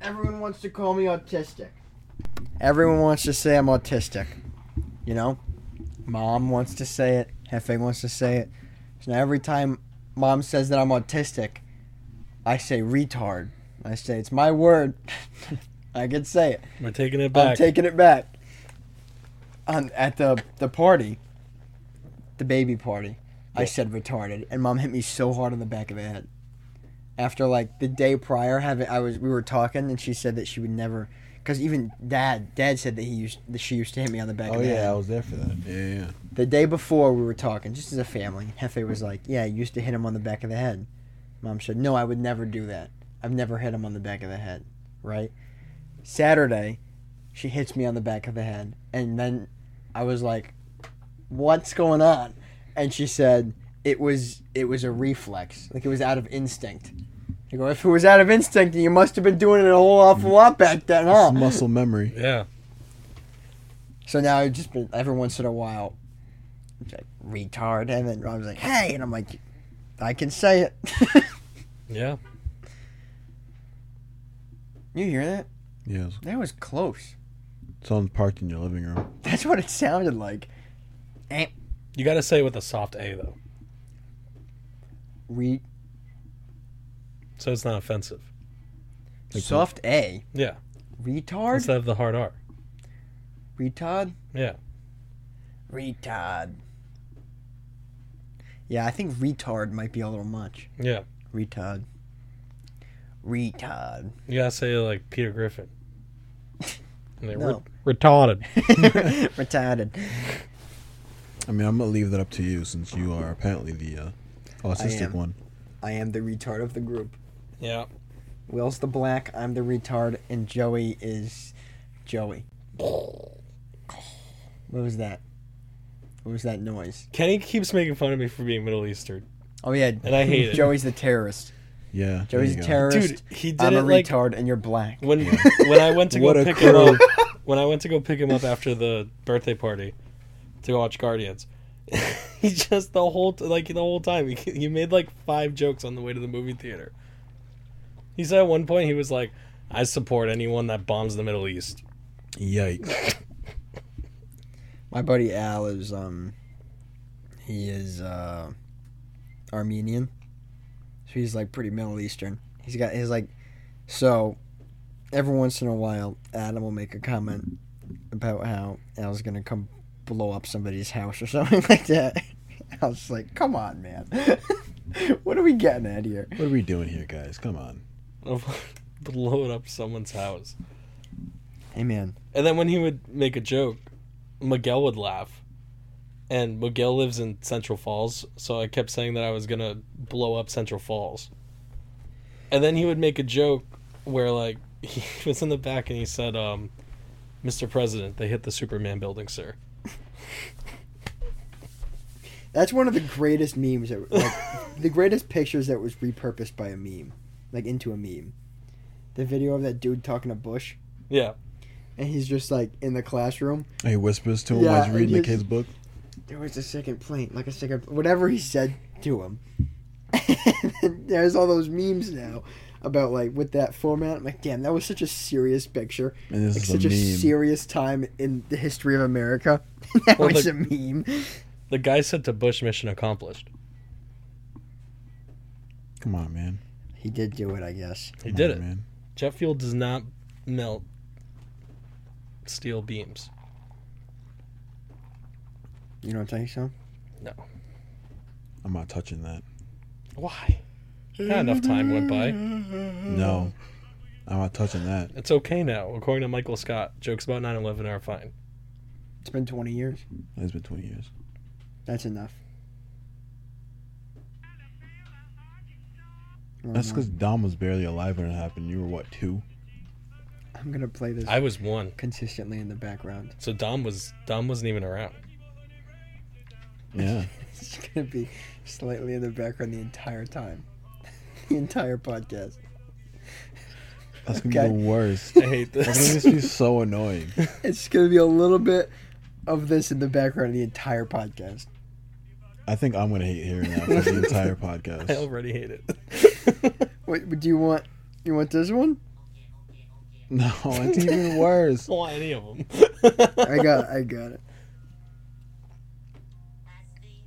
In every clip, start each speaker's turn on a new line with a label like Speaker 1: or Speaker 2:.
Speaker 1: everyone wants to call me autistic. Everyone wants to say I'm autistic. You know? Mom wants to say it. Hefe wants to say it. So now every time mom says that I'm autistic, I say retard. I say it's my word. I can say it.
Speaker 2: We're taking it
Speaker 1: I'm
Speaker 2: back.
Speaker 1: taking it back. On at the the party, the baby party, I said retarded, and mom hit me so hard on the back of the head. After like the day prior, having I was we were talking, and she said that she would never, because even dad dad said that he used that she used to hit me on the back.
Speaker 3: Oh
Speaker 1: of the
Speaker 3: yeah, I
Speaker 1: head.
Speaker 3: was there for that.
Speaker 2: yeah, yeah.
Speaker 1: The day before we were talking, just as a family, and Hefe was like, "Yeah, I used to hit him on the back of the head." Mom said, "No, I would never do that. I've never hit him on the back of the head." Right? Saturday, she hits me on the back of the head, and then I was like, "What's going on?" And she said, "It was it was a reflex. Like it was out of instinct." I go, "If it was out of instinct, then you must have been doing it a whole awful lot back then, huh?"
Speaker 3: It's muscle memory.
Speaker 2: Yeah.
Speaker 1: So now I've just been every once in a while, it's like retard, and then Rob's like, "Hey," and I'm like, "I can say it."
Speaker 2: Yeah.
Speaker 1: you hear that?
Speaker 3: Yeah, it's-
Speaker 1: That was close.
Speaker 3: someone's parked in your living room.
Speaker 1: That's what it sounded like. Eh,
Speaker 2: You got to say it with a soft A, though.
Speaker 1: Re
Speaker 2: So it's not offensive.
Speaker 3: Like
Speaker 1: soft A.
Speaker 2: Yeah.
Speaker 1: Retard.
Speaker 2: Instead of the hard R.
Speaker 1: retard.
Speaker 2: Yeah.
Speaker 1: Retard. Yeah, I think retard might be a little much.
Speaker 2: Yeah.
Speaker 1: Retard. Retard.
Speaker 2: You got to say it like Peter Griffin. And they
Speaker 1: No.
Speaker 2: were retarded.
Speaker 1: Retarded.
Speaker 3: I mean, I'm gonna leave that up to you since you are apparently the uh, autistic
Speaker 1: am.
Speaker 3: one.
Speaker 1: I am the retard of the group.
Speaker 2: Yeah.
Speaker 1: Will's the black, I'm the retard, and Joey is Joey. What was that? What was that noise?
Speaker 2: Kenny keeps making fun of me for being Middle Eastern.
Speaker 1: Oh yeah,
Speaker 2: And I hate it.
Speaker 1: Joey's the terrorist.
Speaker 3: Yeah. there
Speaker 1: Joey's
Speaker 3: you
Speaker 1: a
Speaker 3: go.
Speaker 1: terrorist.
Speaker 2: Dude, he did
Speaker 1: I'm a
Speaker 2: it like
Speaker 1: retard, and you're black.
Speaker 2: when when I went to go
Speaker 3: What a
Speaker 2: pick him
Speaker 3: crew.
Speaker 2: up when I went to go pick him up after the birthday party to watch Guardians. he just the whole t- like the whole time he, he made like five jokes on the way to the movie theater. He said at one point he was like, "I support anyone that bombs the Middle East."
Speaker 3: Yikes.
Speaker 1: My buddy Al is um, he is uh, Armenian, so he's like pretty Middle Eastern. He's got he's like, so every once in a while, Adam will make a comment about how Al's gonna come blow up somebody's house or something like that. I was like, come on, man, what are we getting at here?
Speaker 3: What are we doing here, guys? Come on.
Speaker 2: Blowing up someone's house.
Speaker 1: Hey, man,
Speaker 2: And then when he would make a joke, Miguel would laugh. And Miguel lives in Central Falls, so I kept saying that I was gonna blow up Central Falls. And then he would make a joke where like he was in the back and he said, um, "Mr. President, they hit the Superman building, sir."
Speaker 1: that's one of the greatest memes that like, the greatest pictures that was repurposed by a meme, like into a meme. The video of that dude talking to Bush.
Speaker 2: Yeah,
Speaker 1: and he's just like in the classroom.
Speaker 3: He whispers to him
Speaker 1: Yeah,
Speaker 3: while he's reading the
Speaker 1: you-
Speaker 3: kid's book.
Speaker 1: There was a second plane, like a second, whatever he said to him. And There's all those memes now about like with that format. I'm like, damn, that was such a serious picture,
Speaker 3: And this
Speaker 1: like
Speaker 3: is
Speaker 1: such
Speaker 3: a
Speaker 1: a,
Speaker 3: meme.
Speaker 1: serious time in the history of America. that
Speaker 2: Well,
Speaker 1: was
Speaker 2: the-
Speaker 1: a meme.
Speaker 2: the guy said to Bush, "Mission accomplished."
Speaker 3: Come on, man.
Speaker 1: He did do it, I guess.
Speaker 2: He
Speaker 3: Come
Speaker 2: did
Speaker 3: on,
Speaker 2: it.
Speaker 3: man.
Speaker 2: Jet fuel does not melt steel beams.
Speaker 1: You don't think so?
Speaker 3: I'm not touching that.
Speaker 2: Why? Not enough time went by.
Speaker 1: Mm.
Speaker 3: No. I'm not touching that.
Speaker 2: It's okay now, according to Michael Scott. Jokes about 9/11 are fine.
Speaker 1: It's been 20 years.
Speaker 3: It's been 20 years.
Speaker 1: That's enough. Oh,
Speaker 3: That's
Speaker 1: Mm.
Speaker 3: because Dom was barely alive when it happened. You were what, two?
Speaker 1: I'm gonna play this
Speaker 2: I was one,
Speaker 1: consistently in the background.
Speaker 2: so Dom was Dom wasn't even around.
Speaker 3: Yeah.
Speaker 1: It's gonna be slightly in the background the entire time, the entire podcast.
Speaker 3: That's gonna
Speaker 1: Okay.
Speaker 3: be the worst.
Speaker 2: I hate
Speaker 3: That's gonna
Speaker 2: this.
Speaker 3: just be so annoying.
Speaker 1: It's gonna be a little bit of this in the background the entire podcast.
Speaker 3: I think I'm gonna hate hearing that for the entire podcast.
Speaker 2: I already hate it.
Speaker 1: Wait, do you want you want this one?
Speaker 3: No, it's even worse.
Speaker 2: Well, any of them.
Speaker 1: I got, I got it.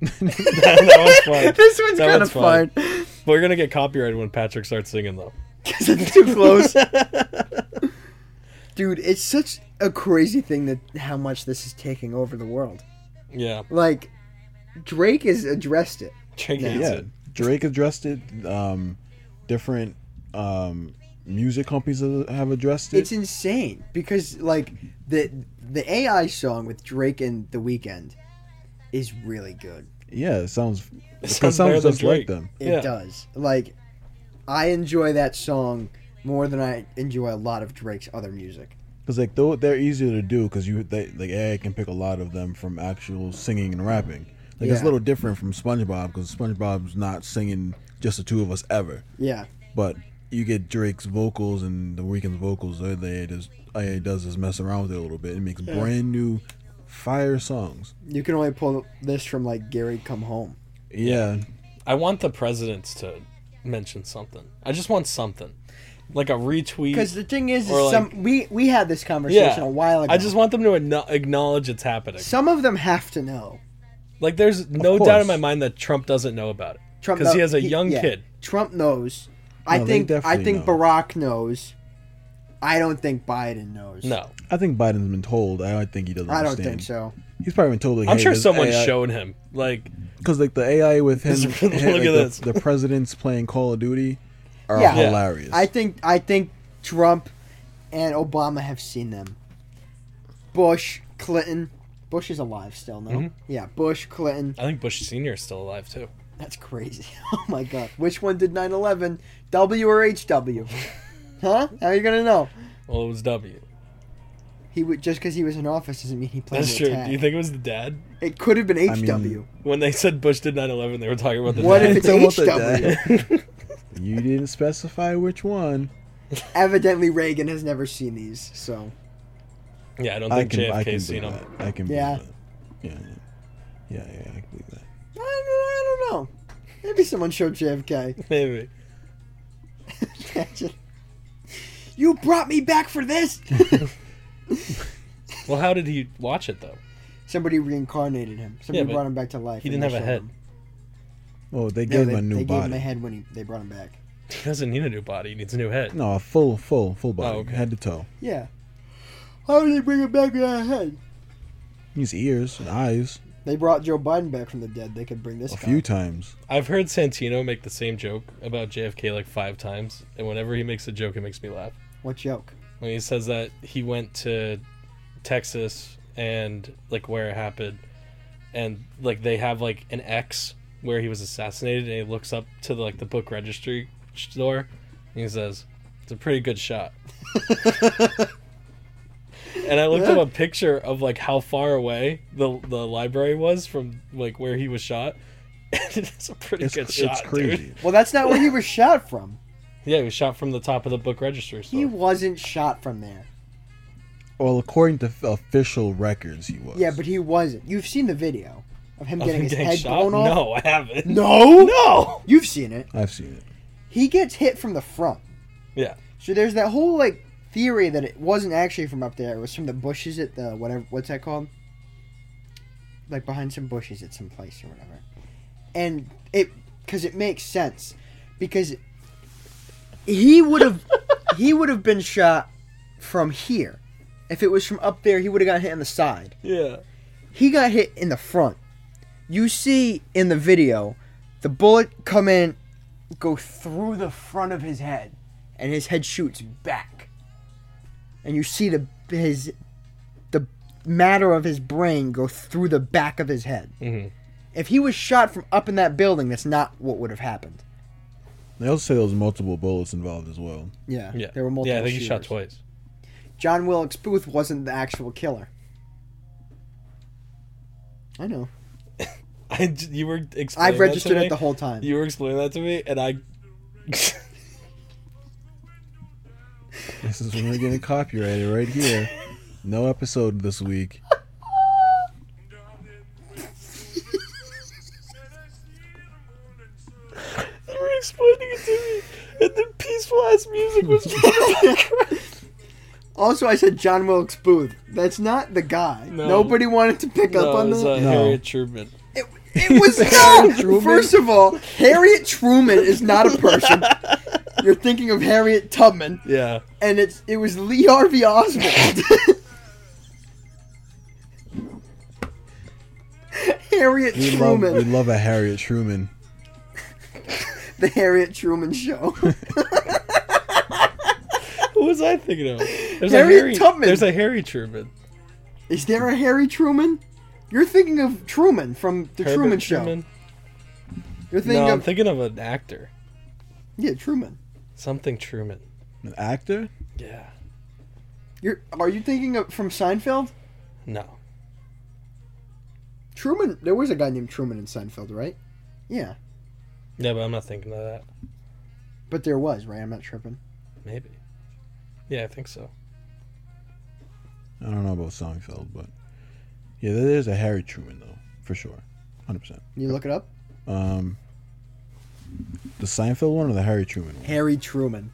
Speaker 2: that, that was fun.
Speaker 1: this one's
Speaker 2: That
Speaker 1: kind of
Speaker 2: one's fun.
Speaker 1: fun
Speaker 2: We're gonna get copyrighted when Patrick starts singing though.
Speaker 1: because it's too close, dude. It's such a crazy thing that how much this is taking over the world.
Speaker 2: yeah,
Speaker 1: Like, Drake has addressed it.
Speaker 2: Drake
Speaker 1: Yeah.
Speaker 2: hates
Speaker 3: yeah,
Speaker 2: it.
Speaker 3: Drake addressed it. Um, different um, music companies have have addressed it.
Speaker 1: It's e- insane because like the the AI song with Drake and The Weeknd is really good.
Speaker 3: yeah, it sounds. It
Speaker 2: It sounds
Speaker 3: sounds,
Speaker 2: better than
Speaker 3: just like
Speaker 2: Drake.
Speaker 3: them.
Speaker 1: It
Speaker 2: Yeah.
Speaker 1: does. Like, I enjoy that song more than I enjoy a lot of Drake's other music.
Speaker 3: Because like though they're easier to do because you they, like AI can pick a lot of them from actual singing and rapping. Like it's
Speaker 1: Yeah.
Speaker 3: a little different from SpongeBob because SpongeBob's not singing just the two of us ever,
Speaker 1: Yeah,
Speaker 3: but you get Drake's vocals and The Weeknd's vocals. All they just AI does is mess around with it a little bit and makes brand new fire songs.
Speaker 1: you can only pull this from like Gary Come Home.
Speaker 3: Yeah,
Speaker 2: I want the presidents to mention something. I just want something, like a
Speaker 1: Because
Speaker 2: retweet.
Speaker 1: the thing is, is
Speaker 2: Or, like-
Speaker 1: some we we had this
Speaker 2: Yeah,
Speaker 1: conversation a while ago.
Speaker 2: I just want them to acknow- acknowledge it's happening.
Speaker 1: some of them have to know.
Speaker 2: Like, there's no
Speaker 3: course.
Speaker 2: doubt in my mind that Trump doesn't know about it
Speaker 1: Trump
Speaker 2: because he
Speaker 1: know-
Speaker 2: has a young
Speaker 1: yeah.
Speaker 2: kid.
Speaker 1: Trump knows. I
Speaker 3: No, they
Speaker 1: think I
Speaker 3: definitely
Speaker 1: think
Speaker 3: know.
Speaker 1: Barack knows. I don't think Biden knows.
Speaker 2: No,
Speaker 3: I think Biden's been told. I don't think he doesn't.
Speaker 1: I don't
Speaker 3: understand.
Speaker 1: think so.
Speaker 3: He's probably been told. Like,
Speaker 2: I'm
Speaker 3: hey,
Speaker 2: sure
Speaker 3: this
Speaker 2: someone's
Speaker 3: AI
Speaker 2: shown him. Like,
Speaker 3: because like the AI with him,
Speaker 2: Look
Speaker 3: like,
Speaker 2: at
Speaker 3: the-
Speaker 2: this.
Speaker 3: The, presidents playing Call of Duty are
Speaker 1: Yeah. Yeah.
Speaker 3: hilarious.
Speaker 1: I think I think Trump and Obama have seen them. Bush, Clinton. Bush is alive still, no?
Speaker 2: Mm-hmm.
Speaker 1: Yeah, Bush, Clinton.
Speaker 2: I think Bush Senior is still alive too.
Speaker 1: That's crazy. Oh my god. Which one did 9/11? W or HW? huh? How are you going to know?
Speaker 2: Well, it was W.
Speaker 1: He would just cuz he was in office doesn't mean he played
Speaker 2: That's
Speaker 1: the
Speaker 2: true.
Speaker 1: attack.
Speaker 2: Do you think it was the dad?
Speaker 1: it could have been
Speaker 3: mean-
Speaker 1: HW.
Speaker 2: When they said Bush did 9/11, they were talking about the
Speaker 1: what
Speaker 2: dad.
Speaker 1: if it's
Speaker 3: Tell me what they
Speaker 1: HW?
Speaker 3: You didn't specify which one.
Speaker 1: Evidently Reagan has never seen these. So,
Speaker 2: Yeah, I don't
Speaker 3: I
Speaker 2: think
Speaker 3: can, I can
Speaker 2: JFK's
Speaker 3: believe
Speaker 2: seen him.
Speaker 3: that. I can
Speaker 1: Yeah.
Speaker 3: believe that. Yeah, yeah, yeah, yeah. I can believe that.
Speaker 1: I don't, I don't know. Maybe someone showed JFK.
Speaker 2: Maybe.
Speaker 1: Imagine. You brought me back for this.
Speaker 2: Well, how did he watch it though?
Speaker 1: Somebody reincarnated him. Somebody
Speaker 2: but
Speaker 1: brought him back to life.
Speaker 2: He
Speaker 1: and
Speaker 2: didn't
Speaker 1: they
Speaker 2: have a
Speaker 1: showed
Speaker 2: head.
Speaker 1: him.
Speaker 3: Oh, they
Speaker 1: No,
Speaker 3: gave
Speaker 1: they,
Speaker 3: him a new
Speaker 1: they gave
Speaker 3: body.
Speaker 1: him a head when he, they brought him back.
Speaker 2: He doesn't need a new body. He needs a new head.
Speaker 3: No, a full, full, full body,
Speaker 2: Oh, okay.
Speaker 3: head to toe.
Speaker 1: Yeah. How did they bring him back without a head?
Speaker 3: His ears and eyes
Speaker 1: They brought Joe Biden back from the dead. They could bring this
Speaker 3: a
Speaker 1: guy.
Speaker 3: few times.
Speaker 2: I've heard Santino make the same joke about JFK like five times, and whenever he makes a joke, it makes me laugh.
Speaker 1: What joke?
Speaker 2: When he says that he went to Texas and like where it happened, and like they have like an X where he was assassinated, and he looks up to the, like the book registry store, and he says, "It's a pretty good shot." And I looked up a picture of like how far away the the library was from like where he was shot. And it's a pretty
Speaker 3: It's,
Speaker 2: good
Speaker 3: it's
Speaker 2: shot,
Speaker 3: crazy.
Speaker 2: dude.
Speaker 1: well, that's not where he was shot from.
Speaker 2: Yeah, he was shot from the top of the book register. So.
Speaker 3: Oh.
Speaker 1: He wasn't shot from there.
Speaker 3: Well, according to official records, he was.
Speaker 1: Yeah, but he wasn't. You've seen the video of him getting his head blown off.
Speaker 2: No, I haven't.
Speaker 1: No.
Speaker 2: no.
Speaker 1: You've seen it.
Speaker 3: I've seen it.
Speaker 1: He gets hit from the front.
Speaker 2: Yeah,
Speaker 1: So there's that whole like theory that it wasn't actually from up there. It was from the bushes at the whatever. What's that called? Like behind some bushes at some place or whatever. And it because it makes sense because he would have he would have been shot from here. If it was from up there, he would have got hit on the side
Speaker 2: yeah.
Speaker 1: he got hit in the front. You see in the video, the bullet come in, go through the front of his head, and his head shoots back. And you see the his the matter of his brain go through the back of his head.
Speaker 2: Mhm.
Speaker 1: If he was shot from up in that building, that's not what would have happened.
Speaker 3: They also say there was multiple bullets involved as well.
Speaker 1: Yeah,
Speaker 2: Yeah,
Speaker 1: there were multiple.
Speaker 2: Yeah, I think he shot
Speaker 1: shooters.
Speaker 2: twice.
Speaker 1: John Wilkes Booth wasn't the actual killer. I know.
Speaker 2: I j- you were explaining. that
Speaker 1: I've
Speaker 2: to
Speaker 1: registered
Speaker 2: me.
Speaker 1: it the whole time.
Speaker 2: You were explaining that to me, and I.
Speaker 3: This is when we're getting copyrighted right here. No episode this week.
Speaker 2: you were explaining it to me, and then peaceful ass music was.
Speaker 1: Also, I said John Wilkes Booth. That's not the guy.
Speaker 2: No.
Speaker 1: Nobody wanted to pick up
Speaker 2: No,
Speaker 1: on
Speaker 2: it was
Speaker 1: that.
Speaker 2: uh,
Speaker 3: No.
Speaker 2: Harriet Truman.
Speaker 1: It, it was no. First of all, Harriet Truman is not a person. You're thinking of Harriet Tubman,
Speaker 2: Yeah.
Speaker 1: and it's it was Lee Harvey Oswald. Harriet
Speaker 3: We love,
Speaker 1: Truman,
Speaker 3: we love a Harriet Truman.
Speaker 1: the Harriet Truman Show.
Speaker 2: What was I thinking of? There's
Speaker 1: Harriet
Speaker 2: a Harry,
Speaker 1: Tubman.
Speaker 2: There's a Harry Truman.
Speaker 1: is there a Harry Truman? You're thinking of Truman from the
Speaker 2: Herbert
Speaker 1: Truman Show.
Speaker 2: Truman?
Speaker 1: You're thinking
Speaker 2: no, I'm
Speaker 1: of
Speaker 2: thinking of an actor.
Speaker 1: yeah Truman.
Speaker 2: Something Truman.
Speaker 3: An actor?
Speaker 2: Yeah.
Speaker 1: You're are you thinking of from Seinfeld?
Speaker 2: No.
Speaker 1: Truman. There was a guy named Truman in Seinfeld, right? Yeah,
Speaker 2: Yeah, but I'm not thinking of that.
Speaker 1: but there was right. I'm not tripping.
Speaker 2: Maybe. Yeah, I think so.
Speaker 3: I don't know about Seinfeld, but yeah, there- there's a Harriet Truman though, for sure, hundred percent.
Speaker 1: You look it up.
Speaker 3: Um, the Seinfeld one or the Harriet Truman one?
Speaker 1: Harry Truman.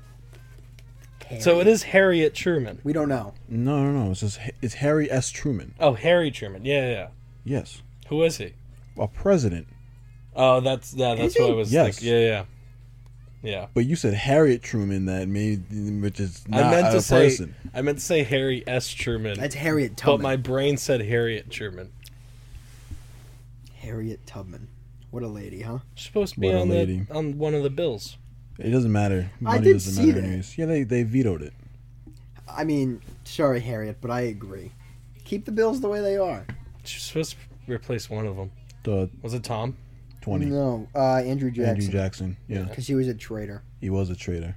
Speaker 2: So
Speaker 1: Harry.
Speaker 2: it is Harriet Truman.
Speaker 1: We don't know.
Speaker 3: No, no, no. It's just it's Harry S. Truman.
Speaker 2: Oh, Harry Truman. Yeah, yeah. yeah.
Speaker 3: Yes,
Speaker 2: Who is he?
Speaker 3: a president.
Speaker 2: Oh, that's yeah, that's
Speaker 1: Is
Speaker 2: what I
Speaker 1: he?
Speaker 2: was
Speaker 3: Yes.
Speaker 2: thinking. Yeah, yeah. Yeah.
Speaker 3: But you said Harriet Truman, that made which is not
Speaker 2: I meant
Speaker 3: a
Speaker 2: to say
Speaker 3: person.
Speaker 2: I meant to say Harry S. Truman.
Speaker 1: That's Harriet
Speaker 2: but
Speaker 1: Tubman.
Speaker 2: my brain said Harriet Truman.
Speaker 1: Harriet Tubman. What a lady, huh?
Speaker 2: She's supposed to be
Speaker 3: What a
Speaker 2: on the
Speaker 3: lady.
Speaker 2: on one of the bills.
Speaker 3: It doesn't matter.
Speaker 1: I
Speaker 3: Money
Speaker 1: did
Speaker 3: doesn't
Speaker 1: see
Speaker 3: matter
Speaker 1: that.
Speaker 3: anyways. Yeah, they they vetoed it.
Speaker 1: I mean, sorry, Harriet, but I agree. Keep the bills the way they are.
Speaker 2: She's supposed to replace one of them.
Speaker 3: The
Speaker 2: Was it Tom?
Speaker 3: twenty.
Speaker 1: No, uh, Andrew
Speaker 3: Andrew
Speaker 1: Jackson.
Speaker 3: Jackson. Yeah,
Speaker 1: Because he was a traitor.
Speaker 3: he was a traitor.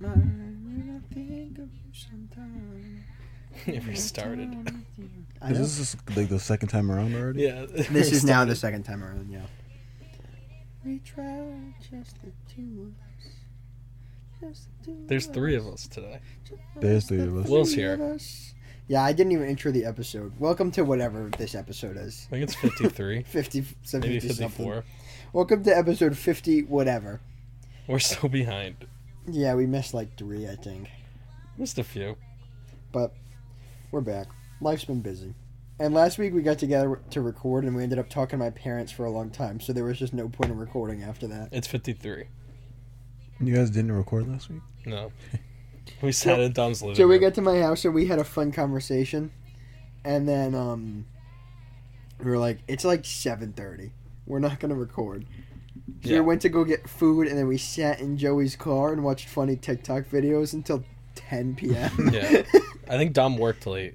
Speaker 2: it restarted.
Speaker 1: I
Speaker 3: Is
Speaker 1: know.
Speaker 3: this is like the second time around already?
Speaker 2: Yeah.
Speaker 1: This is now the second
Speaker 2: restarted.
Speaker 1: time around, yeah. We tried just the two of us. Just the two
Speaker 2: There's three of us today.
Speaker 3: There's three of us.
Speaker 2: Will's
Speaker 1: three
Speaker 2: here.
Speaker 1: of us. Yeah, I didn't even intro the episode. Welcome to whatever this episode is.
Speaker 2: I think it's 53,
Speaker 1: 50, 70,
Speaker 2: maybe
Speaker 1: 54.
Speaker 2: 54.
Speaker 1: Welcome to episode 50, whatever.
Speaker 2: We're so behind.
Speaker 1: Yeah, we missed like three, I think.
Speaker 2: Missed a few.
Speaker 1: We're back. Life's been busy. And last week we got together to record and we ended up talking to my parents for a long time, so there was just no point in recording after that.
Speaker 2: It's 53.
Speaker 3: You guys didn't record last week.
Speaker 2: No. We sat in Dom's living
Speaker 1: So we
Speaker 2: room.
Speaker 1: got to my house and we had a fun conversation. And then um we were like, it's like 7:30. We're not going to record. So
Speaker 2: Yeah.
Speaker 1: we went to go get food and then we sat in Joey's car and watched funny TikTok videos until 10 p.m.
Speaker 2: Yeah. I think Dom worked late,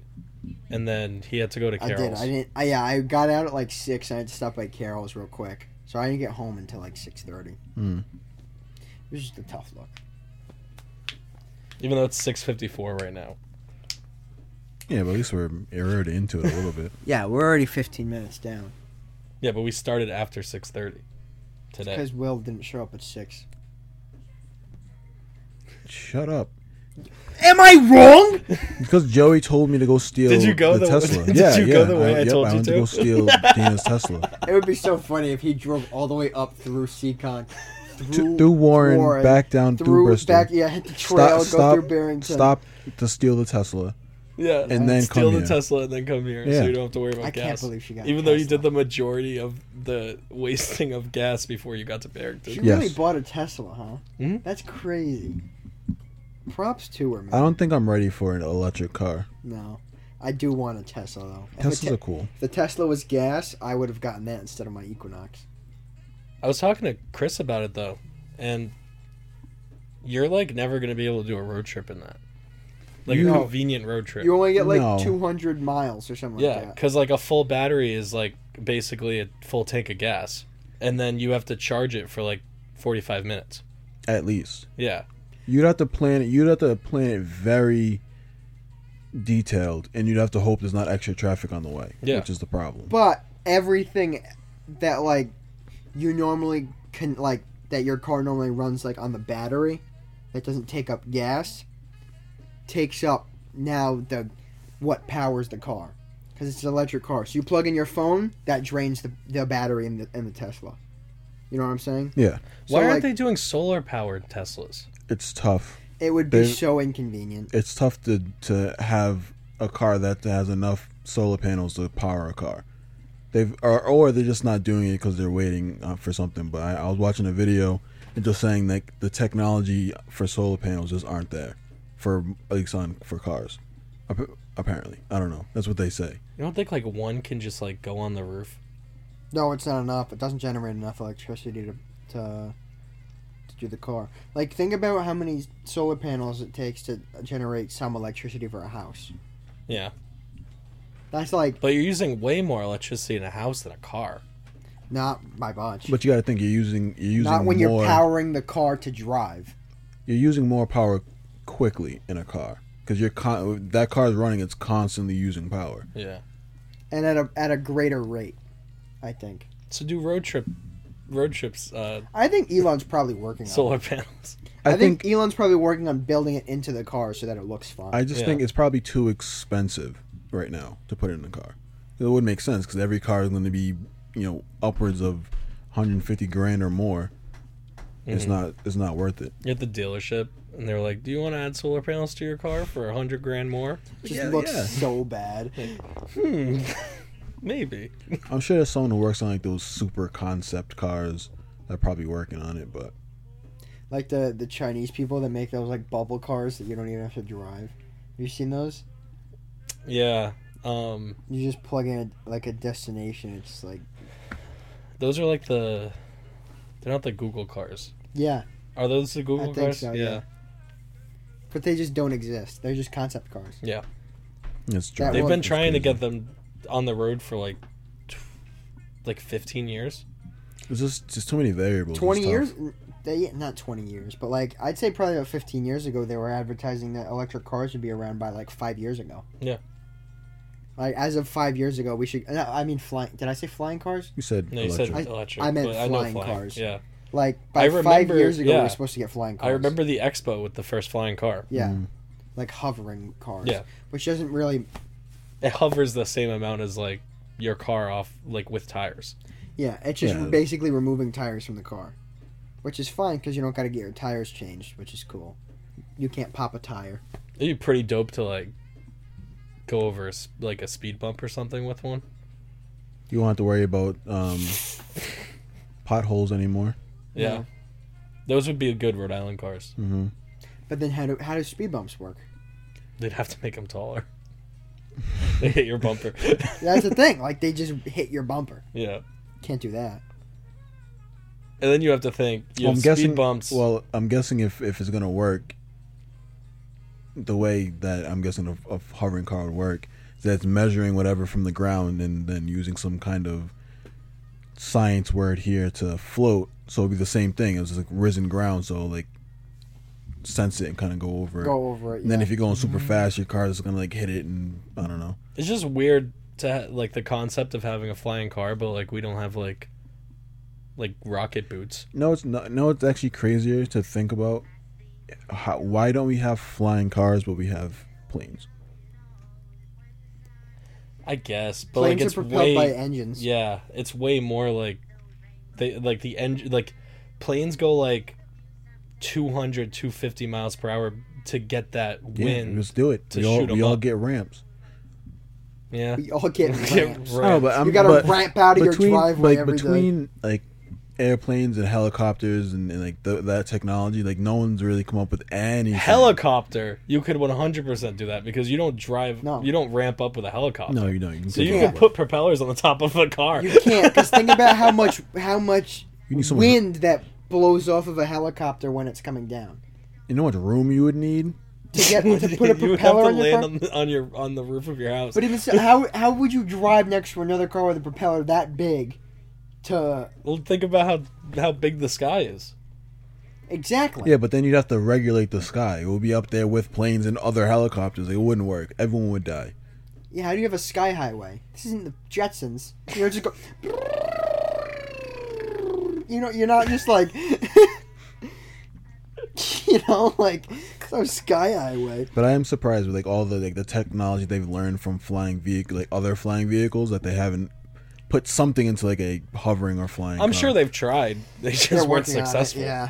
Speaker 2: and then he had to go to
Speaker 1: I
Speaker 2: Carol's.
Speaker 1: did. I didn't. I, yeah, I got out at like six. And I had to stop by Carol's real quick, so I didn't get home until like six thirty.
Speaker 3: Hmm.
Speaker 1: It was just a tough look.
Speaker 2: Even though it's 6:54 right now.
Speaker 3: Yeah, but at least we're already into it a little bit.
Speaker 1: Yeah, we're already fifteen minutes down
Speaker 2: Yeah, but we started after 6:30 today.
Speaker 1: because Will didn't show up at six.
Speaker 3: Shut up.
Speaker 1: Am I wrong?
Speaker 3: Because Joey told me to go steal.
Speaker 2: Did you go
Speaker 3: the,
Speaker 2: the-
Speaker 3: Tesla?
Speaker 2: did
Speaker 3: yeah,
Speaker 2: you
Speaker 3: yeah.
Speaker 2: go the way I
Speaker 3: yep,
Speaker 2: told
Speaker 3: I
Speaker 2: you
Speaker 3: went to
Speaker 2: to?
Speaker 3: go steal Dana's Tesla
Speaker 1: it would be so funny if he drove all the way up through Seacon,
Speaker 3: to, through Warren,
Speaker 1: Warren,
Speaker 3: back down through,
Speaker 1: through
Speaker 3: Bristol.
Speaker 1: back. Yeah, hit the trail,
Speaker 3: stop,
Speaker 1: go
Speaker 3: stop,
Speaker 1: through Barrington.
Speaker 3: stop to steal the Tesla.
Speaker 2: yeah,
Speaker 3: And then
Speaker 2: steal
Speaker 3: come
Speaker 2: the
Speaker 3: here.
Speaker 2: Tesla and then come here, so
Speaker 3: Yeah.
Speaker 2: you don't have to worry about
Speaker 1: I
Speaker 2: gas.
Speaker 1: can't believe she got.
Speaker 2: Even
Speaker 1: a
Speaker 2: though you
Speaker 1: Tesla.
Speaker 2: did the majority of the wasting of gas before you got to
Speaker 1: she
Speaker 2: Barrington.
Speaker 3: Yeah.
Speaker 1: really
Speaker 3: Yes.
Speaker 1: bought a Tesla, huh?
Speaker 2: Mhm.
Speaker 1: That's crazy. Props to her, man.
Speaker 3: I don't think I'm ready for an electric car.
Speaker 1: No. I do want a Tesla though. If,
Speaker 3: Teslas
Speaker 1: a
Speaker 3: are
Speaker 1: te-
Speaker 3: cool.
Speaker 1: if the Tesla was gas, I would have gotten that instead of my Equinox.
Speaker 2: I was talking to Chris about it though, and you're like never gonna be able to do a road trip in that, like
Speaker 1: You-
Speaker 2: a convenient road trip.
Speaker 1: You only get like
Speaker 3: No.
Speaker 1: 200 miles or something
Speaker 2: Yeah,
Speaker 1: like that.
Speaker 2: because like a full battery is like basically a full tank of gas, and then you have to charge it for like forty five minutes.
Speaker 3: At least
Speaker 2: Yeah,
Speaker 3: you'd have to plan it. You'd have to plan it very detailed, and you'd have to hope there's not extra traffic on the way,
Speaker 2: Yeah.
Speaker 3: which is the problem.
Speaker 1: But everything that like you normally can like that your car normally runs like on the battery that doesn't take up gas takes up now the what powers the car because it's an electric car. So you plug in your phone, that drains the, the battery in the in the Tesla. You know what I'm saying?
Speaker 3: yeah,
Speaker 2: why aren't
Speaker 1: like-
Speaker 2: they doing solar powered Teslas?
Speaker 3: it's tough.
Speaker 1: It would be
Speaker 3: They-
Speaker 1: so inconvenient.
Speaker 3: It's tough to to have a car that has enough solar panels to power a car. They've or, or they're just not doing it because they're waiting uh, for something. But I, I was watching a video and just saying that the technology for solar panels just aren't there for at least on for cars. Ap- Apparently, I don't know. That's what they say.
Speaker 2: You don't think like one can just like go on the roof?
Speaker 1: No, it's not enough. It doesn't generate enough electricity to to, to do the car. Like think about how many solar panels it takes to generate some electricity for a house.
Speaker 2: Yeah.
Speaker 1: That's like
Speaker 2: But you're using way more electricity in a house than a car.
Speaker 1: not by much.
Speaker 3: But you got to think you're using you're using
Speaker 1: not when
Speaker 3: more,
Speaker 1: you're powering the car to drive.
Speaker 3: you're using more power quickly in a car because you're con- that car's running. It's constantly using power.
Speaker 2: Yeah.
Speaker 1: and at a at a greater rate. I think.
Speaker 2: So do road trip road trips uh
Speaker 1: I think Elon's probably working on. it.
Speaker 2: solar panels.
Speaker 1: I, think, Elon's probably working on building it into the car so that it looks fun.
Speaker 3: I just
Speaker 2: Yeah.
Speaker 3: think it's probably too expensive right now to put it in a car. It would make sense because every car is going to be, you know, upwards of 150 grand or more. It's
Speaker 2: Mm-hmm.
Speaker 3: not. It's not worth it.
Speaker 2: You're at the dealership and they're like, Do you want to add solar panels to your car for a hundred grand more?
Speaker 1: It just
Speaker 3: Yeah,
Speaker 1: looks
Speaker 3: yeah.
Speaker 1: so bad.
Speaker 2: Hmm. Maybe.
Speaker 3: I'm sure there's someone who works on like those super concept cars that are probably working on it, but
Speaker 1: Like the the Chinese people that make those like bubble cars that you don't even have to drive. Have you seen those?
Speaker 2: Yeah. Um
Speaker 1: You just plug in like a destination. It's like
Speaker 2: those are like the they're not the Google cars.
Speaker 1: yeah,
Speaker 2: Are those the Google
Speaker 1: think
Speaker 2: cars?
Speaker 1: so, yeah. but they just don't exist. They're just concept cars.
Speaker 3: it's
Speaker 1: That
Speaker 2: They've
Speaker 1: was-
Speaker 2: been
Speaker 1: It's
Speaker 2: trying to get them on the road for like tw- like 15 years.
Speaker 3: It's just just too many variables. It's
Speaker 1: Twenty
Speaker 3: tough.
Speaker 1: years? They not twenty years, but like I'd say probably about fifteen years ago they were advertising that electric cars would be around by like five years ago.
Speaker 2: Yeah.
Speaker 1: Like as of five years ago, we should. no, I mean, flying. Did I say flying cars?
Speaker 3: You said
Speaker 2: No, you
Speaker 3: electric.
Speaker 2: said electric.
Speaker 1: I meant
Speaker 2: but
Speaker 1: flying cars.
Speaker 2: Yeah.
Speaker 1: Like
Speaker 2: I
Speaker 1: by five
Speaker 2: remember-
Speaker 1: years ago, we
Speaker 2: yeah.
Speaker 1: were supposed to get flying cars.
Speaker 2: I remember the expo with the first flying car.
Speaker 1: Yeah,
Speaker 3: Mm.
Speaker 1: like hovering cars.
Speaker 2: Yeah.
Speaker 1: Which doesn't really.
Speaker 2: It hovers the same amount as like your car off like with tires.
Speaker 1: Yeah, it's just
Speaker 3: Yeah.
Speaker 1: basically removing tires from the car, which is fine because you don't got to get your tires changed, which is cool. You can't pop a tire.
Speaker 2: It'd be pretty dope to like go over a s like a speed bump or something with one.
Speaker 3: You won't have to worry about um, potholes anymore.
Speaker 2: Yeah.
Speaker 1: No.
Speaker 2: Those would be good Rhode Island cars.
Speaker 3: hmm
Speaker 1: But then how do how do speed bumps work?
Speaker 2: They'd have to make them taller. they hit your bumper.
Speaker 1: That's the thing. Like they just hit your bumper.
Speaker 2: yeah.
Speaker 1: Can't do that.
Speaker 2: And then you have to think you
Speaker 3: Well,
Speaker 2: have
Speaker 3: I'm
Speaker 2: speed
Speaker 3: guessing.
Speaker 2: bumps.
Speaker 3: Well, I'm guessing if if it's gonna work, the way that I'm guessing a, a hovering car would work is that it's measuring whatever from the ground and then using some kind of science word here to float. So it'd be the same thing. It's like risen ground. So like sense it and kind of go over. it.
Speaker 1: Go over it.
Speaker 3: And then
Speaker 1: yeah.
Speaker 3: if you're going super fast, your car is gonna like hit it, and I don't know.
Speaker 2: it's just weird to ha- like the concept of having a flying car, but like we don't have like like rocket boots.
Speaker 3: No, it's not. No, it's actually crazier to think about. How, why don't we have flying cars, but we have planes?
Speaker 2: I guess, but
Speaker 1: planes
Speaker 2: like
Speaker 1: are
Speaker 2: it's
Speaker 1: propelled
Speaker 2: way
Speaker 1: by engines.
Speaker 2: yeah, it's way more like they like the engine like planes go like 200 250 miles per hour to get that
Speaker 3: Yeah,
Speaker 2: wind.
Speaker 3: Let's do it.
Speaker 2: to
Speaker 3: We all,
Speaker 2: shoot 'em
Speaker 3: we all
Speaker 2: up.
Speaker 3: get ramps.
Speaker 2: Yeah.
Speaker 1: We all get
Speaker 2: Get
Speaker 1: ramps.
Speaker 2: ramps.
Speaker 3: No, Oh, but I'm,
Speaker 1: you got to
Speaker 3: but
Speaker 1: ramp out of
Speaker 3: between,
Speaker 1: your driveway
Speaker 3: like
Speaker 1: every day.
Speaker 3: between like airplanes and helicopters and, and like th- that technology, like no one's really come up with any
Speaker 2: helicopter, you could 100% do that because you don't drive
Speaker 1: No.
Speaker 2: you don't ramp up with a helicopter.
Speaker 3: No, you don't. You can
Speaker 2: so you
Speaker 3: put
Speaker 2: can
Speaker 3: that way.
Speaker 2: put propellers on the top of a car.
Speaker 1: You can't because think about how much how much
Speaker 3: You need someone-
Speaker 1: wind that blows off of a helicopter when it's coming down
Speaker 3: You know what room you would need?
Speaker 1: to get to put a
Speaker 2: you would have
Speaker 1: propeller
Speaker 2: to
Speaker 1: on your
Speaker 2: land
Speaker 1: car.
Speaker 2: on, the- on your on the roof of your house.
Speaker 1: But even so, how how would you drive next to another car with a propeller that big? To
Speaker 2: well, think about how how big the sky is.
Speaker 1: exactly.
Speaker 3: Yeah, but then you'd have to regulate the sky. It would be up there with planes and other helicopters. It wouldn't work. Everyone would die.
Speaker 1: Yeah. How do you have a sky highway? This isn't the Jetsons. You know, just go. You know, you're not just like. you know, like so sky highway.
Speaker 3: But I am surprised with like all the like the technology they've learned from flying vehicle, like other flying vehicles, that they haven't put something into like a hovering or flying.
Speaker 2: I'm
Speaker 3: car.
Speaker 2: sure they've tried. They just
Speaker 1: They're
Speaker 2: weren't
Speaker 1: working on it,
Speaker 2: successful.
Speaker 1: Yeah,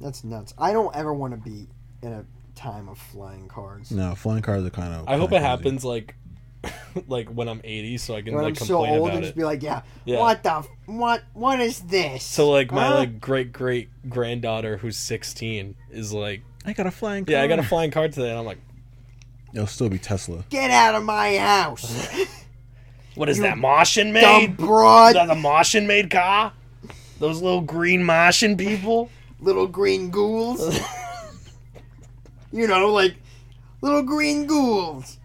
Speaker 1: that's nuts. I don't ever want to be in a time of flying cars.
Speaker 3: No, flying cars are kind of.
Speaker 2: I hope
Speaker 3: kinda crazy.
Speaker 2: it happens like, like when I'm 80, so I can
Speaker 1: When
Speaker 2: like
Speaker 1: I'm so
Speaker 2: complain
Speaker 1: old,
Speaker 2: about
Speaker 1: and
Speaker 2: it.
Speaker 1: just be like, yeah,
Speaker 2: Yeah.
Speaker 1: what the, f- what, what is this?
Speaker 2: So like my
Speaker 1: Huh?
Speaker 2: like great great granddaughter who's 16 is like,
Speaker 3: I got a flying. car.
Speaker 2: yeah, I got a flying car today, and I'm like,
Speaker 3: It'll still be Tesla.
Speaker 1: get out of my house,
Speaker 2: what is that Martian
Speaker 1: dumb
Speaker 2: made? Is that
Speaker 1: broad,
Speaker 2: the Martian made car? Those little green Martian people?
Speaker 1: little green ghouls. you know, like little green ghouls.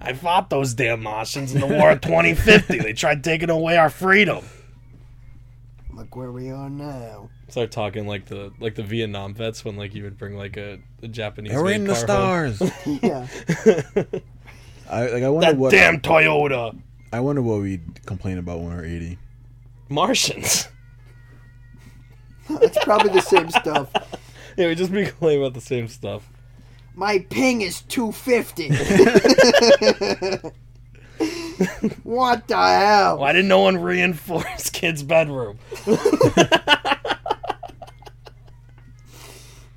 Speaker 2: I fought those damn Martians in the War of 2050. They tried taking away our freedom.
Speaker 1: Look where we are now.
Speaker 2: Start talking like the like the Vietnam vets when like you would bring like a, a Japanese.
Speaker 3: We're
Speaker 2: made
Speaker 3: in the
Speaker 2: car home.
Speaker 3: stars.
Speaker 1: Yeah,
Speaker 3: I like. I wonder
Speaker 2: that
Speaker 3: what.
Speaker 2: damn Toyota.
Speaker 3: I wonder what we'd complain about when we're eighty.
Speaker 2: Martians.
Speaker 1: it's probably the same stuff.
Speaker 2: Yeah, we just be complaining about the same stuff.
Speaker 1: My ping is 250. what the hell?
Speaker 2: Why didn't no one reinforce kids' bedroom?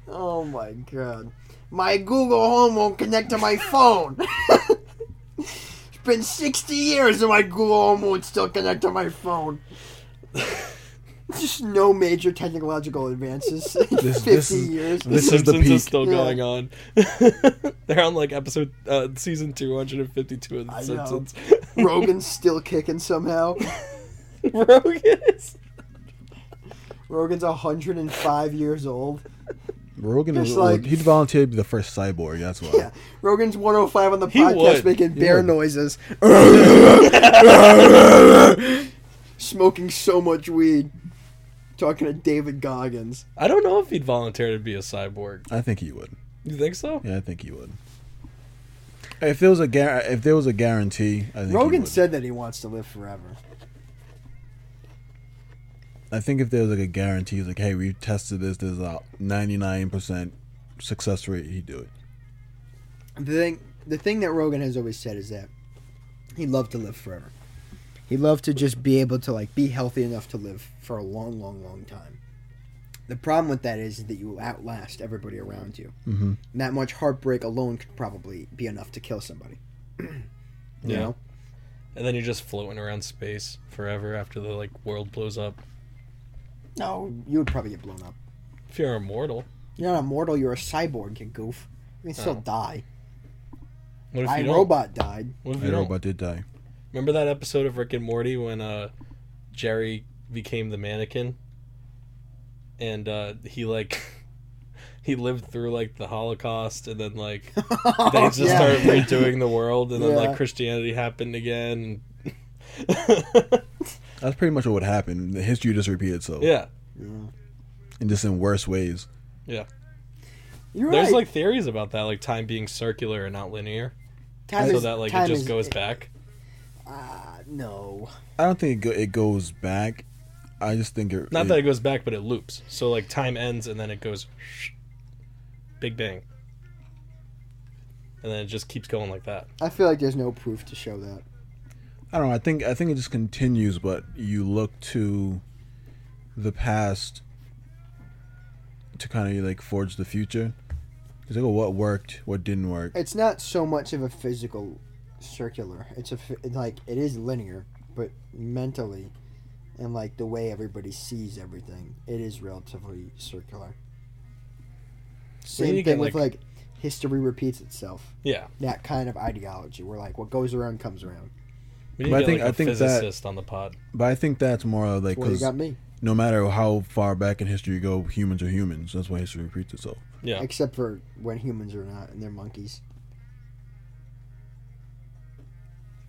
Speaker 1: Oh my god. My Google Home won't connect to my phone. it's been 60 years and my Google Home won't still connect to my phone. Just no major technological advances in
Speaker 3: This-
Speaker 1: 50
Speaker 3: this is-
Speaker 1: years.
Speaker 2: The
Speaker 3: This is the
Speaker 2: Simpsons
Speaker 3: peak.
Speaker 2: is still
Speaker 1: Yeah.
Speaker 2: going on. They're on like episode uh, season 252 of The
Speaker 1: I know.
Speaker 2: Simpsons.
Speaker 1: Rogan's still kicking somehow.
Speaker 2: Rogan is
Speaker 1: Rogan's 105 years old.
Speaker 3: Rogan
Speaker 1: Just
Speaker 3: was
Speaker 1: like-
Speaker 3: he'd volunteer to be the first cyborg. That's why.
Speaker 1: Yeah. Rogan's 105 on the
Speaker 2: He
Speaker 1: podcast
Speaker 2: would.
Speaker 1: making
Speaker 3: He
Speaker 1: bear
Speaker 3: would.
Speaker 1: noises. Smoking so much weed. Talking to David Goggins.
Speaker 2: I don't know if he'd volunteer to be a cyborg.
Speaker 3: I think he would.
Speaker 2: You think so?
Speaker 3: Yeah, I think he would. If there was a gar- if there was a guarantee, I think he
Speaker 1: Rogan
Speaker 3: would.
Speaker 1: said that he wants to live forever.
Speaker 3: I think if there was like a guarantee, like, hey, we tested this, there's a ninety nine percent success rate, he'd do it.
Speaker 1: The thing, the thing that Rogan has always said is that he loved to live forever. He loved to just be able to like be healthy enough to live for a long, long, long time. The problem with that is that you outlast everybody around you.
Speaker 3: Mm-hmm.
Speaker 1: And that much heartbreak alone could probably be enough to kill somebody. you
Speaker 2: Yeah.
Speaker 1: know?
Speaker 2: And then you're just floating around space forever after the like world blows up.
Speaker 1: No, you would probably get blown up.
Speaker 2: If you're immortal,
Speaker 1: You're not immortal. You're a cyborg, you goof. You can still die.
Speaker 2: what Oh. if
Speaker 1: I
Speaker 2: you don't?
Speaker 1: robot died.
Speaker 2: What if
Speaker 3: I
Speaker 2: you don't?
Speaker 3: robot did die.
Speaker 2: Remember that episode of Rick and Morty when uh, Jerry became the mannequin, and uh, he like he lived through like the Holocaust, and then like they just
Speaker 1: Yeah.
Speaker 2: started redoing the world, and then
Speaker 1: Yeah.
Speaker 2: like Christianity happened again.
Speaker 3: That's pretty much what would happen. The history just repeated itself,
Speaker 2: yeah,
Speaker 1: Yeah.
Speaker 3: and just in worse ways.
Speaker 1: You're
Speaker 2: there's
Speaker 1: right.
Speaker 2: like theories about that, like time being circular and not linear,
Speaker 1: time
Speaker 2: so
Speaker 1: is-
Speaker 2: that like it
Speaker 1: time
Speaker 2: just
Speaker 1: is-
Speaker 2: goes back.
Speaker 1: Ah, no.
Speaker 3: I don't think it, go- it goes back. I just think it.
Speaker 2: Not
Speaker 3: it-
Speaker 2: that it goes back, but it loops. So like time ends, and then it goes, big bang, and then it just keeps going like that.
Speaker 1: I feel like there's no proof to show that.
Speaker 3: I don't know. I think I think it just continues, but you look to the past to kind of like forge the future. Because like, oh, what worked, what didn't work.
Speaker 1: It's not so much of a physical circular. It's a phy- like it is linear, but mentally and like the way everybody sees everything, it is relatively circular. Same
Speaker 2: you
Speaker 1: thing
Speaker 2: get,
Speaker 1: with like history repeats itself.
Speaker 2: Yeah,
Speaker 1: that kind of ideology where like what goes around comes around.
Speaker 2: we need
Speaker 3: But I
Speaker 2: to get
Speaker 3: think-
Speaker 2: like a
Speaker 3: I think that-
Speaker 2: physicist on the pod.
Speaker 3: But I think that's more of like
Speaker 1: Well, you
Speaker 3: because
Speaker 1: got me,
Speaker 3: no matter how far back in history you go, humans are humans. That's why history repeats itself.
Speaker 2: Yeah,
Speaker 1: except for when humans are not and they're monkeys.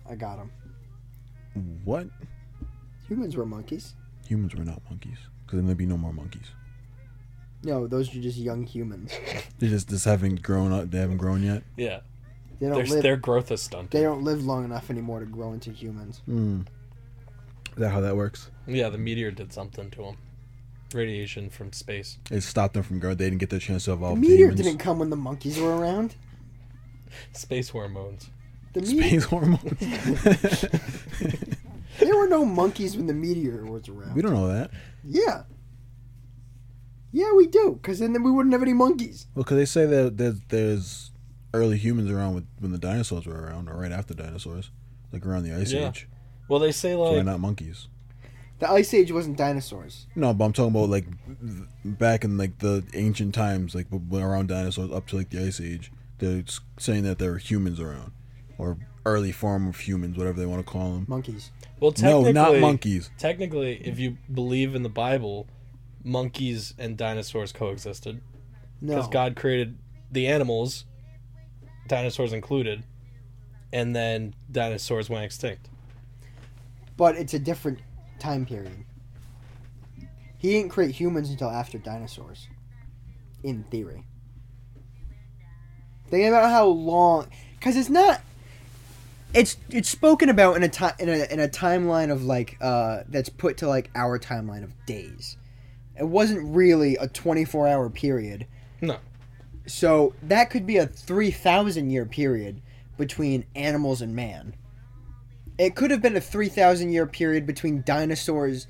Speaker 1: I got him.
Speaker 3: What
Speaker 1: Humans were monkeys.
Speaker 3: humans were not monkeys? Because then there'd be no more monkeys.
Speaker 1: No, those are just young humans.
Speaker 3: They just just haven't grown up. They haven't grown yet.
Speaker 2: yeah.
Speaker 1: They
Speaker 2: Their
Speaker 1: don't live.
Speaker 2: their growth is stunted.
Speaker 1: They don't live long enough anymore to grow into humans.
Speaker 3: Hmm. Is that how that works?
Speaker 2: Yeah, the meteor did something to him. Radiation from space.
Speaker 3: It stopped them from growing. They didn't get the chance to
Speaker 1: The
Speaker 3: evolve.
Speaker 1: meteor
Speaker 3: into humans.
Speaker 1: didn't come when the monkeys were around.
Speaker 2: Space hormones.
Speaker 1: The meteor,
Speaker 3: Space hormones.
Speaker 1: there were no monkeys when the meteor was around.
Speaker 3: we don't know that.
Speaker 1: Yeah. Yeah, we do, because then we wouldn't have any monkeys.
Speaker 3: Well, 'cause they say that there's, there's early humans around with, when the dinosaurs were around, or right after dinosaurs, like around the ice
Speaker 2: Yeah.
Speaker 3: age.
Speaker 2: Well, they say
Speaker 3: So
Speaker 2: like
Speaker 3: they're not monkeys.
Speaker 1: The Ice Age wasn't dinosaurs.
Speaker 3: No, but I'm talking about like th- back in like the ancient times, like w- when around dinosaurs up to like the ice age. They're s- saying that there were humans around, or early form of humans, whatever they want to call them.
Speaker 1: Monkeys.
Speaker 2: well,
Speaker 3: No,
Speaker 2: technically,
Speaker 3: not monkeys.
Speaker 2: Technically, if you believe in the Bible, monkeys and dinosaurs coexisted
Speaker 1: No.
Speaker 2: because God created the animals, dinosaurs included, and then dinosaurs went extinct.
Speaker 1: But it's a different time period. He didn't create humans until after dinosaurs, in theory. Think about how long, because it's not. It's it's spoken about in a time in a, in a timeline of like uh, that's put to like our timeline of days. It wasn't really a twenty four hour period.
Speaker 2: No.
Speaker 1: So that could be a three thousand year period between animals and man. It could have been a 3,000 year period between dinosaurs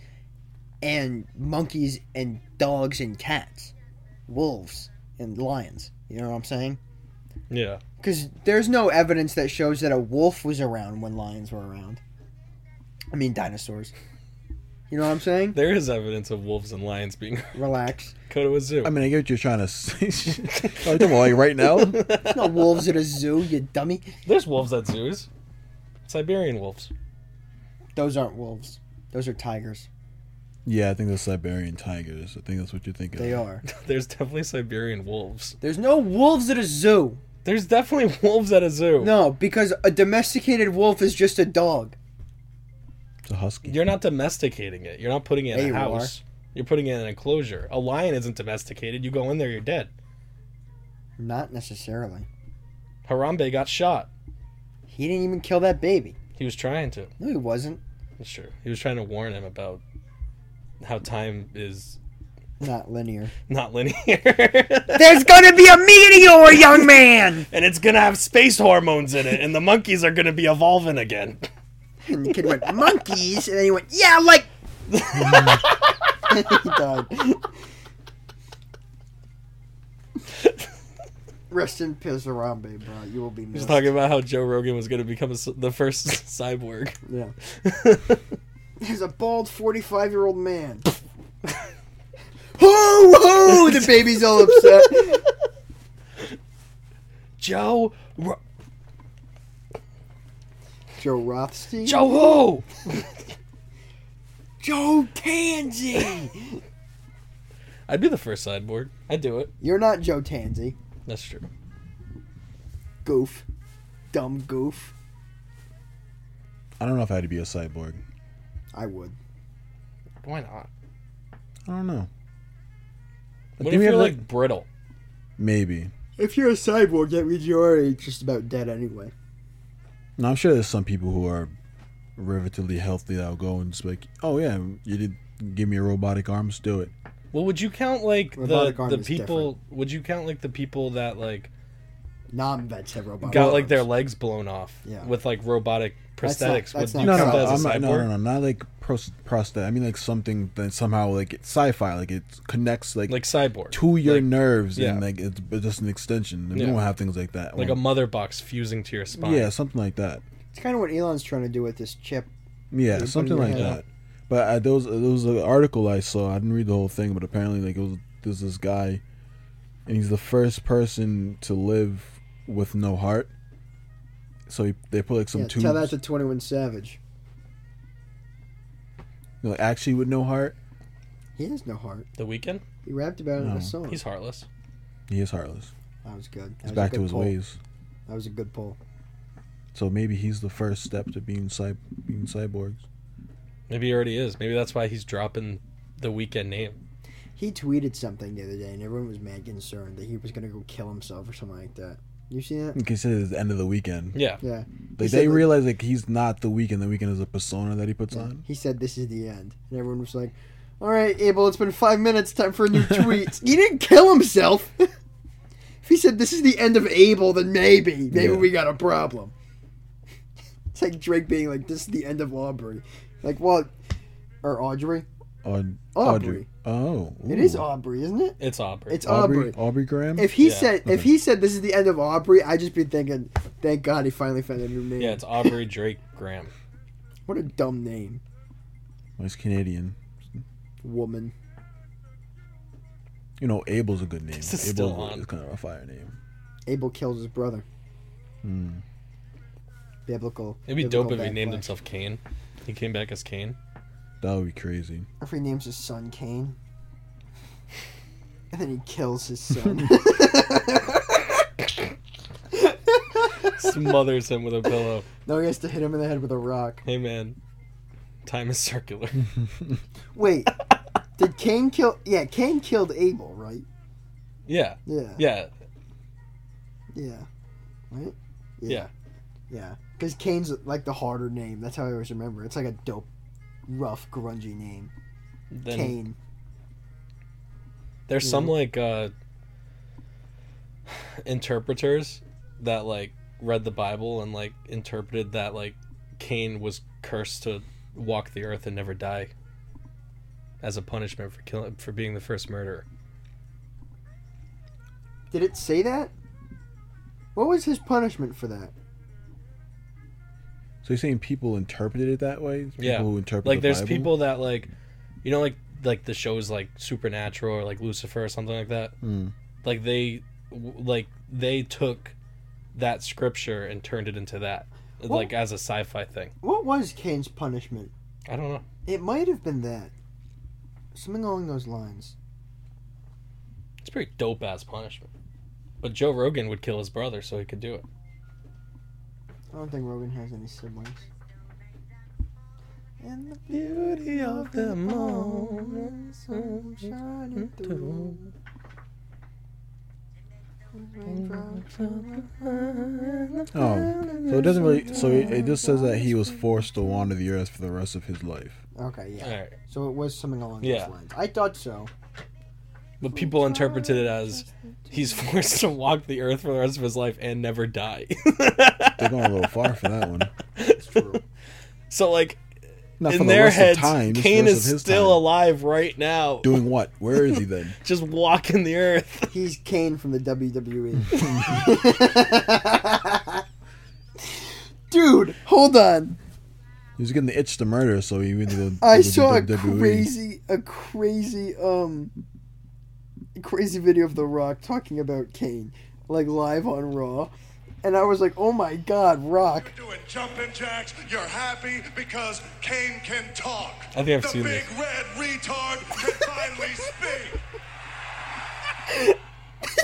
Speaker 1: and monkeys and dogs and cats, wolves and lions. You know what I'm saying?
Speaker 2: Yeah.
Speaker 1: Because there's no evidence that shows that a wolf was around when lions were around. I mean, dinosaurs. You know what I'm saying?
Speaker 2: There is evidence of wolves and lions being
Speaker 1: Relax.
Speaker 2: go to a zoo.
Speaker 3: I mean, I get what you're trying to say. Are you talking about, like right now?
Speaker 1: There's no wolves at a zoo, you dummy.
Speaker 2: There's wolves at zoos. Siberian wolves.
Speaker 1: Those aren't wolves. Those are tigers.
Speaker 3: Yeah, I think the Siberian tigers. I think that's what you're thinking.
Speaker 1: They
Speaker 3: of.
Speaker 1: are.
Speaker 2: There's definitely Siberian wolves.
Speaker 1: There's no wolves at a zoo.
Speaker 2: There's definitely wolves at a zoo.
Speaker 1: No, because a domesticated wolf is just a dog.
Speaker 3: It's a husky.
Speaker 2: You're not domesticating it. You're not putting it in
Speaker 1: Yeah,
Speaker 2: a
Speaker 1: you
Speaker 2: house. You're putting it in an enclosure. A lion isn't domesticated. You go in there, you're dead.
Speaker 1: Not necessarily.
Speaker 2: Harambe got shot.
Speaker 1: He didn't even kill that baby.
Speaker 2: He was trying to.
Speaker 1: No, he wasn't.
Speaker 2: Sure. He was trying to warn him about how time is
Speaker 1: Not linear.
Speaker 2: not linear.
Speaker 1: There's gonna be a meteor, young man!
Speaker 2: and it's going to have space hormones in it, and the monkeys are going to be evolving again.
Speaker 1: And the kid went, monkeys? And then he went, yeah, like. he died. Rest in peace, Harambe, bro. You will be
Speaker 2: He's
Speaker 1: missed.
Speaker 2: talking about how Joe Rogan was going to become a c the first cyborg.
Speaker 1: Yeah. There's a bald 45 year old man. Ho, ho! The baby's all upset.
Speaker 2: Joe. Ro-
Speaker 1: Joe Rothstein?
Speaker 2: Joe who?
Speaker 1: Joe Tansy!
Speaker 2: I'd be the first cyborg. I'd do it.
Speaker 1: You're not Joe Tansy.
Speaker 2: That's true.
Speaker 1: Goof. Dumb goof.
Speaker 3: I don't know if I had to be a cyborg.
Speaker 1: I would.
Speaker 2: Why not?
Speaker 3: I don't know. I
Speaker 2: What
Speaker 3: think
Speaker 2: if
Speaker 3: we
Speaker 2: you're
Speaker 3: have,
Speaker 2: like brittle?
Speaker 3: maybe?
Speaker 1: If you're a cyborg, that means you're already just about dead anyway.
Speaker 3: Now I'm sure there's some people who are relatively healthy that'll go and just be like, "Oh yeah, you did give me a robotic arm, just do it."
Speaker 2: Well, would you count like the,
Speaker 1: Robotic arm
Speaker 2: the
Speaker 1: is
Speaker 2: people? Would you count like the people that like
Speaker 1: Non vets have Uh, robots.
Speaker 2: got like their legs blown off
Speaker 1: Yeah.
Speaker 2: with like robotic
Speaker 1: That's not-
Speaker 2: prosthetics?
Speaker 1: that's
Speaker 2: would you
Speaker 1: not
Speaker 3: No, no,
Speaker 2: count
Speaker 3: no,
Speaker 2: that
Speaker 3: I'm
Speaker 2: as a
Speaker 3: not,
Speaker 2: cyborg?
Speaker 3: no, no, no, not like pros- prosthetic. I mean, like something that somehow like it's sci-fi, like it connects like,
Speaker 2: Like cyborg,
Speaker 3: to your
Speaker 2: like,
Speaker 3: nerves,
Speaker 2: yeah.
Speaker 3: and like it's it's just an extension. And
Speaker 2: Yeah.
Speaker 3: We don't have things like that.
Speaker 2: like a mother box fusing to your spine.
Speaker 3: yeah, something like that.
Speaker 1: It's kind of what Elon's trying to do with this chip.
Speaker 3: Yeah,
Speaker 1: put it
Speaker 3: something
Speaker 1: in your
Speaker 3: like
Speaker 1: head.
Speaker 3: that. But I, there was there was an article I saw. I didn't read the whole thing, but apparently, like, it was there's this guy, and he's the first person to live with no heart. So he, they put like some
Speaker 1: Yeah,
Speaker 3: tubes,
Speaker 1: tell that to 21 Savage.
Speaker 3: like, actually with no heart.
Speaker 1: He has no heart.
Speaker 2: The weekend,
Speaker 1: He rapped about it in
Speaker 3: No.
Speaker 1: a song.
Speaker 2: he's heartless.
Speaker 3: He is heartless.
Speaker 1: That was good. That
Speaker 3: He's
Speaker 1: was a
Speaker 3: back to
Speaker 1: good
Speaker 3: his
Speaker 1: poll.
Speaker 3: ways.
Speaker 1: That was a good poll.
Speaker 3: So maybe he's the first step to being cy- being cyborgs.
Speaker 2: Maybe he already is. Maybe that's why he's dropping the weekend name.
Speaker 1: He tweeted something the other day, and everyone was mad concerned that he was gonna go kill himself or something like that. You see that?
Speaker 3: Like he said, it's the end of the weekend.
Speaker 2: Yeah,
Speaker 1: Yeah.
Speaker 3: Like
Speaker 1: said
Speaker 3: they
Speaker 1: that-
Speaker 3: realize like he's not the weekend. The weekend is a persona that he puts
Speaker 1: Yeah.
Speaker 3: on.
Speaker 1: He said, "This is the end," and everyone was like, "All right, Abel, it's been five minutes. Time for a new tweet." he didn't kill himself. if he said, "This is the end of Abel," then maybe, maybe
Speaker 3: Yeah.
Speaker 1: we got a problem. it's like Drake being like, "This is the end of Aubrey," like what, or Audrey,
Speaker 3: Aud-
Speaker 1: Aubrey.
Speaker 3: Audrey. Oh,
Speaker 1: It is
Speaker 3: ooh.
Speaker 1: Aubrey, isn't it?
Speaker 2: It's Aubrey.
Speaker 1: It's
Speaker 3: Aubrey.
Speaker 1: Aubrey.
Speaker 3: Aubrey Graham.
Speaker 1: If he
Speaker 2: Yeah.
Speaker 1: said if he said this is the end of Aubrey, I'd just be thinking, thank God he finally found a new name.
Speaker 2: yeah, it's Aubrey Drake Graham.
Speaker 1: what a dumb name,
Speaker 3: Well, he's Canadian.
Speaker 1: woman.
Speaker 3: You know, Abel's a good name.
Speaker 2: This is
Speaker 3: Abel
Speaker 2: still on.
Speaker 3: is kind of a fire name.
Speaker 1: Abel kills his brother.
Speaker 3: Hmm.
Speaker 1: Biblical.
Speaker 2: It'd be
Speaker 1: biblical
Speaker 2: dope if he named
Speaker 1: backlash.
Speaker 2: himself Cain. He came back as Cain.
Speaker 3: That would be crazy.
Speaker 1: If he names his son Cain, and then he kills his son.
Speaker 2: Smothers him with a pillow.
Speaker 1: no, he has to hit him in the head with a rock.
Speaker 2: Hey man, time is circular.
Speaker 1: Wait, did Cain kill? Yeah, Cain killed Abel, right?
Speaker 2: Yeah,
Speaker 1: Yeah.
Speaker 2: yeah,
Speaker 1: Yeah. Right?
Speaker 2: Yeah.
Speaker 1: Yeah. Because Kane's like the harder name. That's how I always remember. It's like a dope, rough, grungy name.
Speaker 2: then
Speaker 1: Kane.
Speaker 2: There's some like uh interpreters that like read the Bible and like interpreted that like Cain was cursed to walk the earth and never die as a punishment for killing for being the first murderer.
Speaker 1: Did it say that? What was his punishment for that?
Speaker 3: So you're saying people interpreted it that way? People
Speaker 2: Yeah.
Speaker 3: Who interpret
Speaker 2: Like
Speaker 3: the
Speaker 2: there's
Speaker 3: Bible?
Speaker 2: people that like you know like like the shows like Supernatural or like Lucifer or something like that.
Speaker 3: Hmm.
Speaker 2: Like they w- like they took that scripture and turned it into that like as a sci-fi thing.
Speaker 1: What was Kane's punishment?
Speaker 2: I don't know.
Speaker 1: It might have been that. Something along those lines.
Speaker 2: It's pretty dope ass punishment. But Joe Rogan would kill his brother so he could do it.
Speaker 1: I don't think Rogan has any siblings. And the
Speaker 2: Beauty
Speaker 1: of the moment, sun shining through. raindrops on the-
Speaker 3: Oh, so it doesn't really. So it it just says that he was forced to wander the earth for the rest of his life.
Speaker 1: Okay, yeah.
Speaker 2: Alright.
Speaker 1: So it was something along
Speaker 2: Yeah.
Speaker 1: those lines. I thought so.
Speaker 2: But people interpreted it as he's forced to walk the earth for the rest of his life and never die.
Speaker 3: They're going a little far for that one.
Speaker 1: It's true.
Speaker 2: so like
Speaker 3: Not for
Speaker 2: in
Speaker 3: the
Speaker 2: their
Speaker 3: rest
Speaker 2: heads,
Speaker 3: of time. it's the
Speaker 2: Cain
Speaker 3: rest
Speaker 2: is
Speaker 3: of his
Speaker 2: still
Speaker 3: time.
Speaker 2: alive right now.
Speaker 3: Doing what? Where is he then?
Speaker 2: Just walking the earth.
Speaker 1: He's Kane from the WWE. E. Dude, hold on.
Speaker 3: He was getting the itch to murder, so he went to the.
Speaker 1: I
Speaker 3: the E.
Speaker 1: saw a
Speaker 3: WWE.
Speaker 1: crazy, a crazy, um, crazy video of The Rock talking about Kane, like live on Raw, and I was like, "Oh my God, Rock!"
Speaker 4: doing jumping jacks. You're happy because Kane can talk.
Speaker 2: I think I've
Speaker 4: the
Speaker 2: seen
Speaker 4: big
Speaker 2: this.
Speaker 4: red retard can finally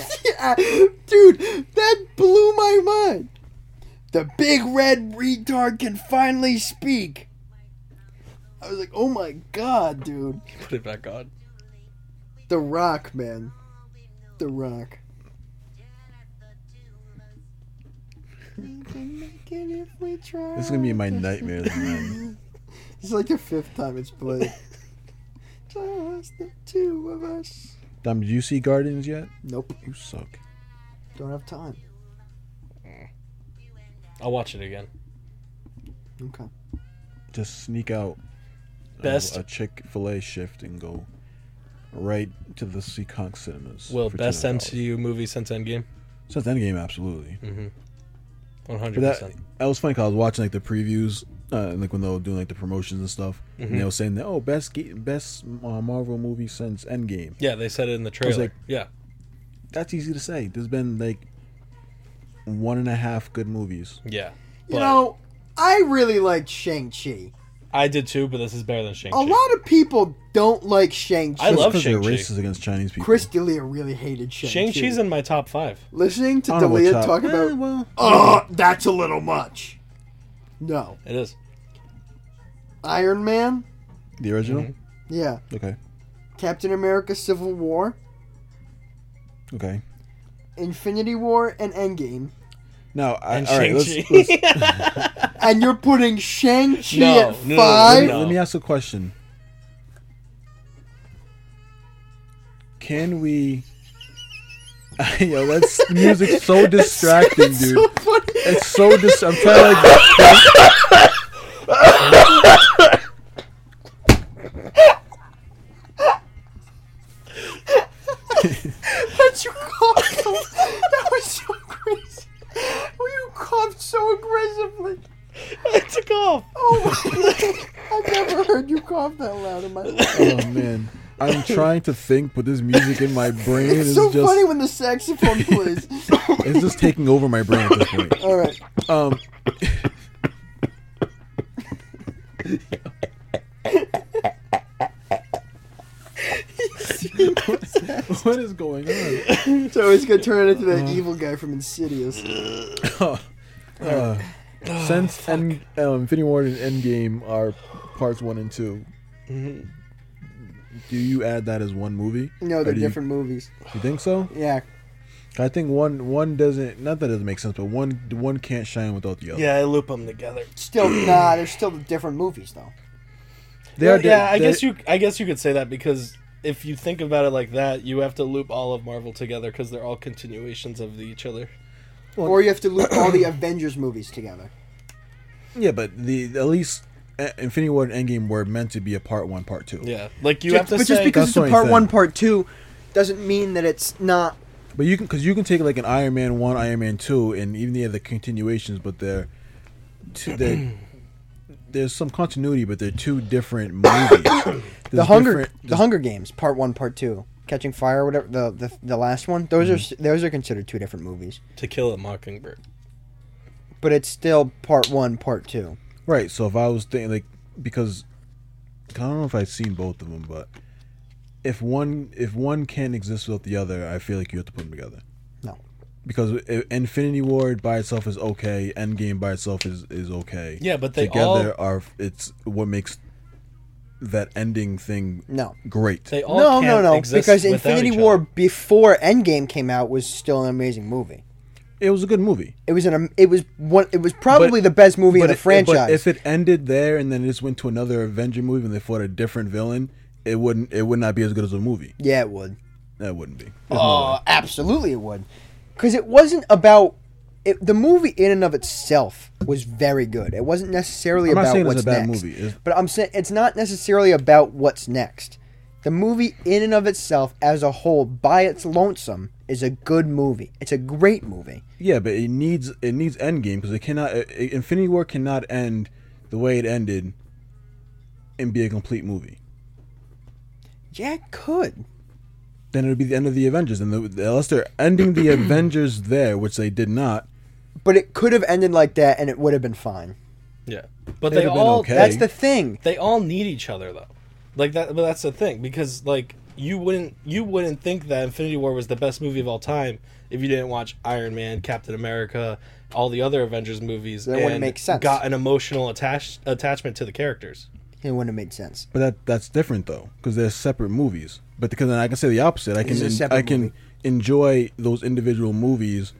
Speaker 4: speak.
Speaker 1: Yeah, Ah, dude, that blew my mind. The big red retard can finally speak. I was like, "Oh my God, dude."
Speaker 2: Put it back on.
Speaker 1: The Rock, man. The Rock.
Speaker 3: This
Speaker 1: It's
Speaker 3: is gonna be my nightmare. man.
Speaker 1: It's like the fifth time it's played. Just the two of us.
Speaker 3: Dom, did you see Guardians yet?
Speaker 1: Nope,
Speaker 3: You suck.
Speaker 1: don't have time.
Speaker 2: I'll watch it again.
Speaker 1: Okay.
Speaker 3: Just sneak out. of
Speaker 2: Best-
Speaker 3: a Chick Fil A shift and go right to the Seaconk Cinemas.
Speaker 2: Well,
Speaker 3: for
Speaker 2: best
Speaker 3: $10.
Speaker 2: MCU movie since Endgame.
Speaker 3: Since Endgame, absolutely.
Speaker 2: One hundred
Speaker 3: But that,
Speaker 2: percent.
Speaker 3: that was funny 'cause I was watching like the previews, uh, and, like when they were doing like the promotions and stuff, and
Speaker 2: Mm-hmm.
Speaker 3: they were saying that oh best ga- best uh, Marvel movie since Endgame.
Speaker 2: Yeah, they said it in the trailer.
Speaker 3: like-
Speaker 2: yeah.
Speaker 3: That's easy to say. There's been like one and a half good movies.
Speaker 2: Yeah.
Speaker 1: You know, I really liked Shang-Chi.
Speaker 2: I did too, but this is better than Shang-Chi.
Speaker 1: A lot of people don't like Shang-Chi.
Speaker 2: I love
Speaker 3: Because they're
Speaker 2: Shang-Chi.
Speaker 3: racist against Chinese people.
Speaker 1: Chris D'Elia really hated Shang-Chi.
Speaker 2: Shang-Chi's in my top five.
Speaker 1: Listening to
Speaker 3: Honorable
Speaker 1: D'Elia
Speaker 3: chop.
Speaker 1: talk
Speaker 3: Eh,
Speaker 1: about,
Speaker 3: well,
Speaker 1: oh, that's a little much. No.
Speaker 2: It is.
Speaker 1: Iron Man?
Speaker 3: the original.
Speaker 2: Mm-hmm.
Speaker 1: Yeah.
Speaker 3: Okay,
Speaker 1: Captain America Civil War,
Speaker 3: okay.
Speaker 1: Infinity War, and Endgame.
Speaker 3: Now, I,
Speaker 2: And
Speaker 3: all right,
Speaker 2: Shang-Chi.
Speaker 3: let's, let's, let
Speaker 1: And you're putting Shang-Chi
Speaker 2: No,
Speaker 1: at
Speaker 2: no, no,
Speaker 1: five?
Speaker 3: me,
Speaker 2: No.
Speaker 3: let me ask a question. Can we? Yo, that's music's so distracting, dude.
Speaker 1: So funny.
Speaker 3: It's so dis. I'm trying to like.
Speaker 1: Oh I've never heard you cough that loud in my life.
Speaker 3: Oh man, I'm trying to think, but this music in my brain
Speaker 1: It's
Speaker 3: is
Speaker 1: so
Speaker 3: just
Speaker 1: funny when the saxophone plays.
Speaker 3: it's just taking over my brain at this point.
Speaker 1: All right.
Speaker 3: Um,
Speaker 1: Oh,
Speaker 3: what is going on?
Speaker 1: So it's gonna turn into that evil guy from Insidious.
Speaker 3: Since
Speaker 1: Oh,
Speaker 3: End, um, Infinity War and Endgame are parts one and 2 do you add that as one movie?
Speaker 1: Mm-hmm. No,
Speaker 3: Or
Speaker 1: they're
Speaker 3: do you-
Speaker 1: different movies.
Speaker 3: You think so?
Speaker 1: Yeah,
Speaker 3: I think one one doesn't not that it doesn't make sense, but one one can't shine without the other.
Speaker 2: Yeah, I loop them together.
Speaker 1: still nah. They're still different movies though.
Speaker 3: they
Speaker 2: Well,
Speaker 3: di-
Speaker 2: yeah, I
Speaker 3: they-
Speaker 2: guess you. I guess you could say that because if you think about it like that, you have to loop all of Marvel together because they're all continuations of the, each other.
Speaker 1: Or you have to loop all the Avengers movies together.
Speaker 3: Yeah, but the at least uh, Infinity War and Endgame were meant to be a part one, part two.
Speaker 2: Yeah, like you
Speaker 1: Ju-
Speaker 2: have to
Speaker 1: but
Speaker 2: say.
Speaker 1: just because it's
Speaker 3: That's
Speaker 1: a
Speaker 3: what I
Speaker 1: part
Speaker 3: said.
Speaker 1: one, part two, doesn't mean that it's not.
Speaker 3: But you can because you can take like an Iron Man one, Iron Man two, and even the other continuations, but they're two, they're there's some continuity, but they're two different movies.
Speaker 1: the Hunger, the Hunger Games, part one, part two, Catching Fire, whatever the the, the last one. Those are s- those are considered two different movies,
Speaker 2: to kill a mockingbird.
Speaker 1: but it's still part one, part two.
Speaker 3: right. So if I was thinking like because I don't know if I've seen both of them, but if one if one can't exist without the other, I feel like you have to put them together.
Speaker 1: No,
Speaker 3: because i- Infinity War by itself is okay. Endgame by itself is is okay.
Speaker 2: Yeah, but they
Speaker 3: together are it's what makes that ending thing
Speaker 1: no,
Speaker 3: great.
Speaker 2: They all
Speaker 1: no, no,
Speaker 2: can't
Speaker 1: no.
Speaker 2: exist
Speaker 1: Because
Speaker 2: without
Speaker 1: Infinity
Speaker 2: each
Speaker 1: War
Speaker 2: other.
Speaker 1: before Endgame came out was still an amazing movie.
Speaker 3: it was a good movie.
Speaker 1: It was an am- it was one it was probably
Speaker 3: But-
Speaker 1: the best movie in
Speaker 3: but
Speaker 1: the
Speaker 3: it-
Speaker 1: franchise.
Speaker 3: But if it ended there and then it just went to another Avenger movie and they fought a different villain, it wouldn't it would not be as good as a movie.
Speaker 1: yeah, it would.
Speaker 3: That wouldn't be.
Speaker 1: Oh, absolutely it would. Because it wasn't about. It, the movie in and of itself was very good. It wasn't necessarily
Speaker 3: I'm not
Speaker 1: about
Speaker 3: saying it's
Speaker 1: what's
Speaker 3: a bad
Speaker 1: next.
Speaker 3: movie. It's-
Speaker 1: But I'm saying it's not necessarily about what's next. The movie in and of itself, as a whole, by its lonesome, is a good movie. It's a great movie.
Speaker 3: Yeah, but it needs it needs Endgame because it cannot. i- i- Infinity War cannot end the way it ended and be a complete movie.
Speaker 1: Yeah, it could.
Speaker 3: then it would be the end of the Avengers. And the, unless they're ending the Avengers there, which they did not,
Speaker 1: But it could have ended like that and it would have been fine.
Speaker 2: Yeah, but
Speaker 3: They'd
Speaker 2: they
Speaker 3: have been
Speaker 2: all
Speaker 3: okay.
Speaker 1: That's the thing.
Speaker 2: they all need each other though. Like that, but that's the thing because like you wouldn't you wouldn't think that Infinity War was the best movie of all time if you didn't watch Iron Man, Captain America, all the other Avengers movies.
Speaker 1: That wouldn't
Speaker 2: and
Speaker 1: make sense.
Speaker 2: Got an emotional attach attachment to the characters.
Speaker 1: It wouldn't have made sense.
Speaker 3: but that that's different though because they're separate movies. But because then I can say the opposite. I can
Speaker 1: It's a
Speaker 3: en-
Speaker 1: separate
Speaker 3: I can
Speaker 1: movie.
Speaker 3: enjoy those individual movies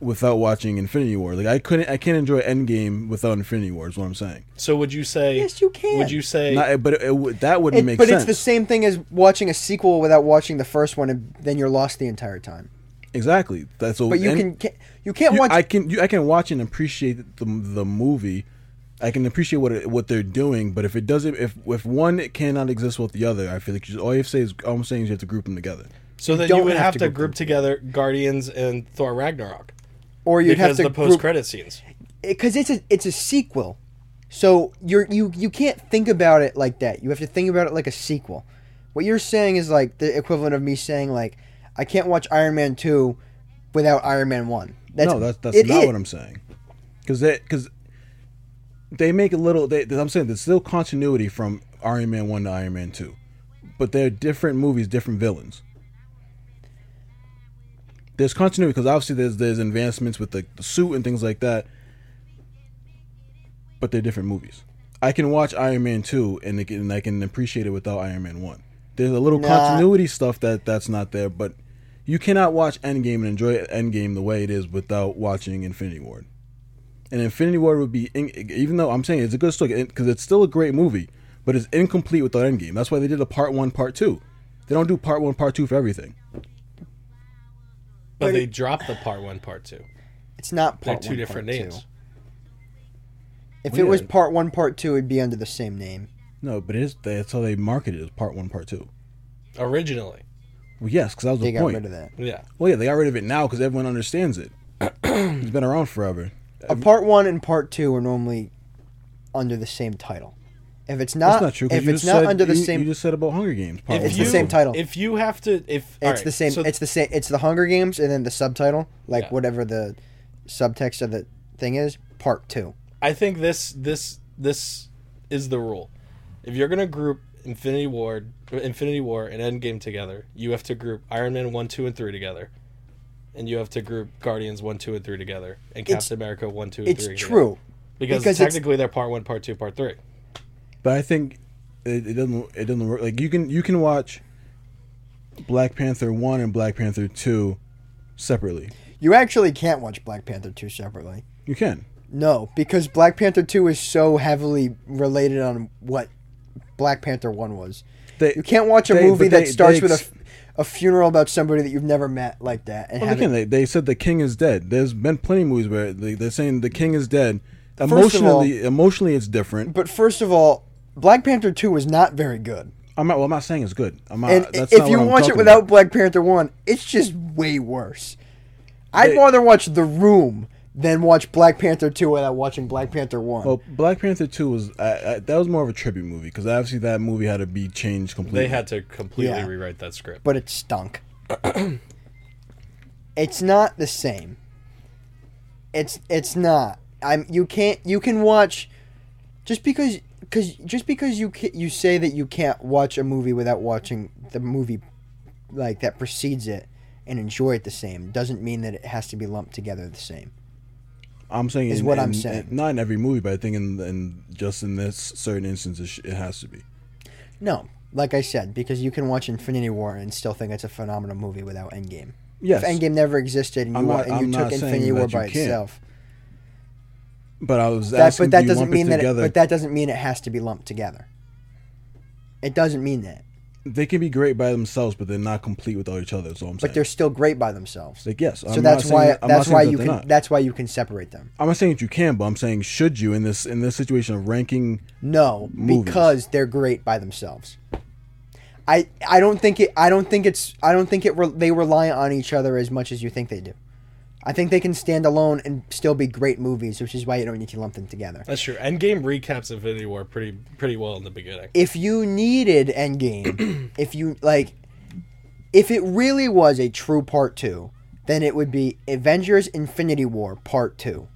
Speaker 3: without watching Infinity War. Like I couldn't I can't enjoy Endgame without Infinity War. Is what I'm saying.
Speaker 2: So would you say?
Speaker 1: Yes, you can.
Speaker 2: Would you say?
Speaker 3: Not, but it, it, would- that wouldn't
Speaker 1: It-
Speaker 3: make
Speaker 1: but
Speaker 3: sense.
Speaker 1: it's the same thing as watching a sequel without watching the first one, and then you're lost the entire time.
Speaker 3: exactly. That's so.
Speaker 1: But you
Speaker 3: End-
Speaker 1: can, can you can't
Speaker 3: you-
Speaker 1: watch.
Speaker 3: I can you, I can watch and appreciate the the movie. I can appreciate what it, what they're doing, but if it doesn't, if if one cannot exist without the other, I feel like you all you have to say is all I'm saying is you have to group them together.
Speaker 2: so then you
Speaker 1: don't
Speaker 2: would
Speaker 1: have
Speaker 2: have
Speaker 1: to
Speaker 2: to,
Speaker 1: go
Speaker 2: group together Guardians and Thor Ragnarok
Speaker 1: or you'd have
Speaker 2: because
Speaker 1: to
Speaker 2: the post credit scenes.
Speaker 1: because it's a it's a sequel, so you're you you can't think about it like that. You have to think about it like a sequel. What you're saying is like the equivalent of me saying like I can't watch Iron Man two without Iron Man one.
Speaker 3: no, that's that's
Speaker 1: it
Speaker 3: not
Speaker 1: is.
Speaker 3: what I'm saying. Because they because they make a little. They, I'm saying there's still continuity from Iron Man one to Iron Man two, but they're different movies, different villains. There's continuity because obviously there's there's advancements with the, the suit and things like that, but they're different movies. I can watch Iron Man two and, it, can- and I can appreciate it without Iron Man one. There's a little
Speaker 1: Nah.
Speaker 3: continuity stuff that that's not there, but you cannot watch Endgame and enjoy Endgame the way it is without watching Infinity War. And Infinity War would be, in, even though I'm saying it's a good story because it's still a great movie, but it's incomplete without Endgame. That's why they did a part one, part two. They don't do part one, part two for everything.
Speaker 2: But they dropped the part one, part two.
Speaker 1: It's not
Speaker 2: They're
Speaker 1: part
Speaker 2: two
Speaker 1: one,
Speaker 2: different
Speaker 1: part
Speaker 2: names.
Speaker 1: Two. If it was
Speaker 3: Weird.
Speaker 1: part one, part two, it'd be under the same name.
Speaker 3: No, but it is that's how they marketed it as part one, part two.
Speaker 2: Originally,
Speaker 3: Well, yes, because that was
Speaker 1: They
Speaker 3: the
Speaker 1: got
Speaker 3: point.
Speaker 1: rid of that.
Speaker 2: yeah.
Speaker 3: Well, yeah, they got rid of it now because everyone understands it. it's been around forever.
Speaker 1: A part one and part two are normally under the same title. If it's
Speaker 3: That's
Speaker 1: not,
Speaker 3: not true. 'cause
Speaker 1: Uh, If
Speaker 3: you
Speaker 1: it's
Speaker 3: just
Speaker 1: not
Speaker 3: said-
Speaker 1: under the
Speaker 3: you-
Speaker 1: same,
Speaker 3: you just said about Hunger Games. Part
Speaker 2: If
Speaker 1: It's
Speaker 3: one.
Speaker 1: the same title.
Speaker 2: If you have to, if
Speaker 1: it's the same. it's the same. It's the Hunger Games, and then the subtitle, like
Speaker 2: Yeah.
Speaker 1: whatever the subtext of the thing is, part two.
Speaker 2: I think this this this is the rule. If you're gonna group Infinity War, Infinity War and Endgame together, you have to group Iron Man one, two, and three together, and you have to group Guardians one, two, and three together, and Captain
Speaker 1: It's-
Speaker 2: America one, two, and
Speaker 1: It's
Speaker 2: three. together.
Speaker 1: true.
Speaker 2: because,
Speaker 1: because it's-
Speaker 2: technically they're part one, part two, part three.
Speaker 3: But I think it, it doesn't it doesn't work. Like you can you can watch Black Panther one and Black Panther two separately.
Speaker 1: You actually can't watch Black Panther two separately.
Speaker 3: You can.
Speaker 1: No, because Black Panther two is so heavily related on what Black Panther one was.
Speaker 3: They,
Speaker 1: You can't watch a
Speaker 3: They-
Speaker 1: movie
Speaker 3: but
Speaker 1: that
Speaker 3: they-
Speaker 1: starts
Speaker 3: they
Speaker 1: with a,
Speaker 3: ex-
Speaker 1: f- a funeral about somebody that you've never met like that. And
Speaker 3: Well,
Speaker 1: have
Speaker 3: again,
Speaker 1: it-
Speaker 3: they, they said the king is dead. There's been plenty of movies where they, they're saying the king is dead.
Speaker 1: of all-
Speaker 3: Emotionally, emotionally, it's different.
Speaker 1: but first of all, Black Panther two was not very good.
Speaker 3: I'm not. Well, I'm not saying it's good. I'm not.
Speaker 1: and
Speaker 3: Uh, that's
Speaker 1: if
Speaker 3: not
Speaker 1: you
Speaker 3: what I'm
Speaker 1: watch it
Speaker 3: talking
Speaker 1: without
Speaker 3: about.
Speaker 1: Black Panther one, it's just way worse. I'd
Speaker 3: They-
Speaker 1: rather watch The Room than watch Black Panther two without watching Black Panther one.
Speaker 3: well, Black Panther two was I, I, that was more of a tribute movie because obviously that movie had to be changed completely.
Speaker 2: They had to completely
Speaker 1: Yeah.
Speaker 2: rewrite that script.
Speaker 1: but it stunk. it's not the same. It's it's not. I'm you can't you can watch just because cause, just because you ca- you say that you can't watch a movie without watching the movie like that precedes it and enjoy it the same doesn't mean that it has to be lumped together the same.
Speaker 3: I'm saying
Speaker 1: is
Speaker 3: in-
Speaker 1: what I'm
Speaker 3: in-
Speaker 1: saying.
Speaker 3: in- not in every movie, but I think in, in just in this certain instance, it, sh- it has to be.
Speaker 1: No, like I said, because you can watch Infinity War and still think it's a phenomenal movie without Endgame.
Speaker 3: Yes,
Speaker 1: If Endgame never existed and you,
Speaker 3: I'm
Speaker 1: wa-
Speaker 3: not-
Speaker 1: and you
Speaker 3: I'm
Speaker 1: took
Speaker 3: not saying
Speaker 1: Infinity War
Speaker 3: that you
Speaker 1: by
Speaker 3: can't.
Speaker 1: itself,
Speaker 3: but I was
Speaker 1: that,
Speaker 3: asking,
Speaker 1: but that
Speaker 3: do you
Speaker 1: doesn't
Speaker 3: lump it
Speaker 1: mean that. It,
Speaker 3: together?
Speaker 1: but that doesn't mean it has to be lumped together. It doesn't mean that.
Speaker 3: they can be great by themselves, but they're not complete without each other. So I'm
Speaker 1: But
Speaker 3: saying,
Speaker 1: they're still great by themselves.
Speaker 3: like yes,
Speaker 1: so that's why
Speaker 3: I'm
Speaker 1: that's
Speaker 3: not
Speaker 1: why
Speaker 3: saying
Speaker 1: you
Speaker 3: that
Speaker 1: can
Speaker 3: they're not.
Speaker 1: that's why you can separate them.
Speaker 3: I'm not saying that you can, but I'm saying should you in this in this situation of ranking?
Speaker 1: No,
Speaker 3: Movies.
Speaker 1: because they're great by themselves. I I don't think it I don't think it's I don't think it re- they rely on each other as much as you think they do. I think they can stand alone and still be great movies, which is why you don't need to lump them together.
Speaker 2: That's true. Endgame recaps Infinity War pretty pretty well in the beginning.
Speaker 1: if you needed Endgame, if you like, if it really was a true part two, then it would be Avengers: Infinity War Part Two,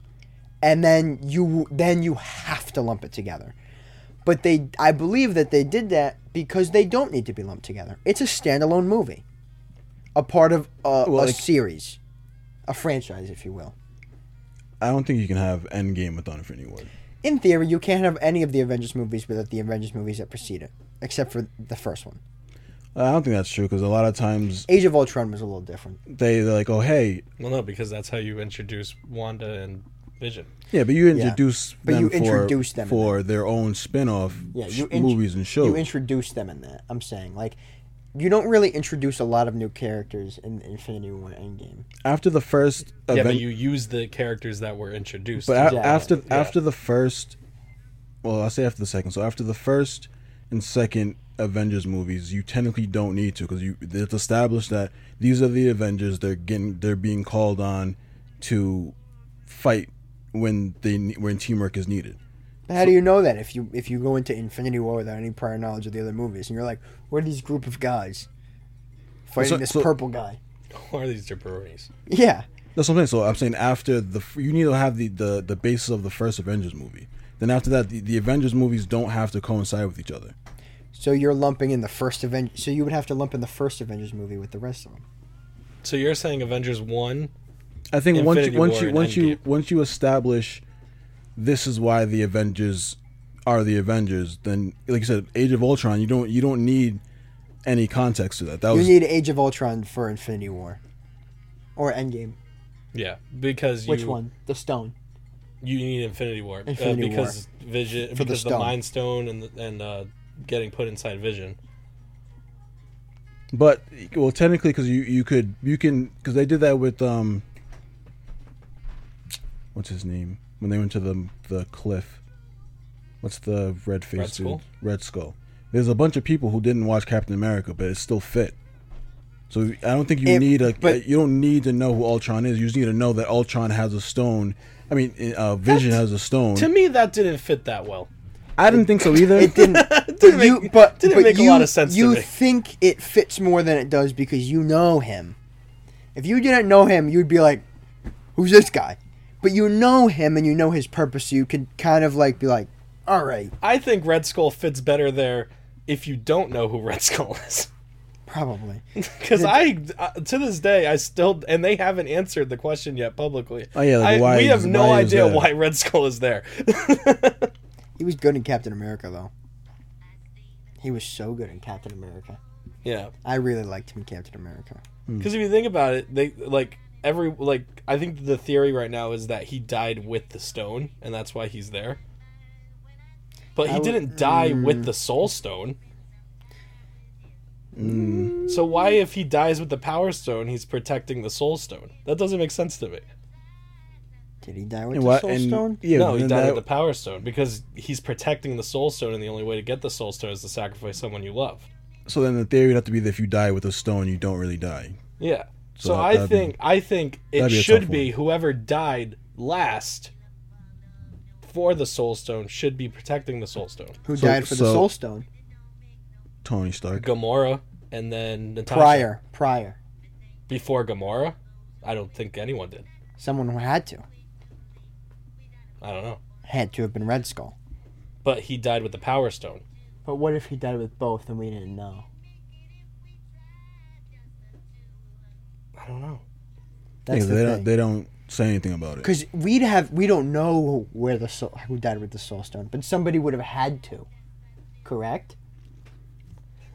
Speaker 1: and then you then you have to lump it together. But they, I believe that they did that because they don't need to be lumped together. It's a standalone movie, a part of a, a
Speaker 3: like-
Speaker 1: series, a franchise, if you will.
Speaker 3: I don't think you can have Endgame without Infinity War.
Speaker 1: In theory, you can't have any of the Avengers movies without the Avengers movies that precede it, except for the first one.
Speaker 3: I don't think that's true because a lot of times
Speaker 1: Age of Ultron was a little different.
Speaker 3: they they're like, oh hey,
Speaker 2: Well, no, because that's how you introduce Wanda and Vision.
Speaker 3: yeah, but you introduce
Speaker 1: But
Speaker 3: them
Speaker 1: you
Speaker 3: for,
Speaker 1: introduce them in
Speaker 3: for their own spin-off
Speaker 1: Yeah,
Speaker 3: sh-
Speaker 1: you int-
Speaker 3: movies and shows.
Speaker 1: You introduce them in that. I'm saying like you don't really introduce a lot of new characters in Infinity War and Endgame.
Speaker 3: after the first
Speaker 2: Yeah, but
Speaker 3: event-
Speaker 2: you use the characters that were introduced.
Speaker 3: But a-
Speaker 1: Yeah.
Speaker 3: after after the first, well, I'll say after the second. So after the first and second Avengers movies, you technically don't need to because you it's established that these are the Avengers. They're getting they're being called on to fight when they ne- when teamwork is needed.
Speaker 1: But how do you know that if you if you go into Infinity War without any prior knowledge of the other movies and you're like, what are these group of guys fighting
Speaker 3: So-
Speaker 1: this
Speaker 3: so-
Speaker 1: purple guy?
Speaker 2: Who are these jabronis?
Speaker 1: Yeah,
Speaker 3: That's what I'm saying. So I'm saying after the f- you need to have the the, the basis of the first Avengers movie. Then after that, the, the Avengers movies don't have to coincide with each other.
Speaker 1: so you're lumping in the first Avengers. So you would have to lump in the first Avengers movie with the rest of them.
Speaker 2: So you're saying Avengers one?
Speaker 3: I think
Speaker 2: Infinity
Speaker 3: once
Speaker 2: War
Speaker 3: you
Speaker 2: and
Speaker 3: once you once you
Speaker 2: Endgame.
Speaker 3: once you establish this is why the Avengers are the Avengers, then like you said, Age of Ultron, you don't you don't need any context to that. That
Speaker 1: You
Speaker 3: was
Speaker 1: need Age of Ultron for Infinity War or Endgame.
Speaker 2: Yeah, because
Speaker 1: Which
Speaker 2: you,
Speaker 1: one? The stone.
Speaker 2: You need Infinity War
Speaker 1: Infinity
Speaker 2: uh, because Vision
Speaker 1: the
Speaker 2: because the,
Speaker 1: stone.
Speaker 2: Mind Stone and the- and uh, getting put inside Vision.
Speaker 3: but well technically because you you could you can because they did that with um what's his name when they went to the the cliff. What's the red face
Speaker 2: Red Skull?
Speaker 3: dude? Red Skull. There's a bunch of people who didn't watch Captain America, but it still fit. So I don't think you
Speaker 1: If-
Speaker 3: need a
Speaker 1: but-
Speaker 3: you don't need to know who Ultron is. You just need to know that Ultron has a stone. I mean, uh, Vision has a stone.
Speaker 2: To me, that didn't fit that well.
Speaker 3: I didn't think so either.
Speaker 1: It didn't.
Speaker 2: Didn't
Speaker 1: you,
Speaker 2: make-
Speaker 1: but
Speaker 2: didn't
Speaker 1: but
Speaker 2: make a
Speaker 1: you,
Speaker 2: lot of sense to
Speaker 1: You
Speaker 2: me.
Speaker 1: think it fits more than it does because you know him. If you didn't know him, you'd be like, "Who's this guy?" But you know him and you know his purpose, so you could kind of like be like, "All right,
Speaker 2: I think Red Skull fits better there if you don't know who Red Skull is.
Speaker 1: probably."
Speaker 2: Because I, uh, to this day, I still, and they haven't answered the question yet publicly.
Speaker 3: Oh, yeah, like,
Speaker 2: I-
Speaker 3: why
Speaker 2: we
Speaker 3: is-
Speaker 2: have no
Speaker 3: why is
Speaker 2: idea
Speaker 3: that?
Speaker 2: why Red Skull is there.
Speaker 1: He was good in Captain America, though. He was so good in Captain America.
Speaker 2: yeah,
Speaker 1: I really liked him in Captain America.
Speaker 2: because if you think about it, they like every like I think the theory right now is that he died with the stone, and that's why he's there. But he
Speaker 1: I would-
Speaker 2: didn't die with the Soul Stone. So why, if he dies with the Power Stone, he's protecting the Soul Stone? That doesn't make sense to me.
Speaker 1: Did he die with
Speaker 3: And
Speaker 1: the
Speaker 3: why-
Speaker 1: Soul
Speaker 3: and-
Speaker 1: Stone?
Speaker 3: Yeah,
Speaker 2: no, he
Speaker 3: and
Speaker 2: died
Speaker 3: that-
Speaker 2: with the Power Stone because he's protecting the Soul Stone, and the only way to get the Soul Stone is to sacrifice someone you love.
Speaker 3: so then the theory would have to be that if you die with a stone, you don't really die.
Speaker 2: Yeah. So,
Speaker 3: So that-
Speaker 2: I
Speaker 3: that'd be-
Speaker 2: think I think it
Speaker 3: that'd be a
Speaker 2: should
Speaker 3: tough
Speaker 2: be whoever died last for the Soul Stone should be protecting the Soul Stone.
Speaker 1: Who
Speaker 3: so-
Speaker 1: died for the
Speaker 3: so-
Speaker 1: Soul Stone?
Speaker 3: Tony Stark.
Speaker 2: Gamora and then Natasha.
Speaker 1: Prior, prior.
Speaker 2: Before Gamora, I don't think anyone did.
Speaker 1: Someone who had to
Speaker 2: I don't know.
Speaker 1: had to have been Red Skull.
Speaker 2: But he died with the Power Stone.
Speaker 1: But what if he died with both and we didn't know?
Speaker 2: I don't know.
Speaker 1: That's
Speaker 3: Yeah, they
Speaker 1: the
Speaker 3: don't.
Speaker 1: thing.
Speaker 3: They don't say anything about it.
Speaker 1: Because we'd have we don't know where the soul who died with the soul stone, but somebody would have had to, correct?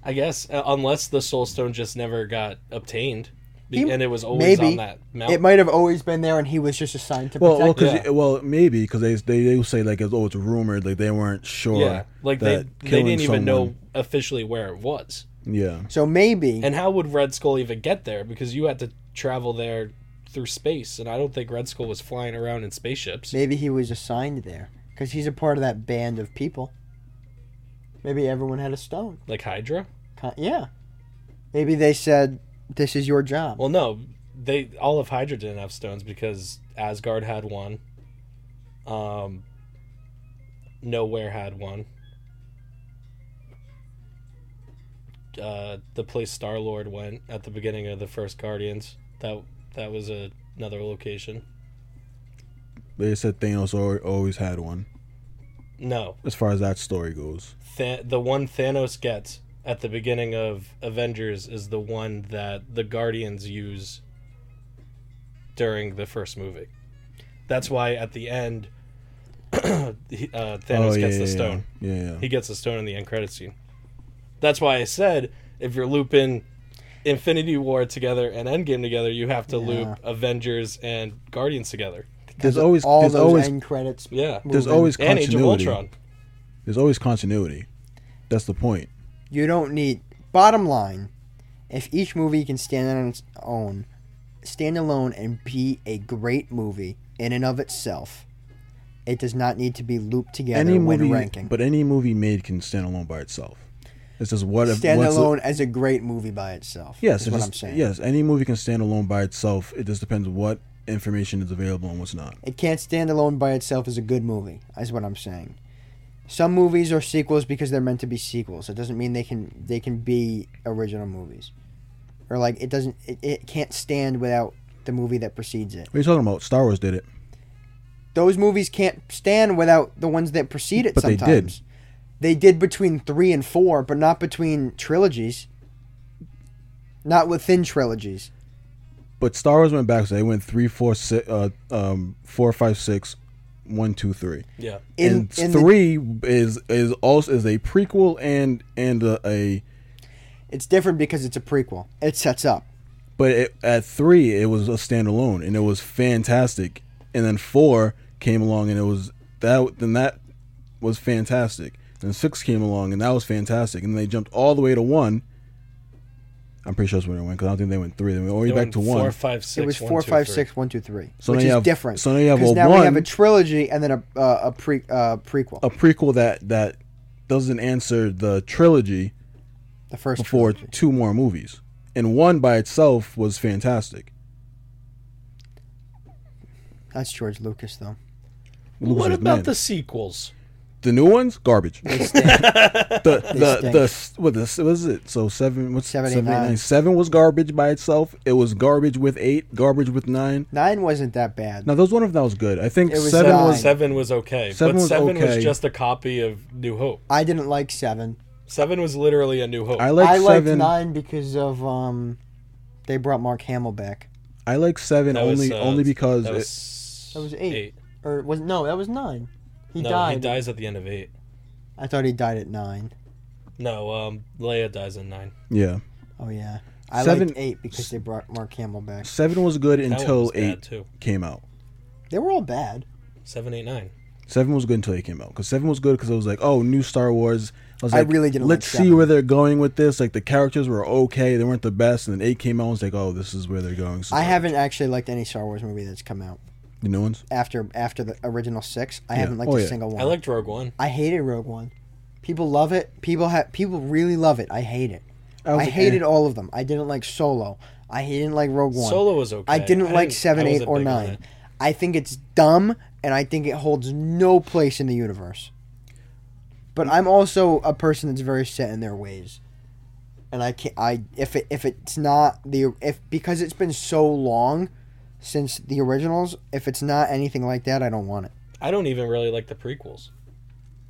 Speaker 2: I guess uh, unless the Soul Stone just never got obtained, be- and it was always
Speaker 1: maybe.
Speaker 2: on that
Speaker 1: It
Speaker 2: mountain.
Speaker 1: might have always been there, and he was just assigned to
Speaker 3: Well,
Speaker 1: protect.
Speaker 3: well, 'cause-
Speaker 2: Yeah.
Speaker 3: well, maybe because they they they will say like oh it's rumored like they weren't sure.
Speaker 2: yeah, like they,
Speaker 3: that
Speaker 2: they
Speaker 3: killing
Speaker 2: didn't even know
Speaker 3: someone-
Speaker 2: officially where it was.
Speaker 3: Yeah,
Speaker 1: so maybe
Speaker 2: And how would Red Skull even get there? Because you had to travel there through space, and I don't think Red Skull was flying around in spaceships.
Speaker 1: maybe he was assigned there because he's a part of that band of people. Maybe everyone had a stone.
Speaker 2: Like Hydra?
Speaker 1: Ki- Yeah, maybe they said this is your job.
Speaker 2: Well, no, they all of Hydra didn't have stones because Asgard had one. Um, Nowhere had one. Uh, the place Star Lord went at the beginning of the first Guardians. That that was a, another location.
Speaker 3: they said Thanos al- always had one.
Speaker 2: No,
Speaker 3: As far as that story goes,
Speaker 2: Th- the one Thanos gets at the beginning of Avengers is the one that the Guardians use during the first movie. That's why at the end, he- uh, Thanos
Speaker 3: Oh,
Speaker 2: gets
Speaker 3: yeah,
Speaker 2: the
Speaker 3: yeah,
Speaker 2: stone.
Speaker 3: Yeah, yeah.
Speaker 2: He gets the stone in the end credit scene. That's why I said if you're looping Infinity War together and Endgame together, you have to loop Avengers and Guardians together.
Speaker 3: there's always
Speaker 1: all
Speaker 3: there's
Speaker 1: those
Speaker 3: always
Speaker 1: end credits.
Speaker 2: Yeah.
Speaker 3: there's
Speaker 1: moving.
Speaker 3: always
Speaker 2: And Age of
Speaker 3: continuity.
Speaker 2: Ultron.
Speaker 3: There's always continuity. That's the point.
Speaker 1: You don't need. Bottom line, if each movie can stand on its own, stand alone and be a great movie in and of itself, it does not need to be looped together
Speaker 3: any
Speaker 1: when
Speaker 3: movie,
Speaker 1: ranking.
Speaker 3: but any movie made can stand alone by itself. It's just what if-
Speaker 1: stand
Speaker 3: what's the-
Speaker 1: alone as a great movie by itself.
Speaker 3: Yes,
Speaker 1: is
Speaker 3: it's
Speaker 1: what
Speaker 3: just-
Speaker 1: I'm saying.
Speaker 3: Yes, any movie can stand alone by itself. It just depends what information is available and what's not.
Speaker 1: It can't stand alone by itself as a good movie. Is what I'm saying. Some movies are sequels because they're meant to be sequels. It doesn't mean they can they can be original movies, or like it doesn't it, it can't stand without the movie that precedes it.
Speaker 3: What are you talking about? Star Wars did it.
Speaker 1: those movies can't stand without the ones that precede it
Speaker 3: But they did.
Speaker 1: sometimes. They did. between three and four, but not between trilogies. Not within trilogies.
Speaker 3: But Star Wars went back. So they went three, four, six, uh, um, four, five, six, one, two, three.
Speaker 2: Yeah.
Speaker 1: In,
Speaker 3: and
Speaker 1: in the-
Speaker 3: three is is also is a prequel and and a, a
Speaker 1: it's different because it's a prequel. It sets up.
Speaker 3: but it, at three it was a standalone and it was fantastic. And then four came along and it was that then that was fantastic. Then six came along and that was fantastic. And they jumped all the way to one. I'm pretty sure that's where they went because I don't think they went three. They went all the way
Speaker 2: They
Speaker 3: back
Speaker 2: went
Speaker 3: to one.
Speaker 2: Four, five, six,
Speaker 1: it was
Speaker 2: one,
Speaker 1: four,
Speaker 2: two,
Speaker 1: five,
Speaker 2: three.
Speaker 1: six, one, two, three,
Speaker 3: So now
Speaker 1: which
Speaker 3: you
Speaker 1: is
Speaker 3: have-
Speaker 1: different.
Speaker 3: so now you have
Speaker 1: 'Cause
Speaker 3: a
Speaker 1: now we have a
Speaker 3: one-
Speaker 1: trilogy and then a uh, a pre uh, prequel.
Speaker 3: a prequel that that doesn't answer the trilogy
Speaker 1: the first
Speaker 3: before
Speaker 1: trilogy.
Speaker 3: two more movies. and one by itself was fantastic.
Speaker 1: That's George Lucas, though.
Speaker 3: Lucas
Speaker 2: what
Speaker 3: was
Speaker 2: about
Speaker 3: mad.
Speaker 2: the sequels?
Speaker 3: the new ones? Garbage.
Speaker 1: They stink.
Speaker 3: the the
Speaker 1: stink.
Speaker 3: the s- what this what is it? So seven what's
Speaker 1: Seven,
Speaker 3: seven
Speaker 1: eight,
Speaker 3: eight nine seven
Speaker 1: nine.
Speaker 3: was garbage by itself. It was garbage with eight. Garbage with nine.
Speaker 1: Nine wasn't that bad.
Speaker 3: Now those one of them was good. I think
Speaker 1: It was
Speaker 3: seven
Speaker 1: nine.
Speaker 3: was
Speaker 2: Seven was okay,
Speaker 3: Seven
Speaker 2: but
Speaker 3: was
Speaker 2: seven
Speaker 3: okay.
Speaker 2: was just a copy of New Hope.
Speaker 1: I didn't like seven.
Speaker 2: Seven was literally a New Hope.
Speaker 3: I like
Speaker 1: I liked
Speaker 3: seven.
Speaker 1: nine because of um, they brought Mark Hamill back.
Speaker 3: I like seven
Speaker 2: That was,
Speaker 3: only
Speaker 2: uh,
Speaker 3: only because
Speaker 2: that
Speaker 3: it-
Speaker 2: was,
Speaker 1: That was eight. Or was no, that was nine. He
Speaker 2: no,
Speaker 1: died.
Speaker 2: he dies at the end of eight.
Speaker 1: I thought he died at nine.
Speaker 2: No, um, Leia dies in nine.
Speaker 3: yeah
Speaker 1: Oh yeah. I
Speaker 3: Seven-
Speaker 1: liked eight because they brought Mark Hamill back.
Speaker 3: seven was good
Speaker 2: That one
Speaker 3: until
Speaker 2: was bad,
Speaker 3: eight
Speaker 2: too.
Speaker 3: came out.
Speaker 1: They were all bad.
Speaker 2: Seven, eight, nine.
Speaker 3: Seven was good until eight came out because seven was good because it was like oh new Star Wars. I was
Speaker 1: I
Speaker 3: like
Speaker 1: really didn't like
Speaker 3: let's see
Speaker 1: seven.
Speaker 3: where they're going with this. Like the characters were okay, they weren't the best, and then eight came out. and was like oh this is where they're going. So
Speaker 1: I haven't actually liked any Star Wars movie that's come out
Speaker 3: the new ones.
Speaker 1: after after the original six. I
Speaker 3: Yeah.
Speaker 1: haven't liked
Speaker 3: Oh,
Speaker 1: a
Speaker 3: yeah.
Speaker 1: single one.
Speaker 2: I liked Rogue One.
Speaker 1: I hated Rogue One. People love it. People ha- people really love it. I hate it. I,
Speaker 3: was like, eh.
Speaker 1: hated all of them. I didn't like Solo. I didn't like Rogue One.
Speaker 2: Solo was okay.
Speaker 1: I didn't like seven,
Speaker 2: I
Speaker 1: eight,
Speaker 2: wasn't
Speaker 1: or
Speaker 2: big on
Speaker 1: nine.
Speaker 2: it.
Speaker 1: I think it's dumb, and I think it holds no place in the universe. But I'm also a person that's very set in their ways, and I can't. I if it if it's not the if because it's been so long since the originals. If it's not anything like that, I don't want it.
Speaker 2: I don't even really like the prequels.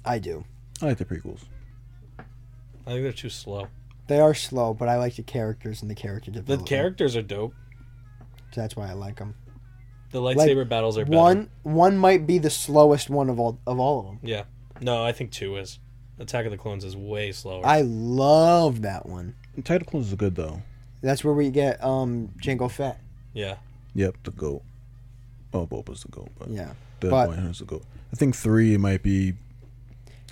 Speaker 1: I do.
Speaker 3: I like the prequels.
Speaker 2: I think they're too slow.
Speaker 1: They are slow, but I like the characters and the character
Speaker 2: The
Speaker 1: development.
Speaker 2: characters are dope.
Speaker 1: That's why I like them.
Speaker 2: The lightsaber battles are better.
Speaker 1: One one might be the slowest one of all of all of them.
Speaker 2: Yeah. No, I think two is. Attack of the Clones is way slower.
Speaker 1: I love that one.
Speaker 3: Attack of the Clones is good though.
Speaker 1: That's where we get um Jango Fett.
Speaker 2: yeah.
Speaker 3: Yep, the goat. Oh, Boba's the goat, but
Speaker 1: Yeah.
Speaker 3: the
Speaker 1: but-
Speaker 3: White Hunter's the goat. I think three might be.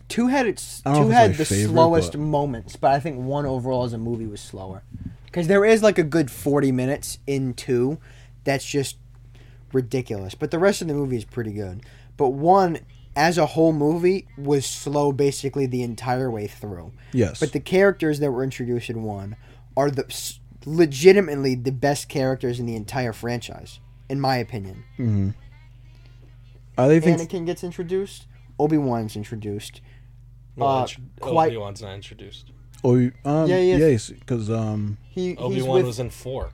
Speaker 1: Two had its
Speaker 3: I don't know
Speaker 1: two
Speaker 3: if it's
Speaker 1: had
Speaker 3: my
Speaker 1: the
Speaker 3: favorite,
Speaker 1: slowest
Speaker 3: but-
Speaker 1: moments, but I think one overall as a movie was slower. Because there is like a good forty minutes in two, that's just ridiculous. But the rest of the movie is pretty good. But one as a whole movie was slow basically the entire way through.
Speaker 3: Yes,
Speaker 1: But the characters that were introduced in one are the s- legitimately the best characters in the entire franchise, in my opinion.
Speaker 3: I think
Speaker 1: Anakin gets introduced. Obi Wan's introduced.
Speaker 2: Well,
Speaker 1: Uh,
Speaker 2: intro-
Speaker 1: quite-
Speaker 2: Obi-Wan's not introduced.
Speaker 3: Obi. Um,
Speaker 1: Yeah,
Speaker 3: yeah,
Speaker 1: yeah.
Speaker 3: yes, because um,
Speaker 1: He he's
Speaker 2: Obi-Wan
Speaker 1: with,
Speaker 2: was in four.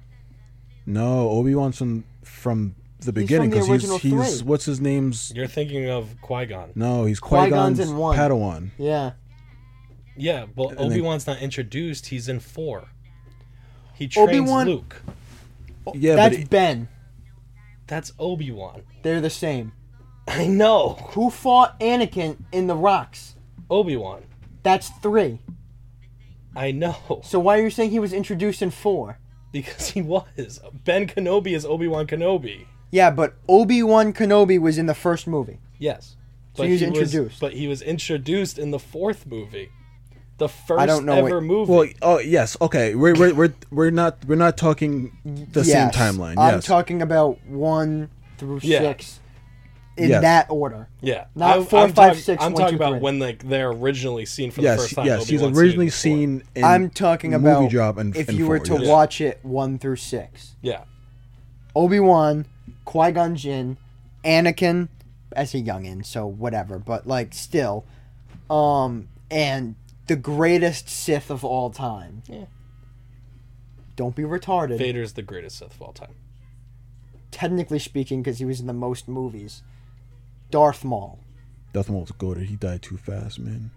Speaker 3: no, Obi Wan's from from the
Speaker 1: from
Speaker 3: beginning
Speaker 1: the
Speaker 3: because he's
Speaker 1: original
Speaker 3: he's
Speaker 1: three.
Speaker 3: what's his name's.
Speaker 2: You're thinking of Qui-Gon.
Speaker 3: No, he's Qui
Speaker 1: Qui-Gon's
Speaker 3: Gon's
Speaker 1: in one.
Speaker 3: Padawan.
Speaker 1: yeah.
Speaker 2: Yeah, well,
Speaker 3: then-
Speaker 2: Obi Wan's not introduced. He's in four. He trains
Speaker 1: Obi-Wan-
Speaker 2: Luke.
Speaker 3: Yeah,
Speaker 1: Oh, that's
Speaker 3: but it-
Speaker 1: Ben.
Speaker 2: That's Obi Wan.
Speaker 1: They're the same.
Speaker 2: I know
Speaker 1: Who fought Anakin in the rocks?
Speaker 2: Obi Wan.
Speaker 1: That's three.
Speaker 2: I know
Speaker 1: So why are you saying he was introduced in four?
Speaker 2: because he was Ben Kenobi is Obi Wan Kenobi.
Speaker 1: Yeah, but Obi Wan Kenobi was in the first movie.
Speaker 2: Yes,
Speaker 1: So he was
Speaker 2: Was,
Speaker 1: introduced.
Speaker 2: but he was introduced in the fourth movie, the first
Speaker 1: don't know
Speaker 2: ever
Speaker 1: what-
Speaker 2: movie.
Speaker 3: Well, oh yes, okay. We're we're we're, we're not we're not talking the
Speaker 1: Yes.
Speaker 3: same timeline.
Speaker 1: I'm
Speaker 3: yes.
Speaker 1: talking about one through
Speaker 2: Yeah.
Speaker 1: six in
Speaker 3: Yes.
Speaker 1: that order.
Speaker 2: yeah,
Speaker 1: not
Speaker 2: I'm-
Speaker 1: four,
Speaker 2: I'm
Speaker 1: five,
Speaker 2: talk-
Speaker 1: six,
Speaker 2: I'm
Speaker 1: one,
Speaker 2: talking
Speaker 1: two,
Speaker 2: about
Speaker 1: three.
Speaker 2: when like they're originally seen for the
Speaker 3: yes,
Speaker 2: first time.
Speaker 3: yes. He's
Speaker 2: Obi-Wan's
Speaker 3: originally
Speaker 2: in
Speaker 3: seen. In
Speaker 1: I'm talking about
Speaker 3: movie job and
Speaker 1: if you were to
Speaker 3: yes.
Speaker 1: watch it one through six.
Speaker 2: four. Yeah,
Speaker 1: Obi Wan, Qui Gon Jinn, Anakin as a youngin, so whatever, but like still, um, and the greatest Sith of all time.
Speaker 2: Yeah.
Speaker 1: Don't be retarded.
Speaker 2: Vader's the greatest Sith of all time.
Speaker 1: Technically speaking, because he was in the most movies. Darth Maul.
Speaker 3: Darth Maul was goaded. He died too fast, man.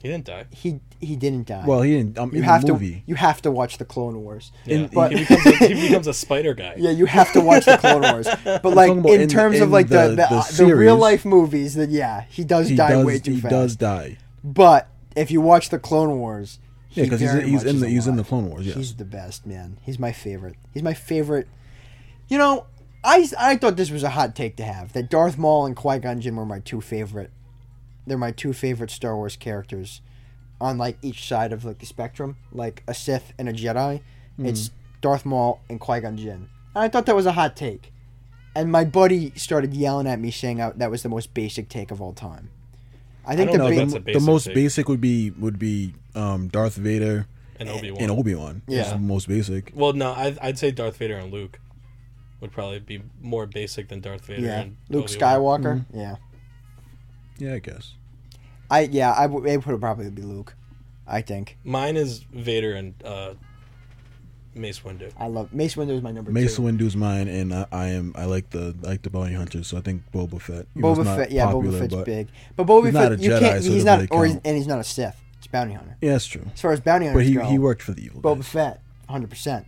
Speaker 2: He didn't die.
Speaker 1: He he didn't die.
Speaker 3: Well, he didn't. Um,
Speaker 1: you
Speaker 3: in
Speaker 1: have
Speaker 3: the movie.
Speaker 1: to you have to watch the Clone Wars.
Speaker 2: Yeah.
Speaker 3: In-
Speaker 1: but-
Speaker 2: he, becomes a, he becomes a spider guy.
Speaker 1: Yeah, you have to watch the Clone Wars. But like
Speaker 3: talking about
Speaker 1: in,
Speaker 3: in-
Speaker 1: terms of
Speaker 3: in
Speaker 1: like the
Speaker 3: the-
Speaker 1: the,
Speaker 3: the
Speaker 1: uh, the,
Speaker 3: series.
Speaker 1: real life movies, that yeah, he does
Speaker 3: he
Speaker 1: die
Speaker 3: does,
Speaker 1: way too
Speaker 3: he
Speaker 1: fast.
Speaker 3: does die.
Speaker 1: But if you watch the Clone Wars,
Speaker 3: Yeah, because he's,
Speaker 1: very much
Speaker 3: he's in
Speaker 1: is
Speaker 3: the he's in the
Speaker 1: alive.
Speaker 3: Clone Wars. Yes.
Speaker 1: He's the best man. He's my favorite. He's my favorite. You know, I I thought this was a hot take to have that Darth Maul and Qui Gon Jinn were my two favorite. They're my two favorite Star Wars characters, on like each side of like the spectrum, like a Sith and a Jedi.
Speaker 3: Hmm.
Speaker 1: It's Darth Maul and Qui Gon Jinn. And I thought that was a hot take, and my buddy started yelling at me saying I, that was the most basic take of all time. I think
Speaker 2: don't
Speaker 1: the
Speaker 2: know if
Speaker 1: ba-
Speaker 2: that's a
Speaker 3: Uh, the
Speaker 2: basic
Speaker 3: most
Speaker 2: take.
Speaker 3: basic would be would be um, Darth Vader
Speaker 2: and Obi Wan.
Speaker 3: and Obi Wan.
Speaker 1: Yeah.
Speaker 3: the most basic.
Speaker 2: well, no, I'd, I'd say Darth Vader and Luke would probably be more basic than Darth Vader.
Speaker 1: Yeah,
Speaker 2: and
Speaker 1: Luke
Speaker 2: Obi-Wan.
Speaker 1: Skywalker.
Speaker 3: Mm-hmm.
Speaker 1: Yeah,
Speaker 3: Yeah, I guess.
Speaker 1: I yeah I w- it would probably be Luke. I think
Speaker 2: Mine is Vader and uh, Mace Windu.
Speaker 1: I love Mace Windu is my number
Speaker 3: Mace
Speaker 1: two.
Speaker 3: Windu's mine, and I, I am. I like the I like the bounty hunters, so I think Boba Fett. He was
Speaker 1: Boba
Speaker 3: not
Speaker 1: Fett, yeah,
Speaker 3: popular,
Speaker 1: Boba Fett's
Speaker 3: but-
Speaker 1: big, but Boba
Speaker 3: he's not
Speaker 1: Fett,
Speaker 3: a
Speaker 1: you
Speaker 3: Jedi,
Speaker 1: can't.
Speaker 3: so
Speaker 1: he's
Speaker 3: it doesn't
Speaker 1: not,
Speaker 3: really
Speaker 1: or he's,
Speaker 3: count.
Speaker 1: and he's not a Sith. It's bounty hunter.
Speaker 3: Yeah, that's true.
Speaker 1: As far as bounty hunters
Speaker 3: But he,
Speaker 1: go,
Speaker 3: he worked for the evil.
Speaker 1: Boba
Speaker 3: guys.
Speaker 1: Fett, hundred percent.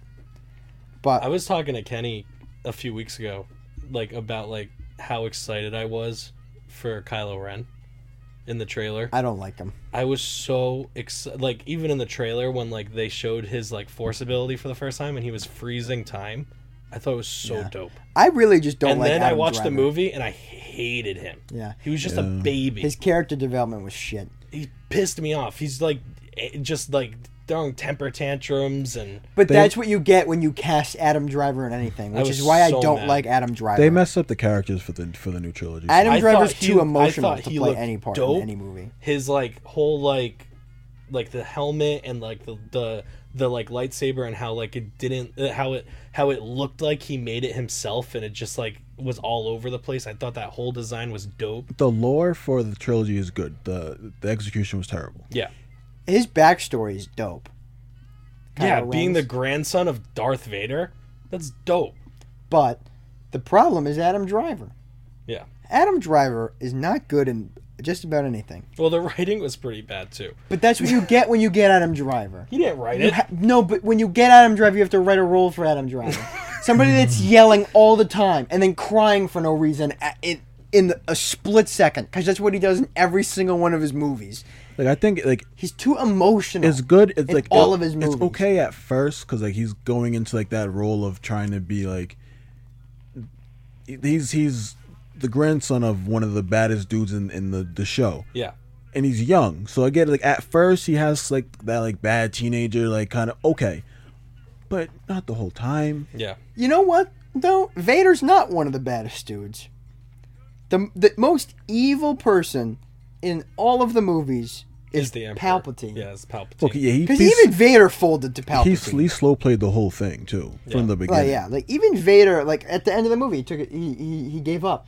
Speaker 1: But
Speaker 2: I was talking to Kenny a few weeks ago, like about like how excited I was for Kylo Ren in the trailer.
Speaker 1: I don't like him.
Speaker 2: I was so excited. Like even in the trailer, when like they showed his like force ability for the first time, and he was freezing time, I thought it was so
Speaker 1: Yeah.
Speaker 2: dope.
Speaker 1: I really just don't
Speaker 2: and
Speaker 1: like.
Speaker 2: then I
Speaker 1: Adam
Speaker 2: watched the
Speaker 1: Driver.
Speaker 2: movie, and I hated him.
Speaker 1: Yeah.
Speaker 2: he was just a
Speaker 3: Yeah.
Speaker 2: baby.
Speaker 1: His character development was shit.
Speaker 2: He pissed me off. He's like eh, just like throwing temper tantrums, and
Speaker 1: But
Speaker 3: They-
Speaker 1: that's what you get when you cast Adam Driver in anything,
Speaker 2: I
Speaker 1: which
Speaker 2: was
Speaker 1: is why
Speaker 2: so
Speaker 1: I don't
Speaker 2: mad.
Speaker 1: like Adam Driver.
Speaker 3: They messed up the characters for the for the new trilogy. so-
Speaker 1: Adam
Speaker 2: I
Speaker 1: Driver's
Speaker 2: thought he-
Speaker 1: too
Speaker 2: I
Speaker 1: emotional
Speaker 2: thought he
Speaker 1: to play
Speaker 2: looked
Speaker 1: any part
Speaker 2: dope.
Speaker 1: in any movie.
Speaker 2: his like whole like like the helmet and like the the the like lightsaber and how like it didn't uh, how it how it looked like he made it himself and it just like was all over the place. I thought that whole design was dope.
Speaker 3: the lore for the trilogy is good. the The execution was terrible.
Speaker 2: Yeah.
Speaker 1: His backstory is dope.
Speaker 2: yeah,
Speaker 1: Kylo
Speaker 2: being the
Speaker 1: Ren's.
Speaker 2: grandson of Darth Vader, that's dope.
Speaker 1: but the problem is Adam Driver.
Speaker 2: Yeah.
Speaker 1: Adam Driver is not good in just about anything.
Speaker 2: Well, the writing was pretty bad too.
Speaker 1: But that's what you get when you get Adam Driver.
Speaker 2: He didn't write
Speaker 1: You
Speaker 2: it.
Speaker 1: ha- no, but when you get Adam Driver, you have to write a role for Adam Driver. Somebody that's yelling all the time and then crying for no reason at, in, in a split second, because that's what he does in every single one of his movies.
Speaker 3: Like I think like
Speaker 1: He's too emotional.
Speaker 3: it's good. It's
Speaker 1: in
Speaker 3: like
Speaker 1: all
Speaker 3: oh,
Speaker 1: of his movies.
Speaker 3: It's okay at first because like he's going into like that role of trying to be like he's he's the grandson of one of the baddest dudes in in the the show.
Speaker 2: yeah.
Speaker 3: and he's young. So I get it, like at first he has like that like bad teenager like kind of okay, but not the whole time.
Speaker 2: Yeah.
Speaker 1: You know what? Though Vader's not one of the baddest dudes. The the most evil person in all of the movies is,
Speaker 2: Is the Emperor.
Speaker 1: Palpatine.
Speaker 2: Yeah, it's Palpatine.
Speaker 3: Okay, yeah, he
Speaker 1: Because
Speaker 3: he's-
Speaker 1: even Vader folded to Palpatine.
Speaker 3: he he slow played the whole thing too
Speaker 2: Yeah.
Speaker 3: from the
Speaker 1: Well,
Speaker 3: beginning.
Speaker 1: yeah, like even Vader, like at the end of the movie, he took it. He, he, he gave up.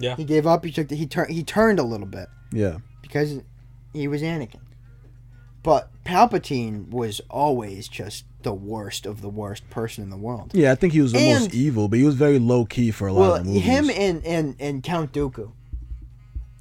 Speaker 2: Yeah.
Speaker 1: He gave up. He took. The, he turned. He turned a little bit
Speaker 3: yeah,
Speaker 1: because he was Anakin. But Palpatine was always just the worst of the worst person in the world.
Speaker 3: Yeah, I think he was the
Speaker 1: And-
Speaker 3: most evil, but he was very low key for a lot
Speaker 1: Well,
Speaker 3: of the movies.
Speaker 1: him and, and and Count Dooku.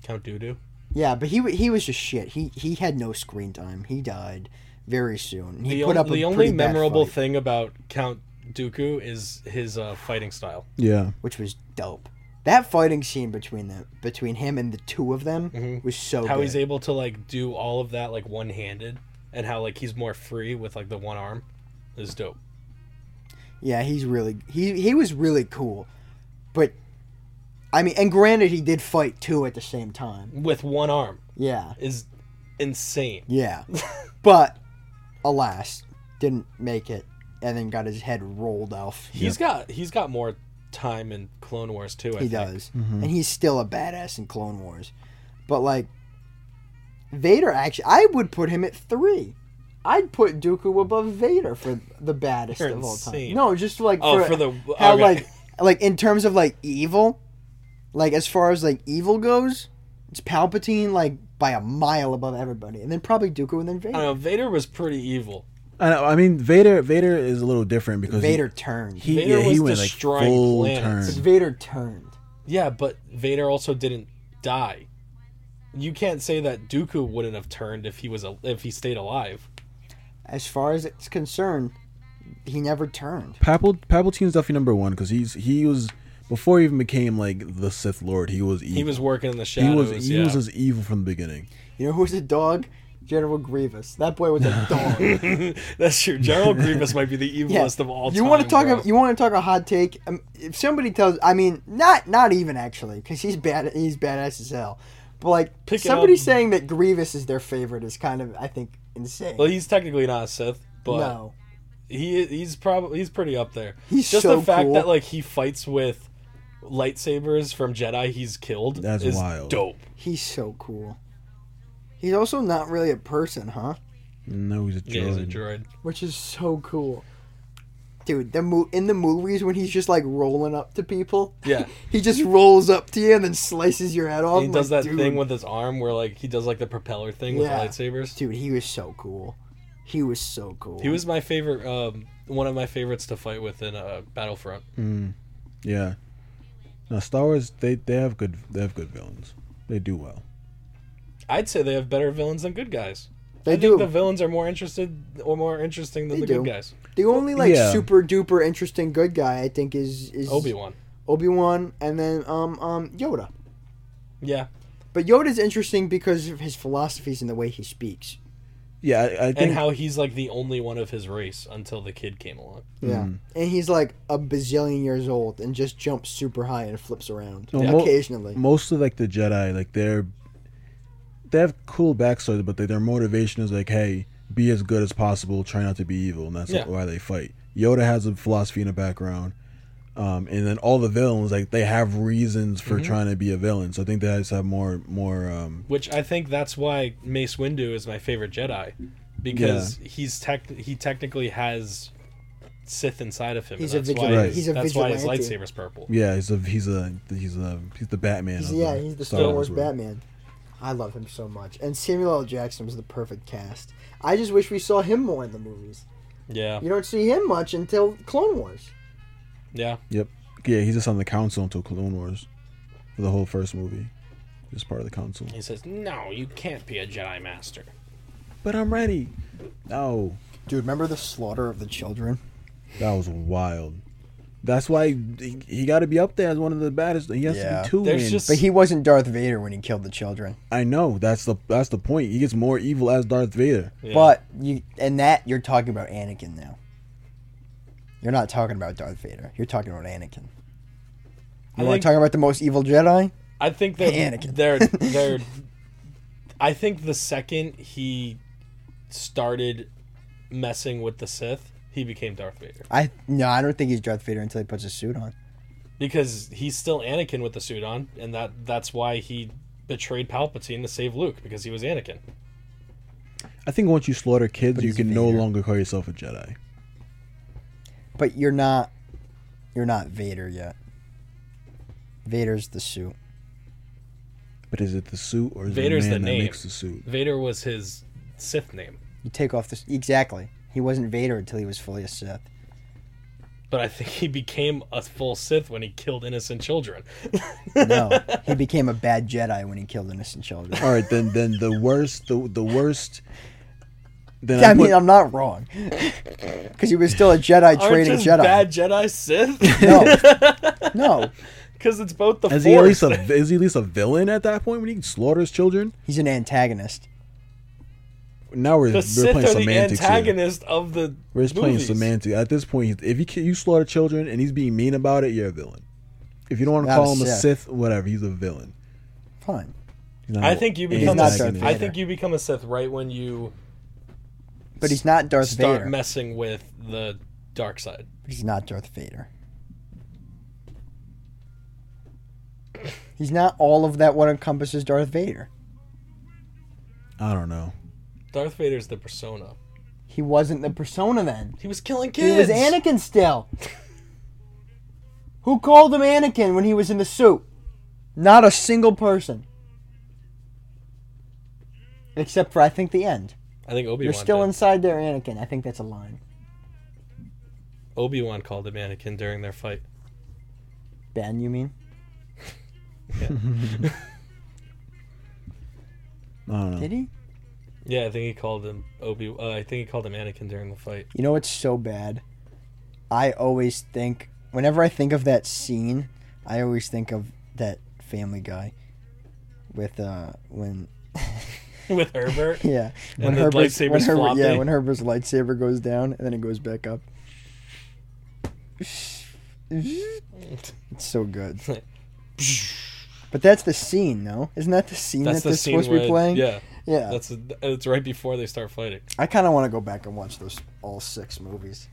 Speaker 2: Count Dooku.
Speaker 1: Yeah, but he wa- he was just shit. He he had no screen time. He died very soon. He
Speaker 2: The,
Speaker 1: put
Speaker 2: on-
Speaker 1: up a
Speaker 2: the only
Speaker 1: pretty bad
Speaker 2: memorable
Speaker 1: fight,
Speaker 2: thing about Count Dooku is his uh, fighting style.
Speaker 3: yeah,
Speaker 1: which was dope. That fighting scene between them, between him and the two of them,
Speaker 2: Mhm.
Speaker 1: was so.
Speaker 2: how
Speaker 1: good.
Speaker 2: he's able to like do all of that like one handed and how like he's more free with like the one arm is dope.
Speaker 1: Yeah, he's really he he was really cool, but I mean, and granted, he did fight two at the same time.
Speaker 2: With one arm
Speaker 1: Yeah,
Speaker 2: is insane.
Speaker 1: yeah, but alas, didn't make it, and then got his head rolled off.
Speaker 2: He's got he's got more time in Clone Wars too. I
Speaker 1: He
Speaker 2: think. Mm-hmm.
Speaker 1: does, and he's still a badass in Clone Wars, but like Vader, actually, I would put him at three. I'd put Dooku above Vader for the baddest
Speaker 2: You're
Speaker 1: of all time.
Speaker 2: insane.
Speaker 1: No, just like
Speaker 2: Oh,
Speaker 1: for,
Speaker 2: for the-
Speaker 1: how
Speaker 2: okay.
Speaker 1: like like in terms of like evil, like as far as like evil goes, it's Palpatine like by a mile above everybody, and then probably Dooku and then
Speaker 2: I don't
Speaker 1: Vader.
Speaker 2: know. Vader was pretty evil.
Speaker 3: I, know, I mean Vader. Vader is a little different because he-
Speaker 1: Vader turned.
Speaker 3: He,
Speaker 2: Vader
Speaker 3: yeah, he
Speaker 2: was
Speaker 3: went like
Speaker 2: destroying
Speaker 3: full
Speaker 2: planets.
Speaker 3: turn.
Speaker 1: Vader turned.
Speaker 2: Yeah, but Vader also didn't die. You can't say that Dooku wouldn't have turned if he was a, if he stayed alive.
Speaker 1: As far as it's concerned, he never turned.
Speaker 3: Papal Palpatine's definitely number one because he's he was before he even became like the Sith Lord. He was evil.
Speaker 2: He was working in the
Speaker 3: he
Speaker 2: shadows.
Speaker 3: was he
Speaker 2: yeah.
Speaker 3: was as evil from the beginning.
Speaker 1: You know who's a dog? General Grievous. That boy was a dog.
Speaker 2: That's true. General Grievous might be the evilest
Speaker 1: Yeah.
Speaker 2: of all time.
Speaker 1: you want to talk?
Speaker 2: bro.
Speaker 1: ab- you want to talk a hot take? Um, if somebody tells, I mean, not not even actually, because he's bad. He's badass as hell. But like
Speaker 2: Pick it
Speaker 1: somebody
Speaker 2: up.
Speaker 1: saying that Grievous is their favorite is kind of, I think, insane.
Speaker 2: Well, he's technically not a Sith, but
Speaker 1: no,
Speaker 2: he he's probably he's pretty up there.
Speaker 1: He's
Speaker 2: just
Speaker 1: so
Speaker 2: the fact
Speaker 1: cool.
Speaker 2: that like he fights with lightsabers from Jedi he's killed.
Speaker 3: That's
Speaker 2: is
Speaker 3: wild.
Speaker 2: Dope.
Speaker 1: he's so cool. He's also not really a person, huh?
Speaker 3: No, he's a
Speaker 2: Yeah, he's a
Speaker 3: droid.
Speaker 2: droid.
Speaker 5: which is so cool.
Speaker 1: Dude, the mo- in the movies when he's just like rolling up to people,
Speaker 2: Yeah.
Speaker 1: he just rolls up to you and then slices your head off.
Speaker 2: he
Speaker 1: I'm
Speaker 2: does
Speaker 1: like,
Speaker 2: that
Speaker 1: Oh "Dude."
Speaker 2: thing with his arm where like he does like the propeller thing
Speaker 1: Yeah.
Speaker 2: with the lightsabers.
Speaker 1: Dude, he was so cool. He was so cool.
Speaker 2: He was my favorite, um, one of my favorites to fight with in uh, Battlefront.
Speaker 3: Yeah. Now Star Wars, they they have good they have good villains. They do well.
Speaker 2: I'd say they have better villains than good guys.
Speaker 1: They
Speaker 2: I
Speaker 1: do.
Speaker 2: think the villains are more interested or more interesting than
Speaker 1: They
Speaker 2: the
Speaker 1: do.
Speaker 2: good guys.
Speaker 1: the only like
Speaker 3: Yeah.
Speaker 1: super duper interesting good guy I think is is
Speaker 2: Obi Wan.
Speaker 1: Obi Wan, and then um um Yoda.
Speaker 2: Yeah,
Speaker 1: But Yoda's interesting because of his philosophies and the way he speaks.
Speaker 3: Yeah, I, I
Speaker 2: and
Speaker 3: think
Speaker 2: how he's like the only one of his race until the kid came along.
Speaker 3: Hmm.
Speaker 1: Yeah, and he's like a bazillion years old and just jumps super high and flips around
Speaker 3: No, mo-
Speaker 1: occasionally.
Speaker 3: mostly like the Jedi, like they're they have cool backstories, but they, their motivation is like, hey, be as good as possible, try not to be evil, and that's
Speaker 2: Yeah.
Speaker 3: why they fight. Yoda has a philosophy in the background, um, and then all the villains like they have reasons for trying to be a villain. So I think they just have more more. Um,
Speaker 2: Which I think that's why Mace Windu is my favorite Jedi, because he's tech he technically has Sith inside of him.
Speaker 1: He's
Speaker 2: and
Speaker 1: a
Speaker 2: that's why
Speaker 1: vigilante.
Speaker 3: Right.
Speaker 1: He's a
Speaker 2: that's why his
Speaker 1: vigilante.
Speaker 2: lightsaber's purple.
Speaker 3: yeah, he's a he's a he's a he's the Batman.
Speaker 1: He's,
Speaker 3: of
Speaker 1: yeah, he's the
Speaker 3: Star
Speaker 1: Star Wars
Speaker 3: world.
Speaker 1: Batman. I love him so much, and Samuel L. Jackson was the perfect cast. I just wish we saw him more in the movies.
Speaker 2: Yeah,
Speaker 1: You don't see him much until Clone Wars.
Speaker 2: yeah.
Speaker 3: Yep. Yeah, he's just on the council until Clone Wars for the whole first movie. Just part of the council.
Speaker 2: He says, "No, you can't be a Jedi Master."
Speaker 3: But I'm ready. No.
Speaker 1: Dude, remember the slaughter of the children?
Speaker 3: That was wild. That's why he, he got to be up there as one of the baddest. He has
Speaker 1: Yeah.
Speaker 3: to be two.
Speaker 2: There's
Speaker 3: man.
Speaker 2: just
Speaker 1: But he wasn't Darth Vader when he killed the children.
Speaker 3: I know that's the that's the point. He gets more evil as Darth Vader.
Speaker 2: Yeah.
Speaker 1: But you and that you're talking about Anakin now. You're not talking about Darth Vader. You're talking about Anakin.
Speaker 2: I
Speaker 1: You want
Speaker 2: think-
Speaker 1: to talk about the most evil Jedi?
Speaker 2: I think that
Speaker 1: Anakin.
Speaker 2: they're they're. I think the second he started messing with the Sith, he became Darth Vader
Speaker 1: I no, I don't think he's Darth Vader until he puts his suit on.
Speaker 2: because he's still Anakin with the suit on, and that that's why he betrayed Palpatine to save Luke because he was Anakin.
Speaker 3: I think once you slaughter kids,
Speaker 1: But
Speaker 3: you
Speaker 1: he's
Speaker 3: can no
Speaker 1: Vader.
Speaker 3: longer call yourself a Jedi.
Speaker 1: But you're not you're not Vader yet. Vader's the suit.
Speaker 3: But is it the suit or is
Speaker 2: Vader's
Speaker 3: it
Speaker 2: the
Speaker 3: the man that
Speaker 2: name.
Speaker 3: makes the suit?
Speaker 2: Vader was his Sith name,
Speaker 1: You take off this exactly. He wasn't Vader until he was fully a Sith.
Speaker 2: but I think he became a full Sith when he killed innocent children.
Speaker 1: No, he became a bad Jedi when he killed innocent children.
Speaker 3: All right, then then the worst the the worst. Then
Speaker 1: I
Speaker 3: put-
Speaker 1: mean, I'm not wrong Oh, because he was still a Jedi
Speaker 2: Aren't
Speaker 1: training
Speaker 2: just
Speaker 1: Jedi.
Speaker 2: bad Jedi Sith?
Speaker 1: No, no,
Speaker 2: Because it's both the
Speaker 3: Is he at least
Speaker 2: Force.
Speaker 3: a is he at least a villain at that point when he slaughters children?
Speaker 1: he's an antagonist.
Speaker 3: Now we're,
Speaker 2: the
Speaker 3: we're
Speaker 2: Sith
Speaker 3: playing
Speaker 2: are the
Speaker 3: semantics. Here.
Speaker 2: antagonist of the.
Speaker 3: We're just playing
Speaker 2: movies.
Speaker 3: semantics. At this point, if you ca- you slaughter children and he's being mean about it, you're a villain. If you don't want to
Speaker 1: Not
Speaker 3: call
Speaker 1: a
Speaker 3: him a
Speaker 1: Sith.
Speaker 3: Sith, whatever, he's a villain.
Speaker 1: Fine.
Speaker 3: He's not
Speaker 2: I
Speaker 3: a-
Speaker 2: think you
Speaker 3: he's
Speaker 2: become a
Speaker 1: not Darth
Speaker 3: an
Speaker 2: Sith.
Speaker 3: antagonist.
Speaker 2: I
Speaker 1: Vader.
Speaker 2: think you become a Sith right when you
Speaker 1: But he's not Darth
Speaker 2: start
Speaker 1: Vader.
Speaker 2: messing with the dark side.
Speaker 1: But he's not Darth Vader. He's not all of that what encompasses Darth Vader.
Speaker 3: I don't know.
Speaker 2: Darth Vader's the persona.
Speaker 1: He wasn't the persona then.
Speaker 2: He was killing
Speaker 1: He was
Speaker 2: kids.
Speaker 1: Anakin still. Who called him Anakin when he was in the suit? Not a single person. Except for I think the end.
Speaker 2: I think Obi
Speaker 1: You're
Speaker 2: Wan.
Speaker 1: still inside there, Anakin. I think that's a line.
Speaker 2: Obi Wan called him Anakin during their fight.
Speaker 1: Ben, you mean?
Speaker 3: I don't know.
Speaker 1: Did he?
Speaker 2: Yeah, I think he called him Obi. Uh, I think he called him Anakin during the fight.
Speaker 1: You know what's so bad? I always think whenever I think of that scene, I always think of that Family Guy with uh when
Speaker 2: with Herbert.
Speaker 1: yeah
Speaker 2: And
Speaker 1: when
Speaker 2: the
Speaker 1: Herbert's when
Speaker 2: lightsaber's
Speaker 1: Herbert, yeah
Speaker 2: floppy.
Speaker 1: when Herbert's lightsaber goes down and then it goes back up. It's so good. But that's the scene, no? Isn't that the scene
Speaker 2: That's
Speaker 1: that
Speaker 2: the
Speaker 1: they're
Speaker 2: scene
Speaker 1: supposed to be
Speaker 2: where-
Speaker 1: playing?
Speaker 2: Yeah,
Speaker 1: yeah.
Speaker 2: that's it's right before they start fighting.
Speaker 1: I kind of want to go back and watch those all six movies.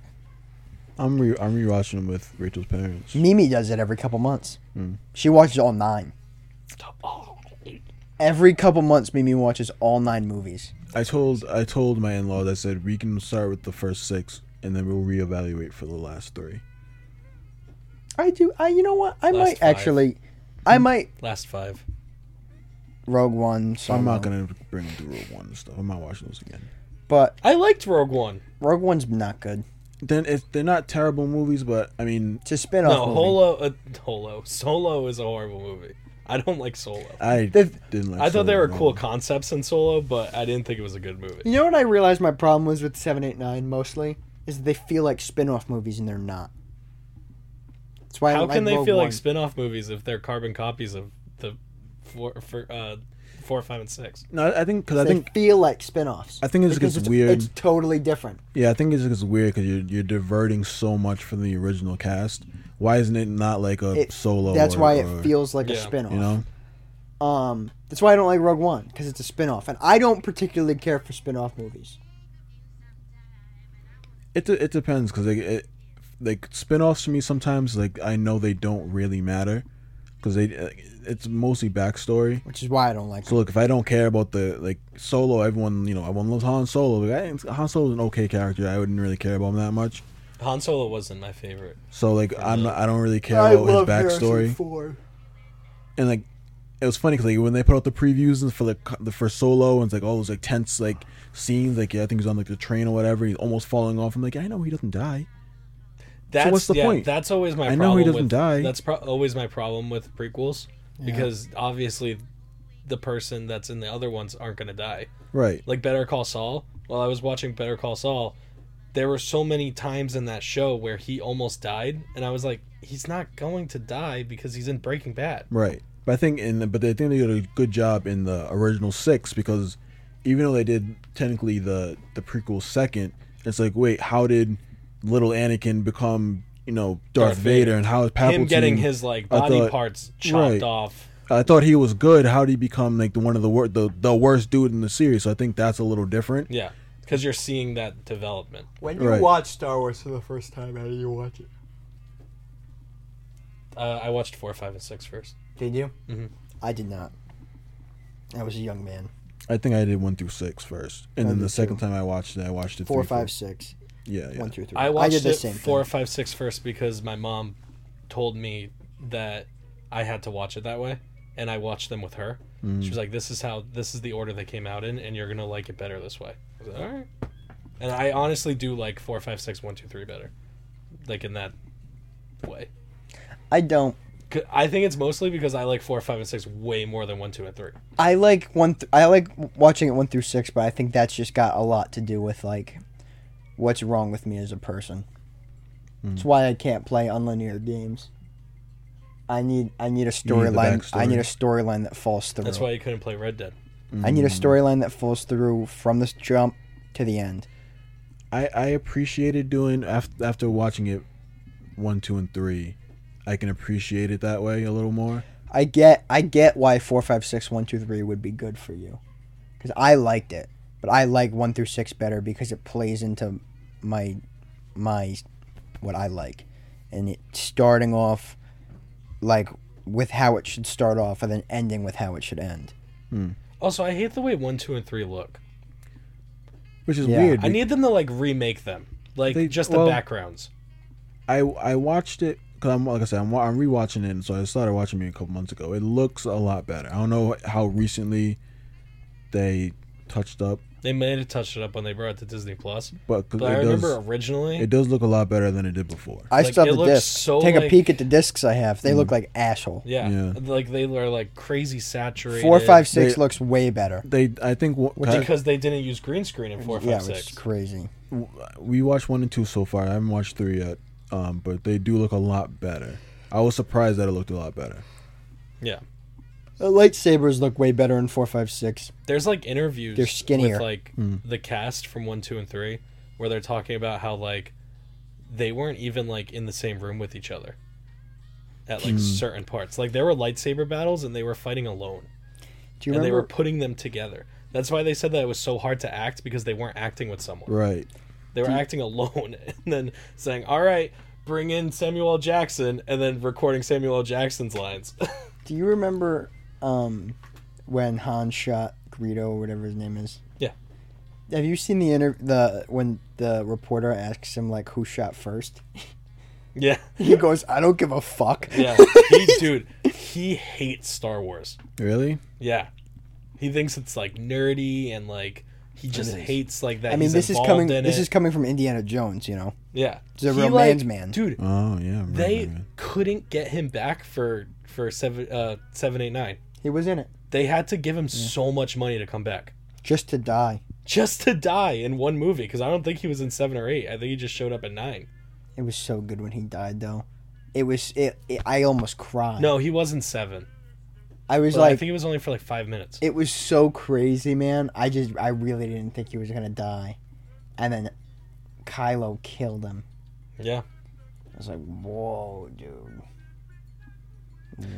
Speaker 3: I'm re I'm rewatching him with Rachel's parents.
Speaker 1: Hmm.
Speaker 2: Oh.
Speaker 1: Mimi does it every couple months. She watches all nine. every couple months, Mimi watches all nine movies.
Speaker 3: I told I told my in laws I said we can start with the first six and then we'll reevaluate for the last three.
Speaker 1: I do. I you know what? I
Speaker 2: Last
Speaker 1: might
Speaker 2: five.
Speaker 1: actually. I might
Speaker 2: Last five.
Speaker 1: Rogue One. So
Speaker 3: I'm not gonna bring them to Rogue One and stuff. I'm not watching those again.
Speaker 1: But
Speaker 2: I liked Rogue One.
Speaker 1: Rogue One's not good.
Speaker 3: Then if they're not terrible movies, but I mean,
Speaker 1: It's a spin-off
Speaker 2: No,
Speaker 1: movie.
Speaker 2: Holo. Uh, Holo. Solo is a horrible movie. I don't like Solo.
Speaker 3: I
Speaker 1: The-
Speaker 3: didn't like.
Speaker 2: I thought they
Speaker 3: Solo
Speaker 2: were
Speaker 3: at all.
Speaker 2: cool concepts in Solo, but I didn't think it was a good movie.
Speaker 1: You know what I realized my problem was with 789 mostly? Is that they feel like spin off movies and they're not. That's why I
Speaker 2: How
Speaker 1: don't
Speaker 2: can
Speaker 1: like
Speaker 2: they
Speaker 1: Rogue
Speaker 2: feel
Speaker 1: One.
Speaker 2: like spin-off movies if they're carbon copies of the four, for, uh, four, five, and six?
Speaker 3: No, I think because I
Speaker 1: they
Speaker 3: think
Speaker 1: feel like spin offs.
Speaker 3: I think it's
Speaker 1: because
Speaker 3: just weird.
Speaker 1: It's totally different.
Speaker 3: yeah, I think it's just weird because you're you're diverting so much from the original cast. Why isn't it not like a
Speaker 1: It-
Speaker 3: solo?
Speaker 1: That's
Speaker 3: or-
Speaker 1: why it
Speaker 3: or-
Speaker 1: feels like a
Speaker 2: Yeah.
Speaker 1: spin off.
Speaker 3: You know,
Speaker 1: Um, that's why I don't like Rogue One because it's a spin off. And I don't particularly care for spin off movies.
Speaker 3: it de- it depends because like it, like spinoffs to me sometimes like I know they don't really matter because they uh, it's mostly backstory.
Speaker 1: Which is why I don't like
Speaker 3: So look, if I don't care about the like Solo, everyone you know everyone loves Han Solo. Like, I, didn't- Han Solo's an okay character. I wouldn't really care about him that much.
Speaker 2: Han Solo wasn't my favorite.
Speaker 3: So like I'm not, I don't really care
Speaker 1: I
Speaker 3: about his
Speaker 1: love
Speaker 3: backstory.
Speaker 1: Harrison Ford.
Speaker 3: and like it was funny because like when they put out the previews and for like co- the for solo and it's like all those like tense like scenes like yeah, I think he's on like the train or whatever he's almost falling off I'm like I know he doesn't die
Speaker 2: That's,
Speaker 3: what's the
Speaker 2: yeah,
Speaker 3: point?
Speaker 2: That's always my.
Speaker 3: I know
Speaker 2: problem
Speaker 3: he doesn't
Speaker 2: with,
Speaker 3: die.
Speaker 2: That's pro- always my problem with prequels because obviously, the person that's in the other ones aren't going to die.
Speaker 3: right
Speaker 2: Like Better Call Saul. While I was watching Better Call Saul, there were so many times in that show where he almost died, and I was like, he's not going to die because he's in Breaking Bad.
Speaker 3: right but I think in the, but I think they did a good job in the original six because even though they did technically the the prequel second it's like wait how did little Anakin become you know Darth,
Speaker 2: Darth
Speaker 3: Vader,
Speaker 2: Vader.
Speaker 3: and how is Palpatine
Speaker 2: Him getting his like
Speaker 3: I
Speaker 2: body
Speaker 3: thought-
Speaker 2: parts chopped
Speaker 3: right.
Speaker 2: off.
Speaker 3: I thought he was good how did he become like the one of the wor- the the worst dude in the series so I think that's a little different
Speaker 2: Yeah, because you're seeing that development.
Speaker 1: When
Speaker 3: you Right. watch
Speaker 1: Star Wars for the first time, how do you watch it?
Speaker 2: Uh, I watched four, five, and six first.
Speaker 1: Did you?
Speaker 2: Mhm.
Speaker 1: I did not. I was a young man.
Speaker 3: I think I did one through six first, and
Speaker 1: I
Speaker 3: then
Speaker 1: did
Speaker 3: the second
Speaker 1: too.
Speaker 3: time I watched it, I watched it
Speaker 1: Four,
Speaker 3: three, four-
Speaker 1: five, six.
Speaker 3: Yeah, yeah.
Speaker 1: One through three.
Speaker 2: I watched
Speaker 1: did the
Speaker 2: it
Speaker 1: same
Speaker 2: four,
Speaker 1: thing.
Speaker 2: five, six first because my mom told me that I had to watch it that way, and I watched them with her.
Speaker 1: Mm.
Speaker 2: She was like, "This is how this is the order they came out in, and you're gonna like it better this way." I was like, "All right," and I honestly do like four, five, six, one, two, three better, like in that way.
Speaker 1: I don't.
Speaker 2: 'Cause I think it's mostly because I like four, five, and six way more than one, two, and three.
Speaker 1: I like one. Th- I like watching it one through six, but I think that's just got a lot to do with like what's wrong with me as a person.
Speaker 3: Hmm.
Speaker 1: It's why I can't play unlinear games. I need I need a
Speaker 3: the
Speaker 1: storyline. I
Speaker 3: backstory. Hmm.
Speaker 1: need a storyline that falls through.
Speaker 2: That's why you couldn't play Red Dead.
Speaker 1: I need a storyline that falls through from the jump to the end.
Speaker 3: I I appreciated doing after after watching it, one, two, and three. I can appreciate it that way a little more.
Speaker 1: I get I get why four five six one two three would be good for you, because I liked it, but I like one through six better because it plays into my my what I like, and it starting off like with how it should start off and then ending with how it should end.
Speaker 2: Also, I hate the way one, two, and three look.
Speaker 3: Which is
Speaker 1: Yeah.
Speaker 3: weird.
Speaker 2: I need them to like remake them, like
Speaker 3: They-
Speaker 2: just the
Speaker 3: well-
Speaker 2: backgrounds.
Speaker 3: I I watched it because I'm like I said I'm, wa- I'm rewatching it, and so I started watching it a couple months ago. It looks a lot better. I don't know how recently they touched up,
Speaker 2: They may have touched it up when they brought it to Disney Plus,
Speaker 3: but, 'cause
Speaker 2: but I
Speaker 3: it does
Speaker 2: remember originally.
Speaker 3: it does look a lot better than it did before.
Speaker 1: I
Speaker 2: Like,
Speaker 1: still
Speaker 2: it
Speaker 1: have the
Speaker 2: looks
Speaker 1: discs.
Speaker 2: so,
Speaker 1: Take a
Speaker 2: like- Mm.
Speaker 1: peek at the discs I have. They look like asshole.
Speaker 2: yeah,
Speaker 3: Yeah.
Speaker 2: like they were like crazy saturated.
Speaker 1: Four five six
Speaker 3: They-
Speaker 1: looks way better.
Speaker 3: they I think wha-
Speaker 2: because they didn't use green screen in four
Speaker 1: yeah,
Speaker 2: five six.
Speaker 1: which is crazy.
Speaker 3: we watched one and two so far. I haven't watched three yet, um, but they do look a lot better. I was surprised that it looked a lot better.
Speaker 2: Yeah,
Speaker 1: The Uh, lightsabers look way better in four five six.
Speaker 2: there's like interviews.
Speaker 1: They're skinnier.
Speaker 2: With like the cast from one, two, and three, where they're talking about how like they weren't even like in the same room with each other at like certain parts. Like there were lightsaber battles and they were fighting alone.
Speaker 1: Do you
Speaker 2: and they
Speaker 1: remember?
Speaker 2: were putting them together. That's why they said that it was so hard to act because they weren't acting with someone.
Speaker 3: Right.
Speaker 2: They were acting alone and then saying, "All right, bring in Samuel L. Jackson," and then recording Samuel L. Jackson's lines.
Speaker 1: Do you remember um, when Han shot Greedo or whatever his name is.
Speaker 2: Yeah.
Speaker 1: Have you seen the inter the when the reporter asks him like who shot first?
Speaker 2: Yeah.
Speaker 1: He goes, "I don't give a fuck."
Speaker 2: Yeah. He, dude, he hates Star Wars.
Speaker 3: Really?
Speaker 2: Yeah. He thinks it's like nerdy and like he just
Speaker 3: is.
Speaker 2: hates like that.
Speaker 1: I mean,
Speaker 2: he's
Speaker 1: this is
Speaker 2: involved
Speaker 1: coming.
Speaker 2: In
Speaker 1: This
Speaker 2: is
Speaker 1: is coming from Indiana Jones, you know.
Speaker 2: yeah.
Speaker 1: he's a
Speaker 2: He,
Speaker 1: real
Speaker 2: like-
Speaker 1: man's man. Mm-hmm.
Speaker 2: dude.
Speaker 3: Oh yeah. I'm
Speaker 2: They
Speaker 3: remembering it.
Speaker 2: couldn't get him back for for seven uh seven eight nine.
Speaker 1: He was in it
Speaker 2: They had to give him so much money to come back
Speaker 1: just to die.
Speaker 2: just to die in one movie because I don't think he was in seven or eight. I think he just showed up at nine.
Speaker 1: It was so good when he died, though. It was. It, it, I almost cried.
Speaker 2: No, he was in seven.
Speaker 1: I was
Speaker 2: But I
Speaker 1: like,
Speaker 2: think it was only for like five minutes.
Speaker 1: it was so crazy, man. I just, I really didn't think he was gonna die, and then Kylo killed him.
Speaker 2: yeah.
Speaker 1: I was like, whoa, dude.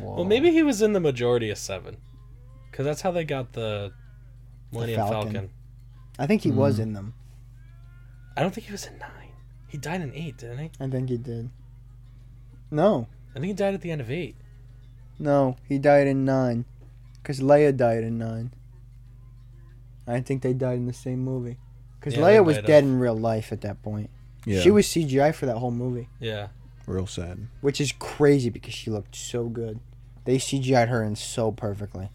Speaker 1: Whoa.
Speaker 2: Well, maybe he was in the majority of seven, because that's how they got the Millennium
Speaker 1: Falcon.
Speaker 2: Falcon.
Speaker 1: I think he
Speaker 3: Mm.
Speaker 1: was in them.
Speaker 2: I don't think he was in nine. He died in eight, didn't he?
Speaker 1: I think he did. No,
Speaker 2: I think he died at the end of eight.
Speaker 1: no, he died in nine, cause Leia died in nine. I think they died in the same movie, cause
Speaker 2: Yeah, they
Speaker 1: Leia was
Speaker 2: died
Speaker 1: dead
Speaker 2: off.
Speaker 1: in real life at that point.
Speaker 3: Yeah.
Speaker 1: She was CGI for that whole movie.
Speaker 2: Yeah.
Speaker 3: real sad.
Speaker 1: which is crazy because she looked so good. They CGI'd her in so perfectly.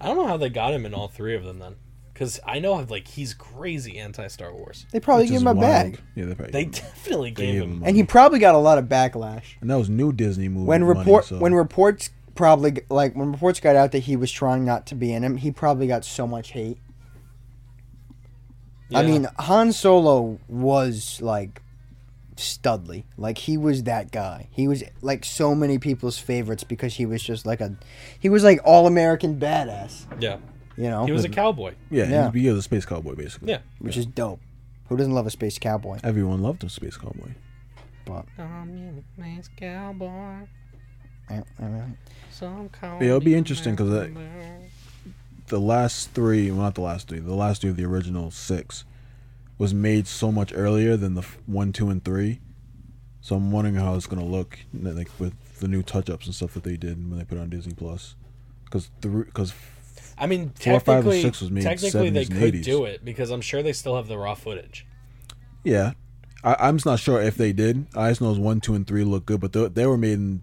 Speaker 2: I don't know how they got him in all three of them then, because I know like he's crazy anti Star Wars.
Speaker 1: They probably
Speaker 3: Which
Speaker 1: gave
Speaker 3: is
Speaker 1: him a
Speaker 3: wild.
Speaker 1: bag,
Speaker 3: Yeah, they probably.
Speaker 2: They
Speaker 3: gave him-
Speaker 2: definitely
Speaker 3: they
Speaker 2: gave him.
Speaker 1: and he
Speaker 3: money.
Speaker 1: probably got a lot of backlash
Speaker 3: and that was new Disney movie.
Speaker 1: when
Speaker 3: money,
Speaker 1: report
Speaker 3: so-
Speaker 1: when reports probably like when reports got out that he was trying not to be in him. He probably got so much hate. I
Speaker 2: Yeah.
Speaker 1: mean, Han Solo was like Studley. Like he was that guy. He was like so many people's favorites because he was just like a he was like all American badass.
Speaker 2: yeah,
Speaker 1: You know,
Speaker 2: he was a cowboy.
Speaker 3: yeah,
Speaker 1: yeah.
Speaker 3: He, he was a space cowboy basically.
Speaker 2: Yeah.
Speaker 1: which is dope. Who doesn't love a space cowboy?
Speaker 3: Everyone loved him, space cowboy.
Speaker 1: But
Speaker 2: I'm a nice cowboy.
Speaker 1: I, I mean,
Speaker 2: Some call
Speaker 3: Yeah, it'll
Speaker 2: me
Speaker 3: be interesting 'cause I-
Speaker 2: cowboy.
Speaker 3: The last three, well, not the last three, the last three of the original six, was made so much earlier than the f- one, two, and three. So I'm wondering how it's gonna look, like with the new touch-ups and stuff that they did when they put it on Disney Plus, because because
Speaker 2: I mean,
Speaker 3: Four, five, and
Speaker 2: technically,
Speaker 3: six was made in
Speaker 2: technically they
Speaker 3: 70s and
Speaker 2: could
Speaker 3: 80s.
Speaker 2: do it because I'm sure they still have the raw footage.
Speaker 3: Yeah, I, I'm just not sure if they did. I just know it's one, two, and three look good, but they, they were made in.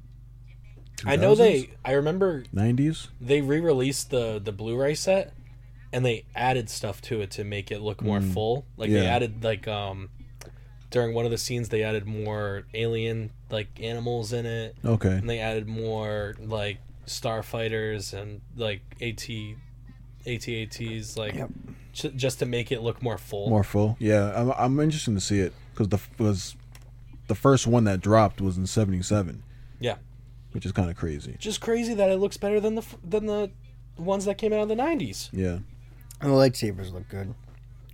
Speaker 2: I know they. I remember
Speaker 3: nineties.
Speaker 2: they re-released the the Blu-ray set, and they added stuff to it to make it look more full. Like they
Speaker 3: Mm. Yeah.
Speaker 2: added like um, during one of the scenes they added more alien like animals in it,
Speaker 3: Okay,
Speaker 2: and they added more like starfighters and like AT, ATATs like
Speaker 1: Yep.
Speaker 2: ju- just to make it look more full.
Speaker 3: more full. Yeah, I'm, I'm interested to see it because the f- was the first one that dropped was in '77,
Speaker 2: Yeah,
Speaker 3: which is kind of crazy.
Speaker 2: just crazy that it looks better than the f- than the ones that came out in the '90s.
Speaker 3: Yeah,
Speaker 1: the lightsabers look good.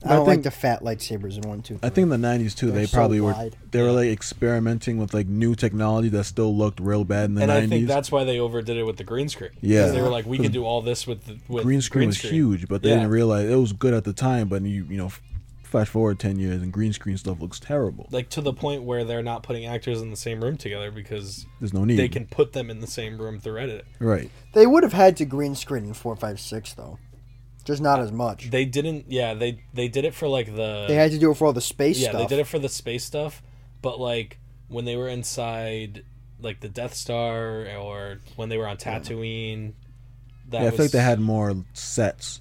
Speaker 1: I
Speaker 3: But I
Speaker 1: don't like
Speaker 3: think-
Speaker 1: the fat lightsabers in one, two, three.
Speaker 3: I think in the '90s too.
Speaker 1: They're
Speaker 3: they
Speaker 1: so
Speaker 3: probably were
Speaker 1: wide.
Speaker 3: they were like experimenting with like new technology that still looked real bad in the
Speaker 2: And
Speaker 3: '90s.
Speaker 2: I think that's why they overdid it with the green screen. 'Cause
Speaker 3: Yeah.
Speaker 2: they were like, we can do all this with the, with
Speaker 3: green screen was huge, but they
Speaker 2: Yeah.
Speaker 3: didn't realize it was good at the time. But you you know, f- flash forward ten years and green screen stuff looks terrible.
Speaker 2: like to the point where they're not putting actors in the same room together because
Speaker 3: There's no need.
Speaker 2: they can put them in the same room through edit.
Speaker 3: right.
Speaker 1: they would have had to green screen in four, five, six though, just not as much.
Speaker 2: They didn't. Yeah, they they did it for like the
Speaker 1: They had to do it for all the space
Speaker 2: yeah
Speaker 1: stuff.
Speaker 2: they did it for the space stuff, but like when they were inside like the Death Star or when they were on Tatooine, that
Speaker 3: Yeah, I
Speaker 2: was,
Speaker 3: feel like they had more sets,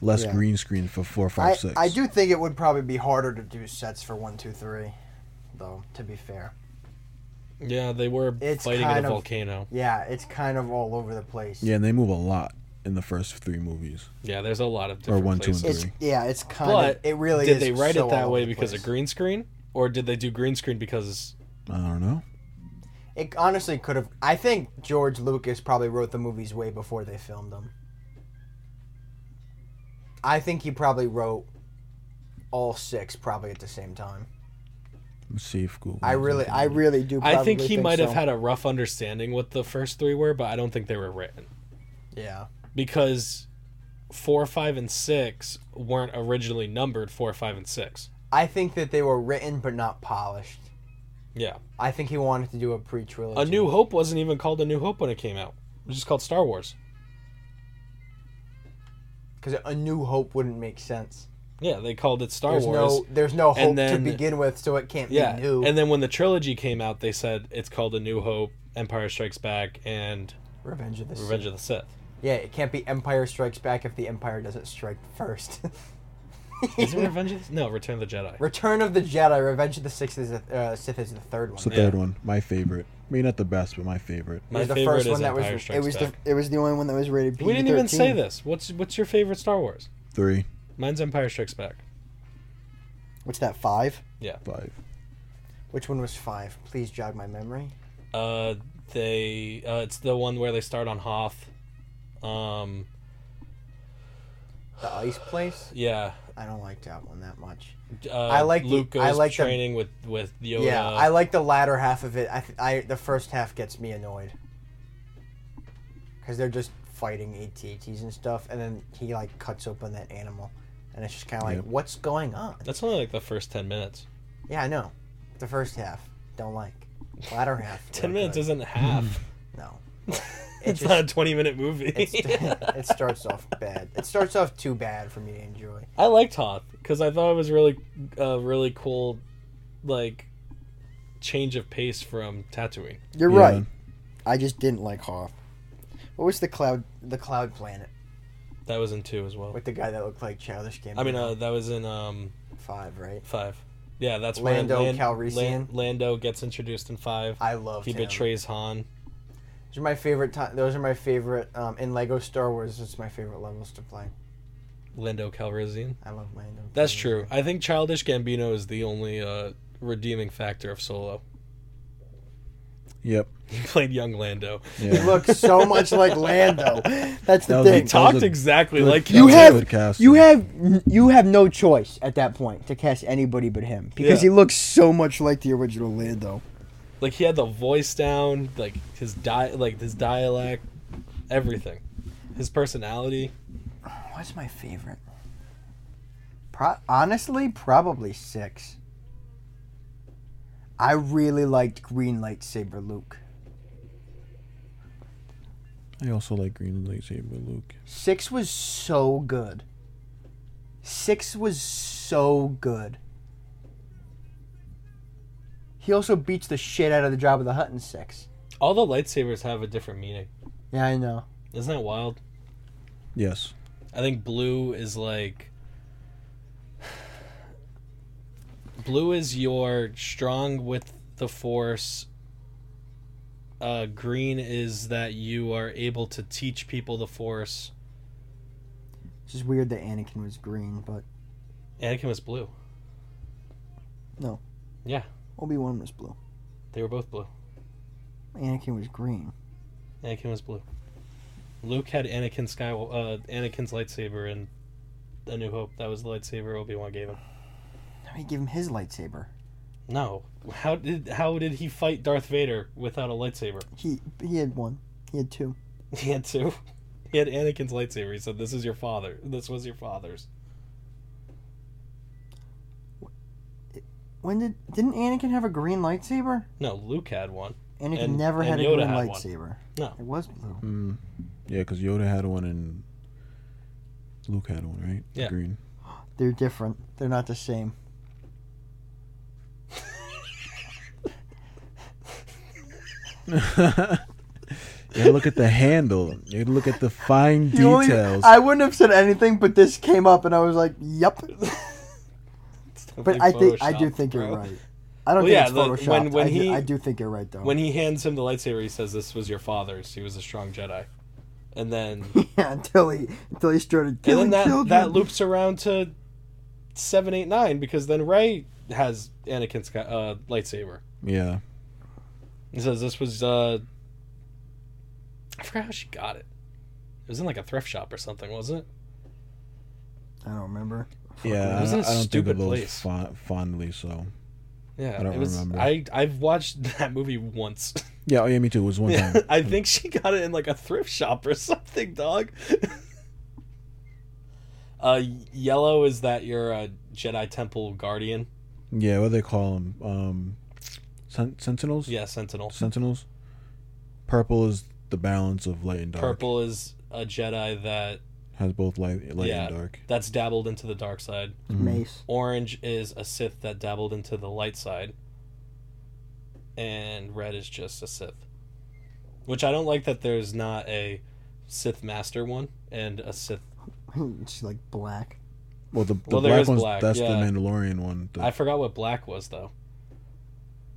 Speaker 3: less
Speaker 1: Yeah.
Speaker 3: green screen for four,
Speaker 1: I,
Speaker 3: five, six.
Speaker 1: I do think it would probably be harder to do sets for one, two, three, though. To be fair,
Speaker 2: yeah they were
Speaker 1: It's
Speaker 2: fighting in a
Speaker 1: kind of-
Speaker 2: volcano.
Speaker 1: yeah, it's kind of all over the place.
Speaker 3: Yeah, and they move a lot in the first three movies.
Speaker 2: Yeah, there's a lot of different
Speaker 3: one, two, and
Speaker 2: places.
Speaker 1: it's yeah, it's kind
Speaker 2: But
Speaker 1: of it really
Speaker 2: did
Speaker 1: is
Speaker 2: they write
Speaker 1: so
Speaker 2: it that
Speaker 1: all
Speaker 2: way
Speaker 1: over the
Speaker 2: because
Speaker 1: place.
Speaker 2: of green screen, or did they do green screen because
Speaker 3: I don't know.
Speaker 1: It honestly could have. I think George Lucas probably wrote the movies way before they filmed them. I think he probably wrote all six probably at the same time.
Speaker 3: Let's see if Google.
Speaker 1: I really, I really do. Probably
Speaker 2: I think he might have
Speaker 1: so.
Speaker 2: had a rough understanding what the first three were, but I don't think they were written
Speaker 1: Yeah,
Speaker 2: because four, five, and six weren't originally numbered four, five, and six.
Speaker 1: I think that they were written but not polished.
Speaker 2: Yeah,
Speaker 1: I think he wanted to do a pre-trilogy.
Speaker 2: A New Hope wasn't even called A New Hope when it came out. It was just called Star Wars.
Speaker 5: because a New Hope wouldn't make sense.
Speaker 2: Yeah, they called it Star
Speaker 5: There's
Speaker 2: Wars.
Speaker 5: no there's no hope
Speaker 2: And then-
Speaker 5: to begin with, so it can't
Speaker 2: yeah,
Speaker 5: be new.
Speaker 2: and then when the trilogy came out, they said it's called A New Hope, Empire Strikes Back, and
Speaker 5: Revenge of the Sith.
Speaker 2: Revenge of the Sith.
Speaker 5: Yeah, it can't be Empire Strikes Back if the Empire doesn't strike first.
Speaker 2: Is it Revenge of the No, Return of the Jedi.
Speaker 5: Return of the Jedi, Revenge of the Sixth is the, uh, Sith is the third one.
Speaker 3: It's the
Speaker 2: Yeah.
Speaker 3: third one, my favorite. I mean, not the best, but my favorite.
Speaker 2: My
Speaker 5: Yeah, the
Speaker 2: favorite
Speaker 5: first
Speaker 2: is
Speaker 5: one that was-
Speaker 2: Empire
Speaker 5: it
Speaker 1: It
Speaker 2: Strikes
Speaker 1: was the
Speaker 2: Back.
Speaker 1: it was the only one that was rated PG-13.
Speaker 2: we didn't even say this. What's what's your favorite Star Wars?
Speaker 3: Three,
Speaker 2: Mine's Empire Strikes Back.
Speaker 1: What's that? Five?
Speaker 2: Yeah.
Speaker 3: five.
Speaker 5: Which one was five? Please jog my memory.
Speaker 2: Uh, they uh, it's the one where they start on Hoth. Um,
Speaker 5: The ice place.
Speaker 2: yeah.
Speaker 5: I don't like that one that much.
Speaker 2: Uh,
Speaker 5: I like the-
Speaker 2: Luke goes
Speaker 5: I like the-
Speaker 2: training with with Yoda.
Speaker 5: yeah, I like the latter half of it. I, th- I the first half gets me annoyed because they're just fighting ATATs and stuff, and then he like cuts open that animal, and it's just kind of like,
Speaker 3: Yep.
Speaker 5: what's going on?
Speaker 2: That's only like the first ten minutes.
Speaker 5: Yeah, I know. The first half, don't like. Latter half,
Speaker 2: Ten
Speaker 5: not
Speaker 2: minutes
Speaker 5: good.
Speaker 2: isn't half.
Speaker 5: no.
Speaker 2: it's
Speaker 5: just-
Speaker 2: not a twenty minute movie.
Speaker 5: It's, it starts off bad. It starts off too bad for me to enjoy.
Speaker 2: I liked Hoth because I thought it was really, uh, really cool, like change of pace from Tatooine.
Speaker 1: You're
Speaker 3: Yeah.
Speaker 1: right. I just didn't like Hoth. What was the cloud?
Speaker 5: The Cloud Planet
Speaker 2: That was in two as well.
Speaker 5: with the guy that looked like Childish Gambino.
Speaker 2: I mean, uh, that was in um
Speaker 5: five, right?
Speaker 2: five. Yeah, that's
Speaker 5: Lando
Speaker 2: when
Speaker 5: Calrissian.
Speaker 2: Lando gets introduced in five.
Speaker 5: I loved
Speaker 2: he
Speaker 5: him.
Speaker 2: betrays Han.
Speaker 5: Those are my favorite. ti those are my favorite. Um, in Lego Star Wars, it's my favorite levels to play.
Speaker 2: Lando Calrissian.
Speaker 5: I love Lando.
Speaker 2: That's
Speaker 5: Calrissian.
Speaker 2: true. I think Childish Gambino is the only uh, redeeming factor of Solo.
Speaker 3: Yep.
Speaker 2: He played young Lando.
Speaker 5: He
Speaker 3: Yeah.
Speaker 5: looks so much like Lando.
Speaker 1: That's
Speaker 3: That
Speaker 1: the
Speaker 3: was
Speaker 1: thing.
Speaker 3: a tough-
Speaker 2: Talked
Speaker 3: was
Speaker 2: exactly
Speaker 3: good-
Speaker 2: like
Speaker 1: you
Speaker 2: him.
Speaker 3: That's
Speaker 1: have
Speaker 3: good casting.
Speaker 1: you have you have no choice at that point to cast anybody but him because
Speaker 2: Yeah.
Speaker 1: he looks so much like the original Lando.
Speaker 2: like he had the voice down, like his di- like his dialect, everything, his personality.
Speaker 1: What's my favorite?
Speaker 5: Pro- honestly, probably six.
Speaker 1: I really liked Green Lightsaber Luke.
Speaker 3: I also like green lightsaber Luke.
Speaker 5: Six was so good. Six was so good. He also beats the shit out of the Jabba the Hutt in six.
Speaker 2: All the lightsabers have a different meaning.
Speaker 5: Yeah, I know.
Speaker 2: Isn't that wild?
Speaker 3: Yes.
Speaker 2: I think blue is like blue is your strong with the force. Uh, green is that you are able to teach people the force.
Speaker 5: It's just weird that Anakin was green, but
Speaker 2: Anakin was blue.
Speaker 1: Obi Wan was blue.
Speaker 2: They were both blue.
Speaker 1: Anakin was green.
Speaker 2: Anakin was blue. Luke had Anakin Sky, uh, Anakin's lightsaber in A New Hope. That was the lightsaber Obi Wan gave him.
Speaker 1: Now he gave him his lightsaber.
Speaker 2: No, how did how did he fight Darth Vader without a lightsaber?
Speaker 1: He he had one. He had two.
Speaker 2: He had two. He had Anakin's lightsaber. He said, "This is your father. This was your father's."
Speaker 1: When did didn't Anakin have a green lightsaber?
Speaker 2: No, Luke had one.
Speaker 1: Anakin
Speaker 2: And-
Speaker 1: never had
Speaker 2: and
Speaker 1: a
Speaker 2: Yoda
Speaker 1: green
Speaker 2: had one.
Speaker 1: lightsaber.
Speaker 2: No.
Speaker 1: it was blue.
Speaker 3: Mm. Yeah, because Yoda had one and Luke had one, right? The
Speaker 2: Yeah.
Speaker 3: Green.
Speaker 1: They're different. They're not the same.
Speaker 3: you gotta look at the handle. You gotta look at the fine
Speaker 1: You only-
Speaker 3: details.
Speaker 1: I wouldn't have said anything, but this came up, and I was like, "Yep." But I think I do
Speaker 2: Photoshopped,
Speaker 1: think you're
Speaker 2: bro.
Speaker 1: right. I don't
Speaker 2: Well, yeah,
Speaker 1: think
Speaker 2: the-
Speaker 1: it's photoshopped.
Speaker 2: when- when
Speaker 1: I, do-
Speaker 2: he-
Speaker 1: I do think you're right though.
Speaker 2: When he hands him the lightsaber, he says, "This was your father's. He was a strong Jedi." And then
Speaker 1: yeah, until he until he started
Speaker 2: and
Speaker 1: killing
Speaker 2: then that
Speaker 1: children.
Speaker 2: that loops around to seven, eight, nine because then Ray has Anakin's Sky- uh, lightsaber.
Speaker 3: yeah.
Speaker 2: He says this was uh I forgot how she got it. It was in like a thrift shop or something, wasn't it?
Speaker 1: I don't remember.
Speaker 3: Yeah.
Speaker 2: It was
Speaker 3: I,
Speaker 2: in a
Speaker 3: I don't
Speaker 2: stupid
Speaker 3: think of
Speaker 2: place.
Speaker 3: those fon- fondly, so.
Speaker 2: Yeah,
Speaker 3: I don't
Speaker 2: it was,
Speaker 3: remember.
Speaker 2: I I've watched that movie once.
Speaker 3: Yeah, oh, yeah, me too. It was one time.
Speaker 2: I think she got it in like a thrift shop or something, dog. uh, yellow is that your uh, Jedi Temple guardian?
Speaker 3: Yeah, what do they call them? Um, sen- sentinels?
Speaker 2: Yeah, Sentinel.
Speaker 3: Sentinels? Purple is the balance of light and dark.
Speaker 2: Purple is a Jedi that
Speaker 3: has both light, light
Speaker 2: yeah,
Speaker 3: and dark.
Speaker 2: that's dabbled into the dark side.
Speaker 3: Mm-hmm.
Speaker 6: Mace.
Speaker 2: Orange is a Sith that dabbled into the light side, and red is just a Sith. Which I don't like that there's not a Sith Master one and a Sith.
Speaker 6: She's like black.
Speaker 3: Well, the, the
Speaker 2: Well, there
Speaker 3: black
Speaker 2: is
Speaker 3: one's
Speaker 2: black,
Speaker 3: that's
Speaker 2: yeah.
Speaker 3: the Mandalorian one. The-
Speaker 2: I forgot what black was though.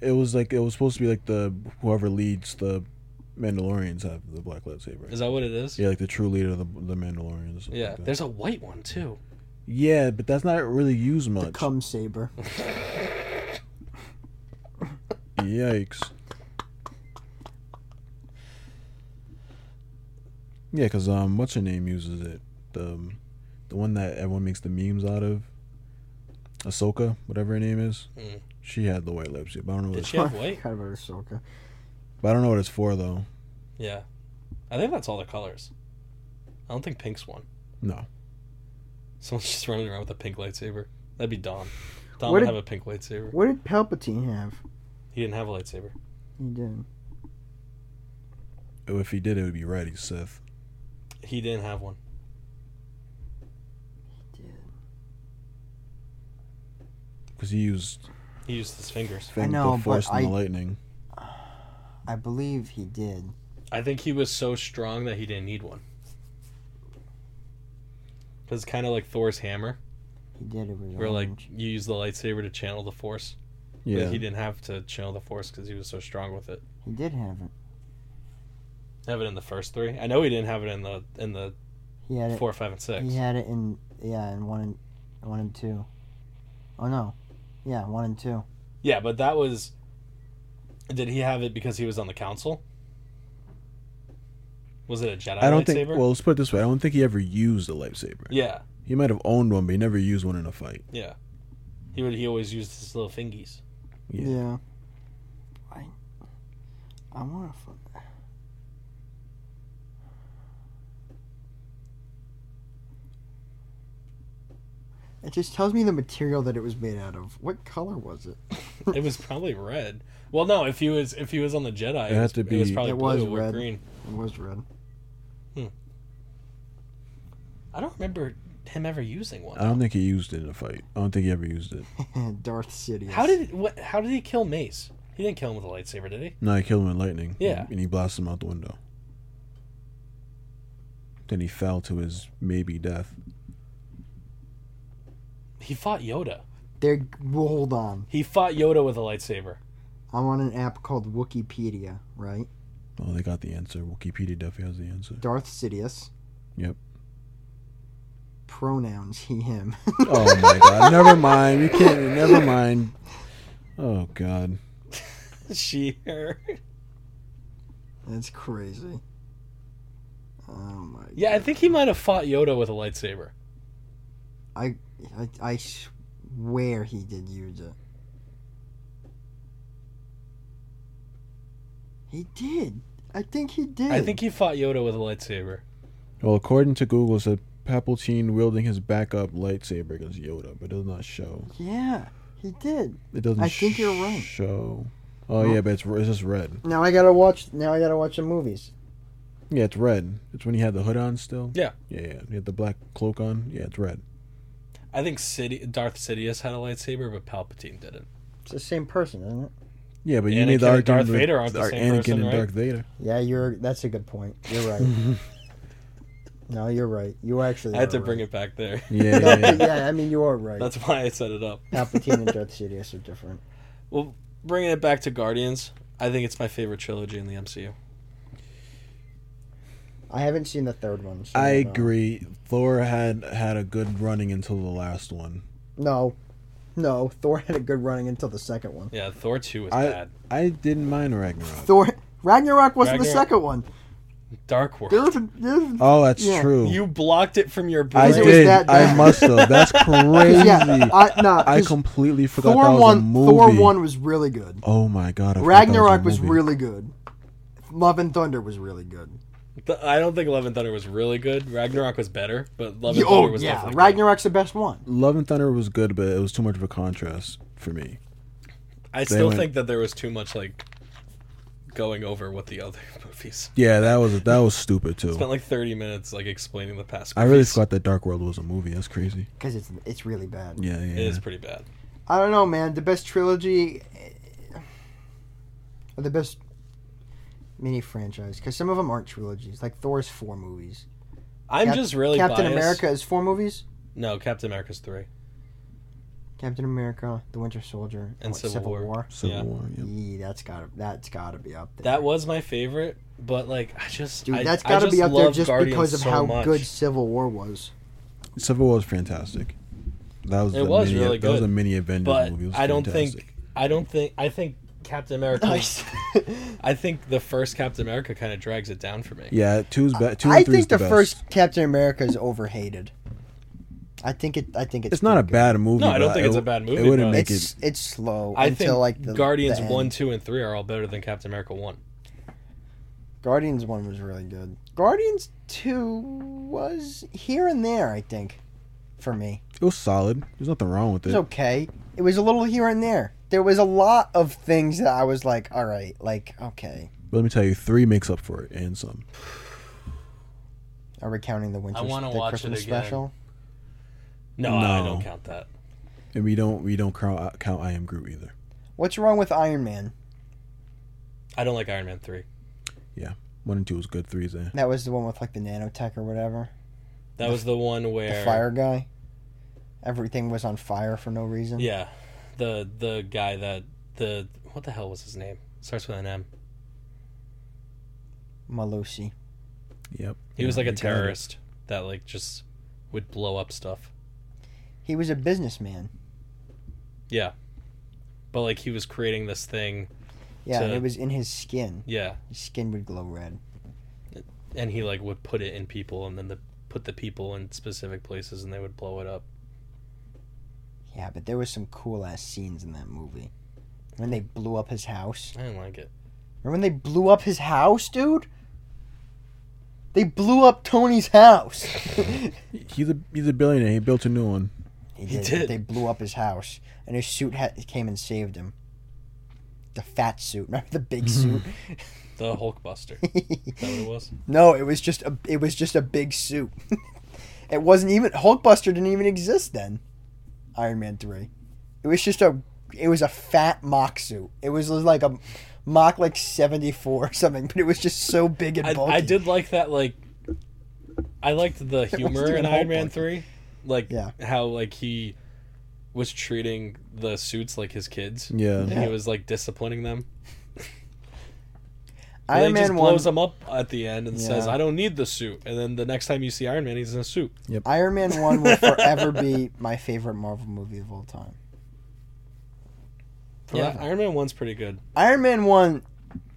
Speaker 3: it was like it was supposed to be like the whoever leads the Mandalorians have the black lightsaber.
Speaker 2: Is that what it is?
Speaker 3: yeah, like the true leader of the, the Mandalorians. or something
Speaker 2: Yeah,
Speaker 3: like that.
Speaker 2: There's a white one too.
Speaker 3: yeah, but that's not really used much.
Speaker 1: Cum saber.
Speaker 3: Yikes. Yeah, because um, what's her name uses it? The um, the one that everyone makes the memes out of, Ahsoka, whatever her name is.
Speaker 2: Mm.
Speaker 3: She had the white lipstick. But I don't know. What
Speaker 2: Did
Speaker 3: it's,
Speaker 2: she have white?
Speaker 1: kind of a Ahsoka.
Speaker 3: but I don't know what it's for though.
Speaker 2: Yeah, I think that's all the colors. I don't think pink's one.
Speaker 3: No.
Speaker 2: Someone's just running around with a pink lightsaber. That'd be Dom. Dom
Speaker 6: What
Speaker 2: would
Speaker 6: did-
Speaker 2: have a pink lightsaber.
Speaker 6: What did Palpatine have?
Speaker 2: He didn't have a lightsaber.
Speaker 6: He didn't.
Speaker 3: If he did, it would be right. He's Sith.
Speaker 2: He didn't have one.
Speaker 3: Because he used
Speaker 2: He used his fingers.
Speaker 3: thing,
Speaker 1: know,
Speaker 3: the
Speaker 1: but
Speaker 3: Force and the
Speaker 1: I-
Speaker 3: lightning.
Speaker 1: I believe he did.
Speaker 2: I think he was so strong that he didn't need one. Because kind of like Thor's hammer,
Speaker 1: He did. It was
Speaker 2: where like
Speaker 1: orange.
Speaker 2: you use the lightsaber to channel the force. Yeah.
Speaker 3: Yeah.
Speaker 2: he didn't have to channel the force because he was so strong with it.
Speaker 1: he did have it.
Speaker 2: Have it in the first three. I know he didn't have it in the in the
Speaker 1: He had it.
Speaker 2: four, five, and six.
Speaker 1: He had it in yeah, in one and one and two. Oh no, yeah, one and two.
Speaker 2: Yeah, but that was. Did he have it because he was on the council? Was it a Jedi
Speaker 3: I don't
Speaker 2: lightsaber?
Speaker 3: think. Well, let's put it this way. I don't think he ever used a lightsaber.
Speaker 2: yeah,
Speaker 3: He might have owned one, but he never used one in a fight.
Speaker 2: yeah. He would. He always used his little fingies.
Speaker 3: Yeah.
Speaker 1: I I want to. It just tells me the material that it was made out of. What color was it?
Speaker 2: it was probably red. Well, no, if he was if he was on the Jedi,
Speaker 3: It
Speaker 2: it,
Speaker 3: had
Speaker 2: was,
Speaker 3: to
Speaker 2: it was
Speaker 3: be-
Speaker 2: probably
Speaker 1: It
Speaker 2: blue
Speaker 1: was
Speaker 2: or
Speaker 1: red.
Speaker 2: green.
Speaker 1: It was red.
Speaker 2: I don't remember him ever using one.
Speaker 3: I don't think he used it in a fight. I don't think he ever used it.
Speaker 1: Darth Sidious.
Speaker 2: how did what? How did he kill Mace? He didn't kill him with a lightsaber, did he?
Speaker 3: No, he killed him in lightning.
Speaker 2: Yeah.
Speaker 3: And he blasted him out the window. Then he fell to his maybe death.
Speaker 2: He fought Yoda.
Speaker 1: There. Well, hold on.
Speaker 2: He fought Yoda with a lightsaber.
Speaker 1: I'm on an app called Wikipedia, right?
Speaker 3: Oh, they got the answer. Wikipedia definitely has the answer.
Speaker 1: Darth Sidious.
Speaker 3: Yep.
Speaker 1: Pronouns he him.
Speaker 3: Oh my god. Never mind. You can't. Never mind. Oh god.
Speaker 2: she her.
Speaker 1: That's crazy. Oh my.
Speaker 2: Yeah, I think he might have fought Yoda with a lightsaber.
Speaker 1: I, I I swear he did use it. He did. I think he did.
Speaker 2: I think he fought Yoda with a lightsaber.
Speaker 3: Well, according to Google, it said Palpatine wielding his backup lightsaber against Yoda, but it does not show.
Speaker 1: Yeah, he did.
Speaker 3: It doesn't.
Speaker 1: I think you're right.
Speaker 3: Show. Oh yeah, but it's it's just red.
Speaker 1: Now I gotta watch. Now I gotta watch the movies.
Speaker 3: Yeah, it's red. It's when he had the hood on still.
Speaker 2: Yeah.
Speaker 3: Yeah, yeah. He had the black cloak on. Yeah, it's red.
Speaker 2: I think Sidi- Darth Sidious had a lightsaber, but Palpatine didn't.
Speaker 1: It's the same person, isn't it?
Speaker 3: Yeah, but you
Speaker 2: Anakin
Speaker 3: need the
Speaker 2: and
Speaker 3: argument
Speaker 2: Darth
Speaker 3: with-
Speaker 2: Vader aren't the
Speaker 3: Ar-
Speaker 2: same
Speaker 3: Anakin
Speaker 2: person,
Speaker 3: and
Speaker 2: right?
Speaker 3: Darth Vader.
Speaker 1: Yeah, you're. That's a good point. You're right. no, you're right. You actually.
Speaker 2: I had
Speaker 1: are
Speaker 2: to
Speaker 1: right.
Speaker 2: bring it back there.
Speaker 3: Yeah, yeah, yeah.
Speaker 1: Yeah, yeah, I mean you are right.
Speaker 2: That's why I set it up.
Speaker 1: Palpatine and Darth Sidious are different.
Speaker 2: Well, bringing it back to Guardians, I think it's my favorite trilogy in the MCU.
Speaker 1: I haven't seen the third one. So
Speaker 3: I
Speaker 1: don't know.
Speaker 3: agree. Thor had had a good running until the last one.
Speaker 1: No, no. Thor had a good running until the second one.
Speaker 2: Yeah, Thor 2 was
Speaker 3: I-
Speaker 2: bad.
Speaker 3: I didn't mind Ragnarok.
Speaker 1: Thor Ragnarok wasn't the
Speaker 2: Ragnarok-
Speaker 1: second one.
Speaker 2: Dark World.
Speaker 1: There was a, there was a-
Speaker 3: Oh, that's
Speaker 1: Yeah.
Speaker 3: true.
Speaker 2: You blocked it from your
Speaker 3: I
Speaker 2: brain.
Speaker 1: Because it was
Speaker 3: did.
Speaker 1: that
Speaker 3: I
Speaker 1: bad.
Speaker 3: must have. That's crazy.
Speaker 1: yeah, I, no,
Speaker 3: Oh, I
Speaker 1: 'cause
Speaker 3: completely forgot that
Speaker 1: Thor
Speaker 3: was a
Speaker 1: one.
Speaker 3: movie.
Speaker 1: Thor one was really good.
Speaker 3: Oh my god! I forgot that
Speaker 1: Ragnarok was,
Speaker 3: a movie.
Speaker 1: really good. Love and Thunder was really good.
Speaker 2: Th- I don't think Love and Thunder was really good. Ragnarok was better, but Love and Thunder
Speaker 1: oh
Speaker 2: was
Speaker 1: yeah,
Speaker 2: definitely good.
Speaker 1: Ragnarok's the best one.
Speaker 3: Love and Thunder was good, but it was too much of a contrast for me.
Speaker 2: I still
Speaker 3: went-
Speaker 2: think that there was too much like going over what the other movies.
Speaker 3: Yeah, that was that was stupid too.
Speaker 2: Spent like thirty minutes like explaining the past.
Speaker 3: I really
Speaker 2: movies.
Speaker 3: forgot that Dark World was a movie. That's crazy.
Speaker 1: because it's it's really bad.
Speaker 3: Yeah, yeah.
Speaker 2: It is pretty bad.
Speaker 1: I don't know, man. The best trilogy, eh, or the best mini franchise, because some of them aren't trilogies. Like Thor's four movies.
Speaker 2: I'm
Speaker 1: Cap-
Speaker 2: just really
Speaker 1: Captain
Speaker 2: biased.
Speaker 1: America is four movies.
Speaker 2: No, Captain America's three.
Speaker 1: Captain America, The Winter Soldier,
Speaker 2: And
Speaker 1: what,
Speaker 2: Civil War.
Speaker 3: Civil
Speaker 2: Yeah.
Speaker 3: War. Yeah.
Speaker 1: Yeah, that's gotta that's gotta be up there.
Speaker 2: That was my favorite, but like I just
Speaker 1: Dude,
Speaker 2: I,
Speaker 1: that's
Speaker 2: got
Speaker 1: gotta
Speaker 2: to
Speaker 1: be up there just because of how good Civil War was.
Speaker 3: Civil War was fantastic. That was
Speaker 2: It
Speaker 3: a
Speaker 2: was
Speaker 3: mini,
Speaker 2: really
Speaker 3: That was
Speaker 2: good,
Speaker 3: a mini Avengers
Speaker 2: But
Speaker 3: movie. It was
Speaker 2: I don't
Speaker 3: fantastic.
Speaker 2: think I don't think I think Captain America. I think the first Captain America kind of drags it down for me.
Speaker 3: Yeah, two's be- two
Speaker 1: I
Speaker 3: and three's
Speaker 1: think the,
Speaker 3: the best.
Speaker 1: first Captain America is overhated. I think it. I think it's.
Speaker 3: It's not a
Speaker 1: pretty
Speaker 3: bad movie.
Speaker 2: No, I don't
Speaker 3: but
Speaker 2: think it's a bad movie,
Speaker 3: It wouldn't
Speaker 1: good.
Speaker 2: but-
Speaker 3: make
Speaker 1: It's
Speaker 3: it.
Speaker 1: it's slow
Speaker 2: I
Speaker 1: until
Speaker 2: think
Speaker 1: like the
Speaker 2: Guardians
Speaker 1: the end.
Speaker 2: one, two, and three are all better than Captain America one.
Speaker 1: Guardians one was really good. Guardians two was here and there. I think, for me,
Speaker 3: It was solid. There's nothing wrong with
Speaker 1: it was
Speaker 3: it.
Speaker 1: okay. It was a little here and there. There was a lot of things that I was like, all right, like okay.
Speaker 3: But let me tell you, three makes up for it and some.
Speaker 1: Are we counting the winter?
Speaker 2: I wanna
Speaker 1: the
Speaker 2: watch it
Speaker 1: Christmas
Speaker 2: again.
Speaker 1: special.
Speaker 2: No, I I
Speaker 3: No.
Speaker 2: don't count that.
Speaker 3: And we don't we don't count uh, count I am Groot either.
Speaker 1: What's wrong with Iron Man?
Speaker 2: I don't like Iron Man three.
Speaker 3: One and two was good. Three's there.
Speaker 1: That was the one with like the nanotech or whatever.
Speaker 2: That was the one where
Speaker 1: The fire guy. Everything was on fire for no reason.
Speaker 2: Yeah, the the guy that the what the hell was his name? Starts with an M.
Speaker 1: Malusi.
Speaker 3: Yep.
Speaker 2: He was
Speaker 3: Yeah,
Speaker 2: like a
Speaker 3: you got it.
Speaker 2: terrorist that like just would blow up stuff.
Speaker 1: He was a businessman.
Speaker 2: Yeah. But like he was creating this thing,
Speaker 1: Yeah, and
Speaker 2: To-
Speaker 1: it was in his skin.
Speaker 2: yeah,
Speaker 1: His skin would glow red.
Speaker 2: and he like would put it in people and then the put the people in specific places and they would blow it up.
Speaker 1: Yeah, but there was some cool ass scenes in that movie. When they blew up his house.
Speaker 2: I didn't like it.
Speaker 1: Remember when they blew up his house, dude? They blew up Tony's house.
Speaker 3: He's a he's a billionaire. He built a new one.
Speaker 1: He
Speaker 2: He
Speaker 1: did.
Speaker 2: did.
Speaker 1: They blew up his house, and his suit ha- came and saved him. The fat suit, not the big
Speaker 2: Mm-hmm.
Speaker 1: suit.
Speaker 2: The Hulkbuster. Is that what it was?
Speaker 1: no, it was just a it was just a big suit. it wasn't even Hulkbuster didn't even exist then. Iron Man three, it was just a it was a fat mock suit. It was like a mock like seventy four or something, but it was just so big and
Speaker 2: I,
Speaker 1: bulky.
Speaker 2: I did like that like I liked the humor
Speaker 1: even
Speaker 2: in Iron Man
Speaker 1: Hulkbuster.
Speaker 2: 3. Like
Speaker 1: Yeah.
Speaker 2: how like he was treating the suits like his kids.
Speaker 3: Yeah.
Speaker 2: And he was like disciplining them. And
Speaker 1: Iron
Speaker 2: then he
Speaker 1: Man
Speaker 2: just
Speaker 1: one.
Speaker 2: blows him up at the end and says,
Speaker 1: Yeah.
Speaker 2: "I don't need the suit." And then the next time you see Iron Man, he's in a suit.
Speaker 1: Iron Man one will forever be my favorite Marvel movie of all time.
Speaker 2: Yeah,
Speaker 1: Forever.
Speaker 2: Iron Man one's pretty good.
Speaker 1: Iron Man one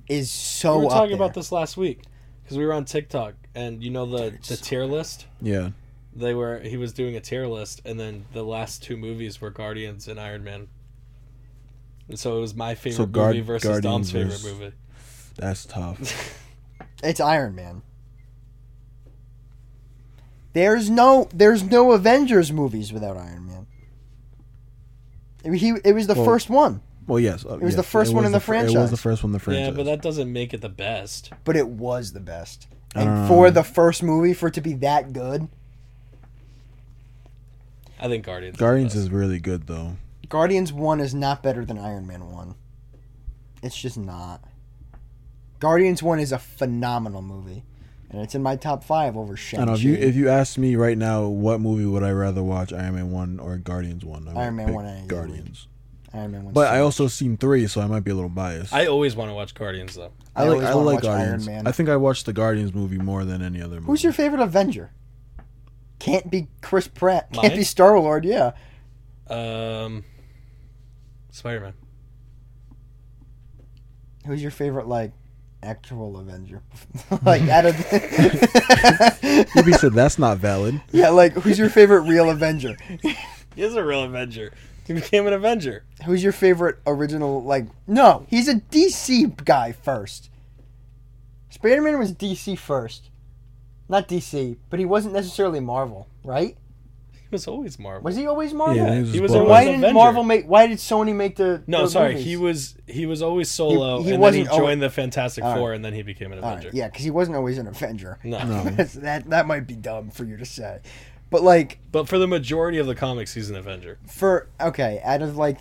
Speaker 1: is so.
Speaker 3: Oh,
Speaker 2: we were
Speaker 1: up
Speaker 2: talking
Speaker 1: there.
Speaker 2: about this last week because we were on TikTok and you know the the tier list.
Speaker 3: Yeah.
Speaker 2: They were he was doing a tier list, and then the last two movies were Guardians and Iron Man. And so it was my favorite
Speaker 3: Guard-
Speaker 2: movie versus
Speaker 3: Guardians
Speaker 2: Dom's favorite
Speaker 3: versus-
Speaker 2: movie.
Speaker 3: That's tough.
Speaker 1: It's Iron Man. There's no there's no Avengers movies without Iron Man. It, he it was the
Speaker 3: Well,
Speaker 1: first one,
Speaker 3: Well, yes. uh, yes, It
Speaker 1: was the first one in the
Speaker 3: fr- It was
Speaker 1: franchise.
Speaker 3: the first one in the franchise.
Speaker 2: Yeah, but that doesn't make it the best.
Speaker 1: but it was the best.
Speaker 3: I
Speaker 1: And
Speaker 3: don't
Speaker 1: for
Speaker 3: know.
Speaker 1: the first movie for it to be that good,
Speaker 2: I think Guardians.
Speaker 3: Guardians
Speaker 2: is,
Speaker 3: is really good though.
Speaker 1: Guardians 1 is not better than Iron Man 1. It's just not. Guardians 1 is a phenomenal movie. And it's in my top 5 over
Speaker 3: I
Speaker 1: Shang-Chi.
Speaker 3: don't know if you if you asked me right now what movie would I rather watch Iron Man one or Guardians one. I would
Speaker 1: Iron Man
Speaker 3: pick
Speaker 1: 1 any day of the
Speaker 3: Guardians.
Speaker 1: Iron Man 1.
Speaker 3: But I also seen three, so I might be a little biased.
Speaker 2: the best. I always want to watch Guardians though.
Speaker 1: I always wanna watch Iron
Speaker 3: Guardians.
Speaker 1: Man.
Speaker 3: I think I watched the Guardians movie more than any other. movie.
Speaker 1: Who's your favorite Avenger? Can't be Chris Pratt. Can't
Speaker 2: Mine?
Speaker 1: be Star Lord. Yeah.
Speaker 2: Um, Spider Man.
Speaker 1: Who's your favorite like actual Avenger? like out of
Speaker 3: Ruby said that's not valid.
Speaker 1: yeah, like who's your favorite real Avenger?
Speaker 2: He is a real Avenger. He became an Avenger.
Speaker 1: Who's your favorite original? Like no, he's a DC guy first. Spider Man was DC first, not DC, but he wasn't necessarily Marvel, right?
Speaker 2: He was always Marvel.
Speaker 5: Was he always Marvel?
Speaker 3: Yeah, he was,
Speaker 2: He was
Speaker 3: Black
Speaker 2: a
Speaker 3: Widow.
Speaker 5: why
Speaker 2: an
Speaker 5: did
Speaker 2: Avenger.
Speaker 5: Marvel make? Why did Sony make the?
Speaker 2: no,
Speaker 5: those
Speaker 2: sorry.
Speaker 5: movies?
Speaker 2: He was he was always solo,
Speaker 1: He- he
Speaker 2: and then he
Speaker 1: wasn't always-
Speaker 2: joined the Fantastic
Speaker 1: All right.
Speaker 2: Four, and then he became an
Speaker 1: All
Speaker 2: Avenger.
Speaker 1: right, yeah, because he wasn't always an Avenger.
Speaker 2: No.
Speaker 1: that that might be dumb for you to say, but like
Speaker 2: But for the majority of the comics, he's an Avenger.
Speaker 1: for okay, out of like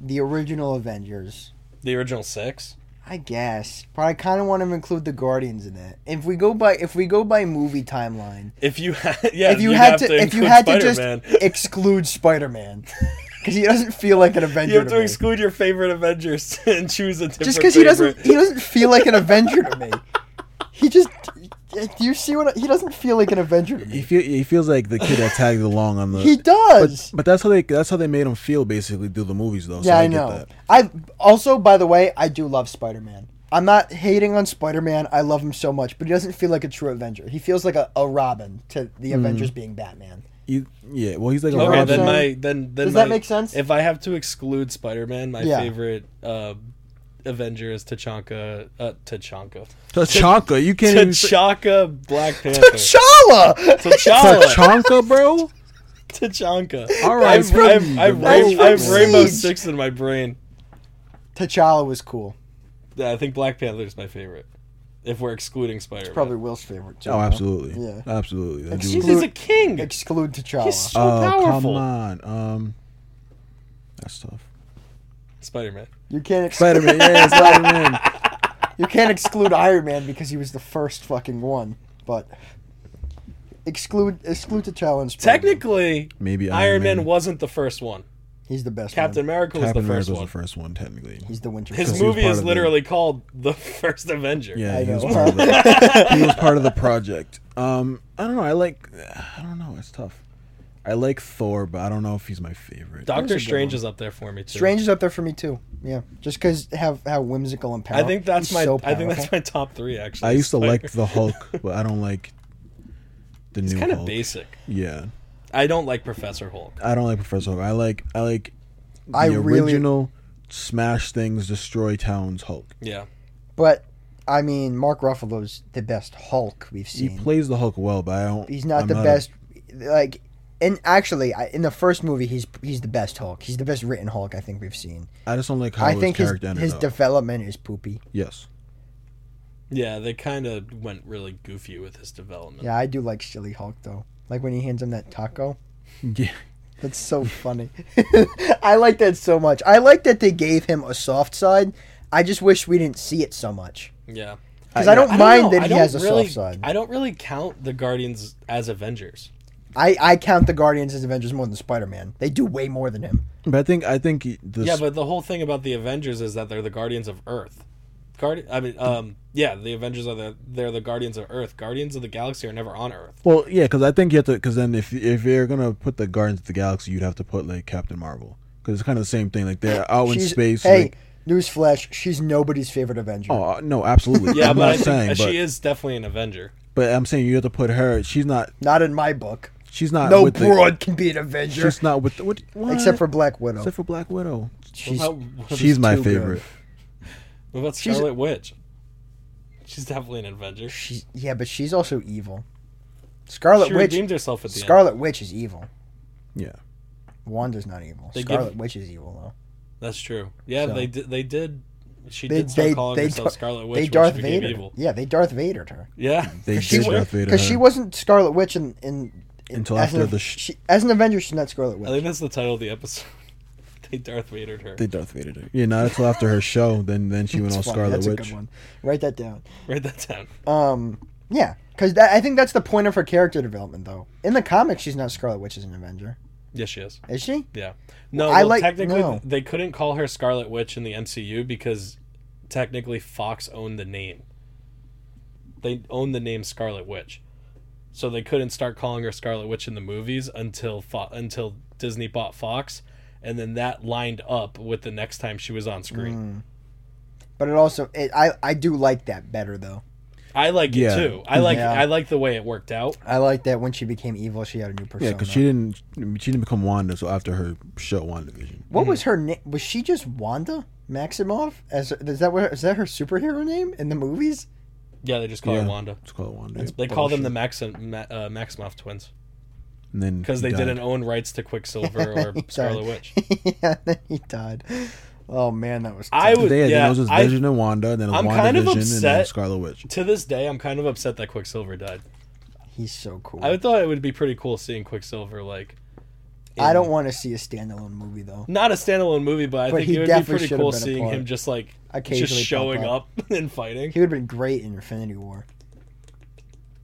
Speaker 1: the original Avengers,
Speaker 2: The original six.
Speaker 1: I guess, but I kind of want to include the Guardians in that. If we go by if we go by movie timeline,
Speaker 2: If you had, yeah,
Speaker 1: if you
Speaker 2: you'd
Speaker 1: had
Speaker 2: have
Speaker 1: to, if you
Speaker 2: include
Speaker 1: had
Speaker 2: Spider-Man.
Speaker 1: to just exclude Spider Man, because he doesn't feel like an Avenger.
Speaker 2: you have
Speaker 1: to
Speaker 2: to
Speaker 1: me.
Speaker 2: exclude your favorite Avengers and choose a different.
Speaker 1: just because he doesn't
Speaker 2: favorite.
Speaker 1: he doesn't feel like an Avenger to me. He just do you see what I- he doesn't feel like an Avenger to
Speaker 3: He,
Speaker 1: me.
Speaker 3: feel, he feels like the kid that tagged along on the.
Speaker 1: He does.
Speaker 3: But that's how they that's how they made him feel basically through the movies though. so
Speaker 1: yeah, I,
Speaker 3: get
Speaker 1: know.
Speaker 3: that.
Speaker 1: I also, by the way, I do love Spider Man. I'm not hating on Spider Man. I love him so much, but he doesn't feel like a true Avenger. He feels like a, a Robin to the
Speaker 3: Mm-hmm.
Speaker 1: Avengers being Batman.
Speaker 3: He- yeah, well, he's like a
Speaker 2: Okay,
Speaker 1: Robin.
Speaker 2: then
Speaker 3: Robin.
Speaker 2: my then then
Speaker 1: Does that
Speaker 2: my-
Speaker 1: make sense?
Speaker 2: If I have to exclude Spider-Man, my
Speaker 1: Yeah.
Speaker 2: favorite uh, Avenger is T'Chanka. Uh, T'Chanka.
Speaker 3: Tachanka, you can't even say-
Speaker 2: T'Chaka Black Panther.
Speaker 1: T'Challa.
Speaker 2: T'Challa.
Speaker 3: Tachanka, bro. Oh,
Speaker 2: T'Chanka.
Speaker 3: All right,
Speaker 2: I've, I've,
Speaker 3: bro.
Speaker 2: I've,
Speaker 1: That's
Speaker 2: I've, I've
Speaker 1: from
Speaker 2: Rainbow
Speaker 1: Siege.
Speaker 2: Six in my brain.
Speaker 1: T'Challa was cool.
Speaker 2: Yeah, I think Black Panther is my favorite. If we're excluding Spider-Man,
Speaker 1: Probably Will's favorite too.
Speaker 3: Oh,
Speaker 1: though.
Speaker 3: absolutely.
Speaker 1: Yeah.
Speaker 3: absolutely. I do-
Speaker 1: Excuse
Speaker 2: he's, he's a king.
Speaker 1: Exclude T'Challa.
Speaker 2: He's so
Speaker 3: Oh,
Speaker 2: powerful.
Speaker 3: come on. Um, that's tough.
Speaker 2: Spider-Man.
Speaker 1: you can't ex-
Speaker 3: Spider Man, yeah, Spider Man.
Speaker 1: you can't exclude Iron Man because he was the first fucking one. But exclude exclude T'Challa. and Spider-Man.
Speaker 2: Technically,
Speaker 3: Maybe
Speaker 2: Iron,
Speaker 3: Iron
Speaker 2: Man.
Speaker 3: Man.
Speaker 2: wasn't the first one.
Speaker 1: he's the best.
Speaker 2: Captain
Speaker 1: One.
Speaker 2: America was
Speaker 3: Captain
Speaker 2: the first
Speaker 3: America was
Speaker 2: one.
Speaker 3: the first one, technically.
Speaker 1: He's the Winter.
Speaker 2: His
Speaker 1: Soldier.
Speaker 3: he was
Speaker 2: movie
Speaker 3: part
Speaker 2: is
Speaker 3: of the-
Speaker 2: literally called The First Avenger.
Speaker 3: Yeah,
Speaker 1: I
Speaker 3: he was,
Speaker 1: know.
Speaker 3: part of the, he was part of the project. Um, I don't know. I like. I don't know. It's tough. I like Thor, but I don't know if he's my favorite.
Speaker 1: was a
Speaker 2: Doctor
Speaker 1: good
Speaker 2: Strange
Speaker 1: one.
Speaker 2: is up there for me too.
Speaker 1: Strange is up there for me too. Yeah, just because have how whimsical and
Speaker 2: I
Speaker 1: powerful.
Speaker 2: think that's
Speaker 1: he's
Speaker 2: my.
Speaker 1: so
Speaker 2: I think that's
Speaker 1: powerful.
Speaker 2: my top three actually.
Speaker 3: I used to like
Speaker 2: Spider-
Speaker 3: the Hulk, but I don't like the
Speaker 2: It's
Speaker 3: new
Speaker 2: kind of
Speaker 3: Hulk.
Speaker 2: basic.
Speaker 3: Yeah,
Speaker 2: I don't like Professor Hulk.
Speaker 3: I don't like Professor Hulk. I like I like the
Speaker 1: I really-
Speaker 3: original smash things, destroy towns Hulk.
Speaker 2: Yeah.
Speaker 1: But I mean, Mark Ruffalo's the best Hulk we've
Speaker 3: He
Speaker 1: seen.
Speaker 3: plays the Hulk well, but I don't.
Speaker 1: he's not
Speaker 3: I'm
Speaker 1: the
Speaker 3: a-
Speaker 1: best. Like, and actually, I, in the first movie, he's he's the best Hulk. He's the best written Hulk I think we've seen.
Speaker 3: I just don't like how
Speaker 1: I
Speaker 3: his
Speaker 1: think his
Speaker 3: character ended
Speaker 1: his
Speaker 3: up.
Speaker 1: development is poopy.
Speaker 3: yes,
Speaker 2: Yeah, they kind of went really goofy with his development.
Speaker 1: Yeah, I do like silly Hulk though. Like when he hands him that taco.
Speaker 3: yeah.
Speaker 1: That's so funny. I like that so much. I like that they gave him a soft side. I just wish we didn't see it so much.
Speaker 2: Yeah.
Speaker 1: Because I, don't mind
Speaker 2: know.
Speaker 1: that
Speaker 2: I
Speaker 1: he
Speaker 2: don't
Speaker 1: has a
Speaker 2: really-
Speaker 1: soft side.
Speaker 2: I don't really count the Guardians as Avengers.
Speaker 1: I, I count the Guardians as Avengers more than Spider Man. They do way more than him.
Speaker 3: But I think I think he- the
Speaker 2: Yeah,
Speaker 3: sp-
Speaker 2: but the whole thing about the Avengers is that they're the Guardians of Earth. Guard. I mean, um, yeah, the Avengers are the they're the Guardians of Earth. Guardians of the Galaxy are never on Earth.
Speaker 3: Well, yeah, because I think you have to. Because then, if if you're gonna put the Guardians of the Galaxy, you'd have to put like Captain Marvel, because it's kind of the same thing. Like they're out Oh, in
Speaker 1: She's-
Speaker 3: space.
Speaker 1: Hey,
Speaker 3: like-
Speaker 1: newsflash, she's nobody's favorite Avenger.
Speaker 3: oh uh, no, absolutely.
Speaker 2: Yeah,
Speaker 3: I'm
Speaker 2: but
Speaker 3: not
Speaker 2: I think
Speaker 3: saying, but,
Speaker 2: she is definitely an Avenger.
Speaker 3: but I'm saying you have to put her. She's not.
Speaker 1: Not in my book.
Speaker 3: She's not.
Speaker 1: No
Speaker 3: Uh, with the-
Speaker 1: broad can be an Avenger.
Speaker 3: she's not with. The, what, what?
Speaker 1: Except for Black Widow.
Speaker 3: Except for Black Widow.
Speaker 1: she's,
Speaker 2: Well, how- what
Speaker 3: She's
Speaker 2: is-
Speaker 3: my
Speaker 1: too good.
Speaker 3: favorite.
Speaker 2: What about
Speaker 1: she's-
Speaker 2: Scarlet Witch? She's definitely an Avenger. She,
Speaker 1: she's yeah, but she's also evil. Scarlet
Speaker 2: redeemed
Speaker 1: Witch.
Speaker 2: herself at the
Speaker 1: Scarlet Witch is evil.
Speaker 3: Yeah.
Speaker 1: Wanda's not evil.
Speaker 2: They give-
Speaker 1: Scarlet Witch is evil though.
Speaker 2: end. That's true. Yeah,
Speaker 1: So-
Speaker 2: they did. They did. She
Speaker 1: They
Speaker 2: did start
Speaker 1: they
Speaker 2: calling
Speaker 1: they,
Speaker 2: herself
Speaker 1: Dar-
Speaker 2: Scarlet Witch
Speaker 1: they
Speaker 2: when
Speaker 1: Darth
Speaker 2: she became
Speaker 1: Vader.
Speaker 2: evil.
Speaker 1: Yeah, they Darth Vadered her.
Speaker 2: Yeah,
Speaker 3: They
Speaker 1: Because she,
Speaker 3: did
Speaker 1: wa-
Speaker 3: Darth Vader.
Speaker 1: 'cause she
Speaker 3: her.
Speaker 1: wasn't Scarlet Witch in, in, in
Speaker 3: Until
Speaker 1: as an,
Speaker 3: after
Speaker 1: Av-
Speaker 3: the sh-
Speaker 1: she, as an Avenger, she's not Scarlet
Speaker 2: I
Speaker 1: Witch.
Speaker 2: think that's the title of the episode. they Darth Vadered her.
Speaker 3: They Darth Vader. her. Yeah, not until after her show. Then then she went all
Speaker 1: That's funny.
Speaker 3: Scarlet
Speaker 1: that's a
Speaker 3: Witch.
Speaker 1: good one. Write that down.
Speaker 2: Write that down.
Speaker 1: Um, yeah, because I think that's the point of her character development, though. In the comics, she's not Scarlet Witch as an Avenger,
Speaker 2: Yes, she is.
Speaker 1: is she?
Speaker 2: Yeah. No,
Speaker 1: I
Speaker 2: well,
Speaker 1: like-
Speaker 2: technically
Speaker 1: no.
Speaker 2: they couldn't call her Scarlet Witch in the MCU because technically Fox owned the name. They owned the name Scarlet Witch. So they couldn't start calling her Scarlet Witch in the movies until Fo- until Disney bought Fox and then that lined up with the next time she was on
Speaker 1: Mm.
Speaker 2: screen.
Speaker 1: But it also, it, I I do like that better though.
Speaker 2: I like it
Speaker 3: Yeah.
Speaker 2: too. I like
Speaker 1: Yeah.
Speaker 2: I like the way it worked out.
Speaker 1: I like that when she became evil, she had a new persona.
Speaker 3: Yeah, because she didn't. She didn't become Wanda. So after her show, WandaVision.
Speaker 1: What was her name? Was she just Wanda Maximoff? As is that what is that her superhero name in the movies?
Speaker 2: Yeah, they just call
Speaker 3: Yeah.
Speaker 2: her Wanda.
Speaker 3: It's called Wanda.
Speaker 2: They call them the Maxim, Ma- uh, Maximoff twins.
Speaker 3: and then
Speaker 2: because
Speaker 3: he
Speaker 2: they
Speaker 3: died.
Speaker 2: didn't own rights to Quicksilver or Scarlet Witch.
Speaker 1: yeah, then he died. Oh man, that was.
Speaker 2: I
Speaker 1: tough.
Speaker 2: would,
Speaker 3: They had, then it
Speaker 2: yeah,
Speaker 3: was just
Speaker 2: I-
Speaker 3: Vision and Wanda, then it was
Speaker 2: I'm
Speaker 3: Wanda
Speaker 2: kind of
Speaker 3: Vision, and then
Speaker 2: upset.
Speaker 3: Scarlet Witch.
Speaker 2: to this day, I'm kind of upset that Quicksilver died.
Speaker 1: He's so cool.
Speaker 2: I thought it would be pretty cool seeing Quicksilver like.
Speaker 1: I
Speaker 2: in-
Speaker 1: don't want to see a standalone movie though.
Speaker 2: not a standalone movie, but I
Speaker 1: But
Speaker 2: think
Speaker 1: he
Speaker 2: it would be
Speaker 1: definitely
Speaker 2: pretty
Speaker 1: should've
Speaker 2: cool
Speaker 1: been a
Speaker 2: seeing
Speaker 1: part.
Speaker 2: him just like just
Speaker 1: Occasionally pop
Speaker 2: showing
Speaker 1: up.
Speaker 2: up and fighting.
Speaker 1: He would have been great in Infinity War.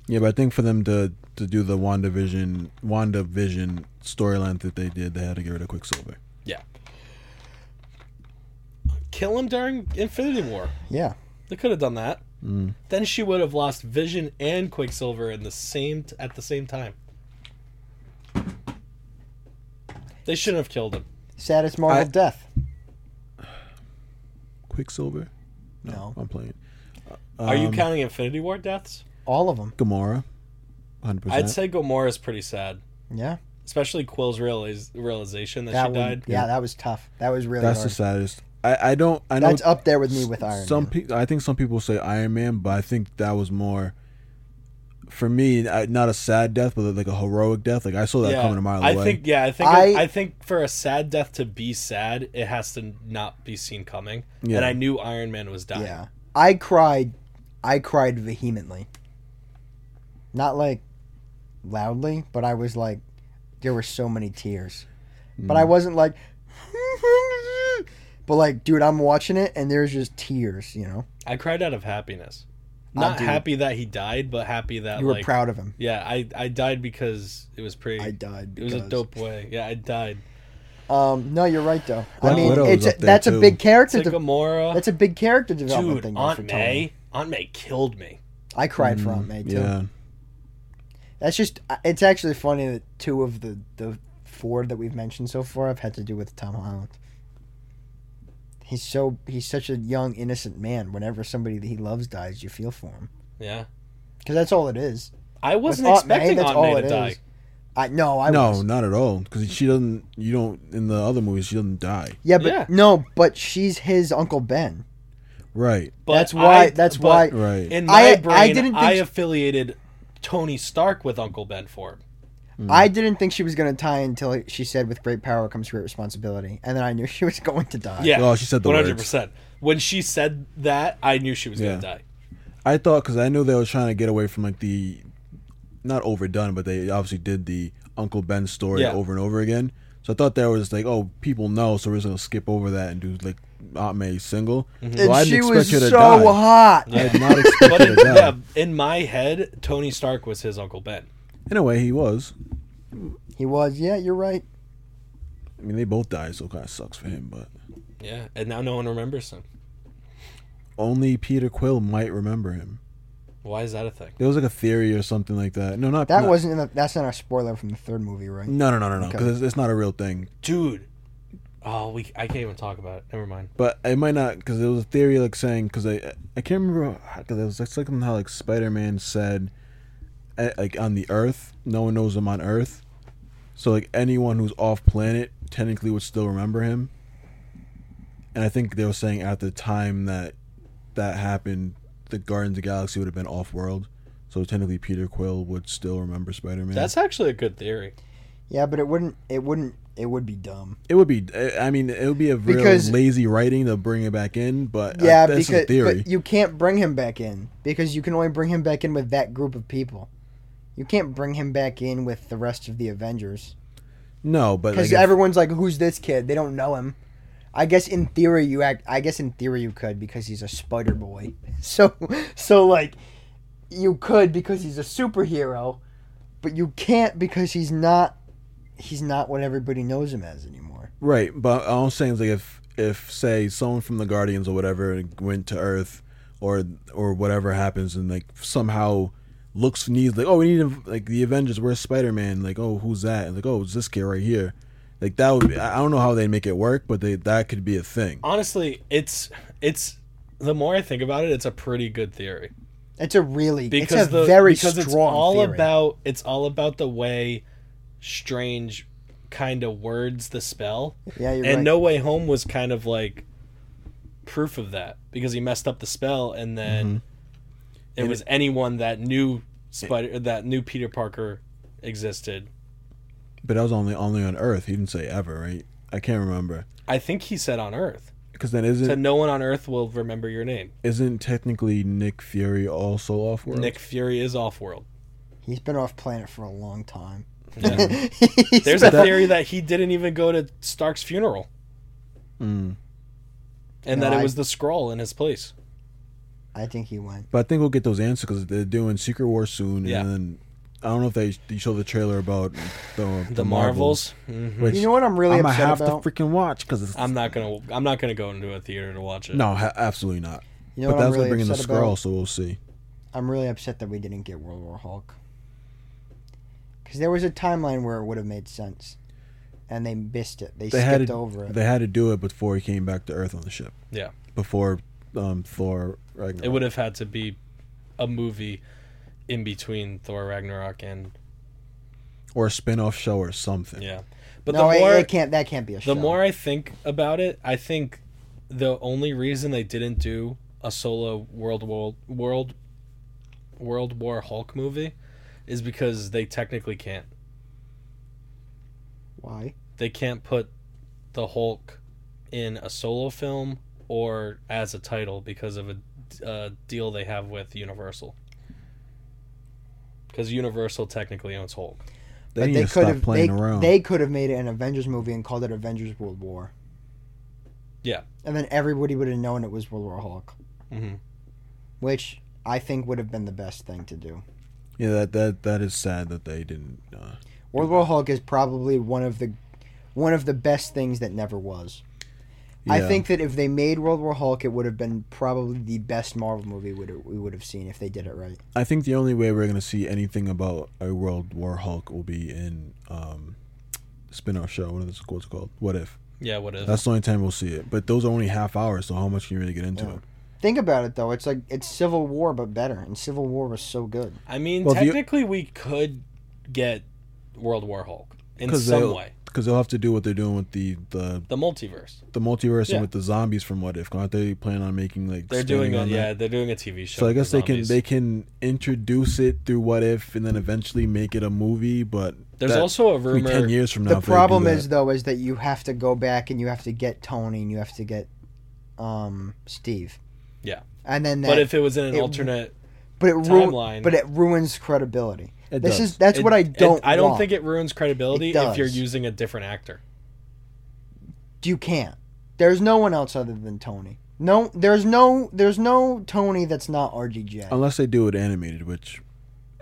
Speaker 3: Yeah, but I think for them to to do the Wanda Vision Wanda Vision storyline that they did, they had to get rid of Quicksilver.
Speaker 2: Yeah. Kill him during Infinity War.
Speaker 1: Yeah,
Speaker 2: They could have done that. Then she would have lost Vision and Quicksilver in the same t- at the same time. They shouldn't have killed him.
Speaker 1: saddest Marvel
Speaker 3: I-
Speaker 1: death.
Speaker 3: Quicksilver?
Speaker 1: No.
Speaker 3: I'm playing.
Speaker 2: Are you counting Infinity War deaths?
Speaker 1: all of them.
Speaker 3: Gamora, hundred percent.
Speaker 2: I'd say Gamora's pretty sad,
Speaker 1: Yeah,
Speaker 2: especially Quill's realiz- realization that,
Speaker 1: that
Speaker 2: she
Speaker 1: one.
Speaker 2: died.
Speaker 1: Yeah, that was tough. That was really
Speaker 3: that's
Speaker 1: hard.
Speaker 3: the saddest. I I don't I know
Speaker 1: That's up there with me with Iron
Speaker 3: some
Speaker 1: Man.
Speaker 3: people I think some people say Iron Man, but I think that was more. For me, I, not a sad death, but like a heroic death. Like I saw that coming a mile
Speaker 2: I
Speaker 3: away.
Speaker 2: think yeah, I think
Speaker 1: I-
Speaker 2: I, think for a sad death to be sad, it has to not be seen coming.
Speaker 3: Yeah.
Speaker 2: And I knew Iron Man was dying.
Speaker 1: Yeah, I cried. I cried vehemently. Not like loudly, but I was like, there were so many tears. But
Speaker 3: Mm.
Speaker 1: I wasn't like, but like, dude, I'm watching it and there's just tears. You know,
Speaker 2: I cried out of happiness. Not
Speaker 1: do.
Speaker 2: happy that he died, but happy that
Speaker 1: you were
Speaker 2: like,
Speaker 1: proud of him.
Speaker 2: Yeah, I I died because it was pretty.
Speaker 1: I died.
Speaker 2: It was a
Speaker 1: because-
Speaker 2: dope way. Yeah, I died.
Speaker 1: Um, no, you're right though. I
Speaker 3: Black
Speaker 1: mean,
Speaker 3: Widow
Speaker 1: it's
Speaker 3: was
Speaker 1: a,
Speaker 3: up there,
Speaker 1: that's a
Speaker 3: too.
Speaker 1: big character.
Speaker 2: To
Speaker 1: de-
Speaker 2: Gamora,
Speaker 1: that's a big character development
Speaker 2: dude.
Speaker 1: thing. though, for
Speaker 2: Aunt
Speaker 1: Tony.
Speaker 2: May, Aunt May killed me.
Speaker 1: I cried for Aunt May too.
Speaker 3: Mm, yeah,
Speaker 1: That's just. uh, It's actually funny that two of the the four that we've mentioned so far have had to do with Tom Holland. He's so he's such a young innocent man. Whenever somebody that he loves dies, you feel for him
Speaker 2: Yeah,
Speaker 1: because that's all it is.
Speaker 2: I wasn't
Speaker 1: Aunt May,
Speaker 2: expecting
Speaker 1: that's
Speaker 2: Aunt May
Speaker 1: all
Speaker 2: to
Speaker 1: it
Speaker 2: die.
Speaker 1: is. I no, I
Speaker 3: no,
Speaker 1: was.
Speaker 3: not at all. Because she doesn't. You don't in the other movies. She doesn't die.
Speaker 1: Yeah, but
Speaker 2: Yeah.
Speaker 1: no, but she's his Uncle Ben.
Speaker 3: Right.
Speaker 2: But
Speaker 1: That's why.
Speaker 2: I-
Speaker 1: that's
Speaker 2: but
Speaker 1: why.
Speaker 3: Right.
Speaker 2: In my
Speaker 1: I- I
Speaker 2: brain,
Speaker 1: didn't think
Speaker 2: I
Speaker 1: she-
Speaker 2: affiliated Tony Stark with Uncle Ben Ford.
Speaker 1: I didn't think she was going to die until she said, "With great power comes great responsibility," and then I knew she was going to die.
Speaker 2: Yeah.
Speaker 3: Well, she said the words.
Speaker 2: 100%. When she said that, I knew she was
Speaker 3: Yeah.
Speaker 2: going to die.
Speaker 3: I thought because I knew they were trying to get away from like the, not overdone, but they obviously did the Uncle Ben story
Speaker 2: Yeah.
Speaker 3: over and over again. So I thought that was like, oh, people know, so we're just gonna skip over that and do like Aunt May single.
Speaker 1: and
Speaker 3: Well, I
Speaker 1: she
Speaker 3: didn't
Speaker 1: was
Speaker 3: expect her
Speaker 1: so
Speaker 3: to die.
Speaker 1: hot.
Speaker 3: I did not expect
Speaker 2: But
Speaker 3: her to
Speaker 2: in,
Speaker 3: die.
Speaker 2: yeah, in my head, Tony Stark was his Uncle Ben.
Speaker 3: In a way, he was.
Speaker 1: He was. Yeah, you're right.
Speaker 3: I mean, they both died, so it kind of sucks for him. But
Speaker 2: Yeah. And now no one remembers him.
Speaker 3: only Peter Quill might remember him.
Speaker 2: Why is that a thing?
Speaker 3: There was like a theory or something like that. No, Mm. not
Speaker 1: That
Speaker 3: not-
Speaker 1: wasn't. In the, that's not a spoiler from the third movie, right?
Speaker 3: No, no, no, no, no.
Speaker 1: Okay.
Speaker 3: Because it's, it's not a real thing.
Speaker 2: Dude. Oh, we I can't even talk about it. Never mind.
Speaker 3: but it might not because there was a theory like saying because I I can't remember because it was like something how like Spider Man said eh, like on the Earth no one knows him on Earth, so like anyone who's off planet technically would still remember him, and I think they were saying at the time that that happened the Guardians of the Galaxy would have been off world, so technically Peter Quill would still remember Spider Man.
Speaker 2: That's actually a good theory.
Speaker 1: Yeah, but it wouldn't. It wouldn't. It would be dumb.
Speaker 3: it would be eh, I mean it would be a real
Speaker 1: Because-
Speaker 3: lazy writing to bring it back in, but uh,
Speaker 1: Yeah,
Speaker 3: that's just
Speaker 1: because
Speaker 3: a theory.
Speaker 1: but you can't bring him back in because you can only bring him back in with that group of people. You can't bring him back in with the rest of the Avengers
Speaker 3: no, but
Speaker 1: because
Speaker 3: like, if-
Speaker 1: everyone's like, "Who's this kid?" They don't know him. I guess in theory you act. I guess in theory you could because he's a Spider Boy. So, so like, you could because he's a superhero, but you can't because he's not. He's not what everybody knows him as anymore.
Speaker 3: Right, but all I'm saying is like if if say someone from the Guardians or whatever went to Earth or or whatever happens and like somehow looks needs like oh we need to, like the Avengers where's Spider Man like oh who's that and like oh it's this kid right here like that would be, I I don't know how they make it work but they that could be a thing
Speaker 2: Honestly, it's it's the more I think about it, it's a pretty good theory.
Speaker 1: It's a really
Speaker 2: because
Speaker 1: it's a
Speaker 2: the,
Speaker 1: very
Speaker 2: because
Speaker 1: strong
Speaker 2: it's all
Speaker 1: theory.
Speaker 2: about it's all about the way strange kind of words the spell
Speaker 1: yeah, you're
Speaker 2: and
Speaker 1: right.
Speaker 2: no way home was kind of like proof of that because he messed up the spell and then
Speaker 1: Mm-hmm.
Speaker 2: it was anyone that knew spider that knew peter parker existed
Speaker 3: But that was only only on Earth. He didn't say ever, right? I can't remember.
Speaker 2: I think he said on Earth.
Speaker 3: Because then
Speaker 2: Said
Speaker 3: isn't
Speaker 2: no one on Earth will remember your name.
Speaker 3: isn't technically Nick Fury also off world?
Speaker 2: Nick Fury is off world.
Speaker 1: He's been off planet for a long time.
Speaker 2: There's a theory that he didn't even go to Stark's funeral.
Speaker 1: Mm.
Speaker 2: And
Speaker 1: No,
Speaker 2: that it
Speaker 1: I-
Speaker 2: was the scroll in his place.
Speaker 1: I think he went.
Speaker 3: But I think we'll get those answers because they're doing Secret War soon.
Speaker 2: Yeah.
Speaker 3: And then, I don't know if they, they show the trailer about the
Speaker 2: The, Marvels. Mhm.
Speaker 3: Which
Speaker 1: You know what I'm really
Speaker 3: I'm gonna
Speaker 1: upset
Speaker 3: have
Speaker 1: about?
Speaker 3: to freaking watch because it's
Speaker 2: I'm not gonna. I'm not gonna go into a theater to watch it.
Speaker 3: no, ha- absolutely not.
Speaker 1: you know
Speaker 3: but
Speaker 1: what I'm
Speaker 3: that's
Speaker 1: really
Speaker 3: what bringing the
Speaker 1: upset about?
Speaker 3: scroll, so we'll see.
Speaker 1: I'm really upset that we didn't get World War Hulk. Because there was a timeline where it would have made sense, and they missed it. They,
Speaker 3: They
Speaker 1: skipped
Speaker 3: had to,
Speaker 1: over it.
Speaker 3: They had to do it before he came back to Earth on the ship.
Speaker 2: Yeah.
Speaker 3: Before um, Thor Ragnarok.
Speaker 2: It would have had to be a movie in between Thor Ragnarok and
Speaker 3: or a spin off show or something.
Speaker 2: yeah. But
Speaker 1: no,
Speaker 2: the
Speaker 1: it-
Speaker 2: more
Speaker 1: it, can't. That can't be a show.
Speaker 2: the more I think about it, I think the only reason they didn't do a solo World World World World War Hulk movie is because they technically can't.
Speaker 1: Why?
Speaker 2: They can't put the Hulk in a solo film or as a title because of a uh, deal they have with Universal. Because Universal technically owns Hulk.
Speaker 3: They
Speaker 1: But
Speaker 3: need to
Speaker 1: could
Speaker 3: stop
Speaker 1: have.
Speaker 3: playing
Speaker 1: they,
Speaker 3: around.
Speaker 1: They could have made it an Avengers movie and called it Avengers World War.
Speaker 2: Yeah.
Speaker 1: And then everybody would have known it was World War Hulk,
Speaker 2: Mhm.
Speaker 1: which I think would have been the best thing to do.
Speaker 3: yeah, that, that that is sad that they didn't. Uh,
Speaker 1: World War Hulk is probably one of the one of the best things that never was. I
Speaker 3: yeah.
Speaker 1: think that if they made World War Hulk, it would have been probably the best Marvel movie would we would have seen if they did it right.
Speaker 3: I think the only way we're gonna see anything about a World War Hulk will be in um, spin-off show. What is what's it called? What if?
Speaker 2: Yeah, what if?
Speaker 3: That's the only time we'll see it. But those are only half hours, so how much can you really get into
Speaker 1: Yeah.
Speaker 3: it?
Speaker 1: Think about it though; it's like it's Civil War but better, and Civil War was so good.
Speaker 2: I mean,
Speaker 3: Well, if you-
Speaker 2: technically, we could get World War Hulk in
Speaker 3: 'Cause
Speaker 2: some
Speaker 3: they'll-
Speaker 2: way.
Speaker 3: Because they'll have to do what they're doing with the the,
Speaker 2: The multiverse.
Speaker 3: the multiverse
Speaker 2: Yeah.
Speaker 3: and with the zombies from What If. Aren't they planning on making like
Speaker 2: They're
Speaker 3: expanding
Speaker 2: doing a
Speaker 3: on
Speaker 2: yeah.
Speaker 3: that?
Speaker 2: They're doing a TV show.
Speaker 3: So I
Speaker 2: with
Speaker 3: guess
Speaker 2: the
Speaker 3: they can
Speaker 2: zombies.
Speaker 3: they can introduce it through What If and then eventually make it a movie. But
Speaker 2: There's
Speaker 3: that-
Speaker 2: also a
Speaker 3: I mean, ten
Speaker 2: rumor-
Speaker 3: years from now.
Speaker 1: the
Speaker 3: if they do
Speaker 1: problem
Speaker 3: that-
Speaker 1: is though is that you have to go back and you have to get Tony and you have to get um, Steve.
Speaker 2: Yeah.
Speaker 1: and then that,
Speaker 2: But if it was in an
Speaker 1: it-
Speaker 2: alternate,
Speaker 1: but it ru-
Speaker 2: timeline-
Speaker 1: but it ruins credibility.
Speaker 3: It
Speaker 1: this
Speaker 3: does.
Speaker 1: is that's
Speaker 2: it-
Speaker 1: what I
Speaker 2: it-
Speaker 1: don't.
Speaker 2: I don't
Speaker 1: want.
Speaker 2: think it ruins credibility
Speaker 1: It
Speaker 2: if you're
Speaker 1: does.
Speaker 2: using a different actor.
Speaker 1: you can't. There's no one else other than Tony. No, there's no, there's no Tony that's not RGJ.
Speaker 3: unless they do it animated, which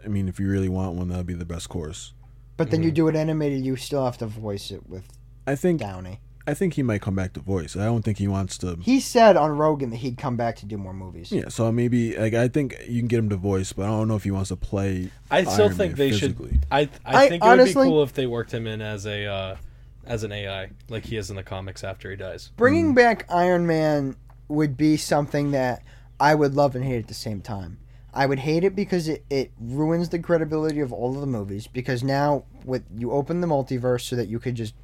Speaker 3: I mean, if you really want one, that'd be the best course.
Speaker 1: But then you do it animated, you still have to voice it with
Speaker 3: I think
Speaker 1: Downey.
Speaker 3: I think he might come back to voice. I don't think he wants to.
Speaker 1: He said on Rogan that he'd come back to do more movies.
Speaker 3: Yeah, so maybe like I think you can get him to voice, but I don't know if he wants to play.
Speaker 2: I still
Speaker 3: Iron
Speaker 2: think
Speaker 3: Man
Speaker 2: they
Speaker 3: physically.
Speaker 2: should. I I
Speaker 1: I
Speaker 2: think it would
Speaker 1: honestly-
Speaker 2: be cool if they worked him in as a uh, as an AI, like he is in the comics after he dies.
Speaker 1: Bringing back Iron Man would be something that I would love and hate at the same time. I would hate it because it, it ruins the credibility of all of the movies because now with you open the multiverse so that you could just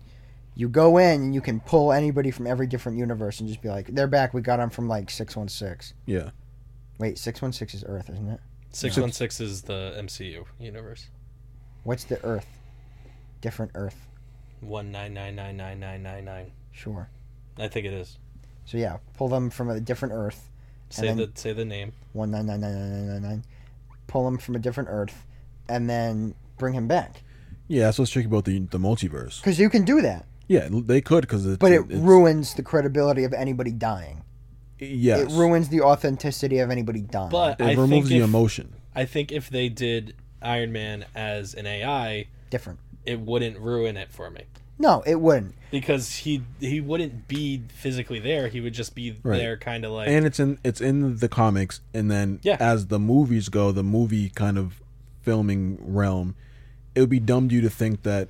Speaker 1: you go in and you can pull anybody from every different universe and just be like, They're back, we got them from like six one six.
Speaker 3: Yeah,
Speaker 1: Wait, six one six is Earth, isn't it?
Speaker 2: Six one six is the MCU universe.
Speaker 1: What's the Earth? Different Earth.
Speaker 2: One nine nine nine nine nine nine nine.
Speaker 1: Sure.
Speaker 2: I think it is.
Speaker 1: So yeah, pull them from a different Earth.
Speaker 2: Say
Speaker 1: then-
Speaker 2: the say the name.
Speaker 1: One nine nine nine nine nine nine nine. Pull him from a different Earth, and then bring him back.
Speaker 3: yeah. That's what's tricky about the the multiverse.
Speaker 1: Because you can do that,
Speaker 3: Yeah, they could because
Speaker 1: but it ruins the credibility of anybody dying.
Speaker 3: Yes,
Speaker 1: It ruins the authenticity of anybody dying.
Speaker 2: But
Speaker 3: It
Speaker 2: I think
Speaker 3: removes the
Speaker 2: if-
Speaker 3: emotion.
Speaker 2: I think if they did Iron Man as an AI,
Speaker 1: different.
Speaker 2: it wouldn't ruin it for me
Speaker 1: No, it wouldn't.
Speaker 2: because he he wouldn't be physically there. He would just be
Speaker 3: Right.
Speaker 2: there, kind of like
Speaker 3: and it's in it's in the comics and then
Speaker 2: Yeah.
Speaker 3: as the movies go the movie kind of filming realm it would be dumb to you to think that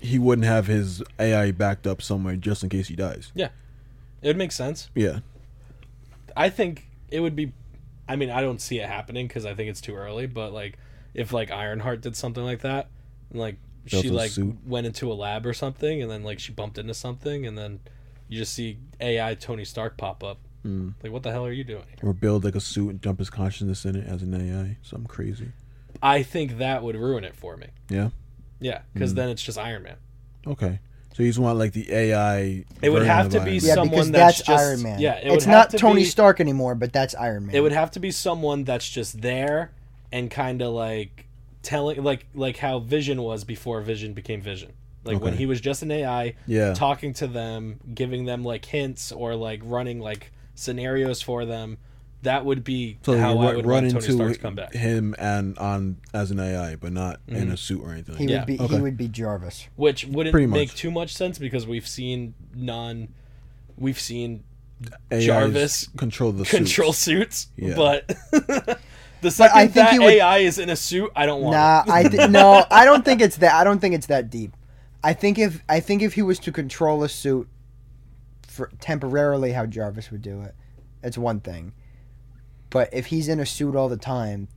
Speaker 3: he wouldn't have his ai backed up somewhere just in case he dies
Speaker 2: yeah, it would make sense.
Speaker 3: yeah
Speaker 2: I think it would be. I mean, I don't see it happening because I think it's too early. But like, if like Ironheart did something like that, and like
Speaker 3: Built
Speaker 2: she
Speaker 3: a
Speaker 2: like
Speaker 3: suit.
Speaker 2: went into a lab or something, and then like she bumped into something, and then you just see AI Tony Stark pop up.
Speaker 3: Mm.
Speaker 2: Like, what the hell are you doing? here?
Speaker 3: or build like a suit and dump his consciousness in it as an ai something crazy
Speaker 2: I think that would ruin it for me.
Speaker 3: yeah
Speaker 2: Yeah,
Speaker 3: Mm.
Speaker 2: because then it's just Iron Man.
Speaker 3: Okay. So you just want like the AI.
Speaker 2: It would
Speaker 3: version
Speaker 2: have
Speaker 3: of
Speaker 2: to
Speaker 3: Iron
Speaker 2: be
Speaker 3: Man.
Speaker 1: Yeah,
Speaker 2: someone
Speaker 1: because
Speaker 2: that's
Speaker 1: that's,
Speaker 2: just-
Speaker 1: Iron Man.
Speaker 2: yeah, it would
Speaker 1: it's
Speaker 2: have
Speaker 1: not
Speaker 2: to
Speaker 1: Tony
Speaker 2: be-
Speaker 1: Stark anymore, but that's Iron Man.
Speaker 2: It would have to be someone that's just there and kind of like telling, like like how Vision was before Vision became Vision. Like when
Speaker 3: Okay.
Speaker 2: he was just an AI,
Speaker 3: Yeah.
Speaker 2: talking to them, giving them like hints or like running like scenarios for them. That would be
Speaker 3: so
Speaker 2: how
Speaker 3: you
Speaker 2: I
Speaker 3: ru-
Speaker 2: would
Speaker 3: run
Speaker 2: run Tony
Speaker 3: into
Speaker 2: Stark's comeback. Mm-hmm.
Speaker 3: him and on as an AI, but not in a suit or anything.
Speaker 1: he
Speaker 2: Yeah.
Speaker 1: would be
Speaker 3: Okay.
Speaker 1: he would be Jarvis.
Speaker 2: which wouldn't
Speaker 3: Pretty
Speaker 2: make
Speaker 3: much.
Speaker 2: too much sense because we've seen non we've seen
Speaker 3: AIs
Speaker 2: Jarvis
Speaker 3: control the
Speaker 2: control
Speaker 3: suits.
Speaker 2: suits
Speaker 3: Yeah.
Speaker 2: but the second
Speaker 1: I think
Speaker 2: that
Speaker 1: he would-
Speaker 2: ai is in a suit i don't want
Speaker 1: Nah,
Speaker 2: it.
Speaker 1: I th- no, I don't think it's that. I don't think it's that deep. I think if I think if he was to control a suit for temporarily, how Jarvis would do it, that's one thing. But if he's in a suit all the time,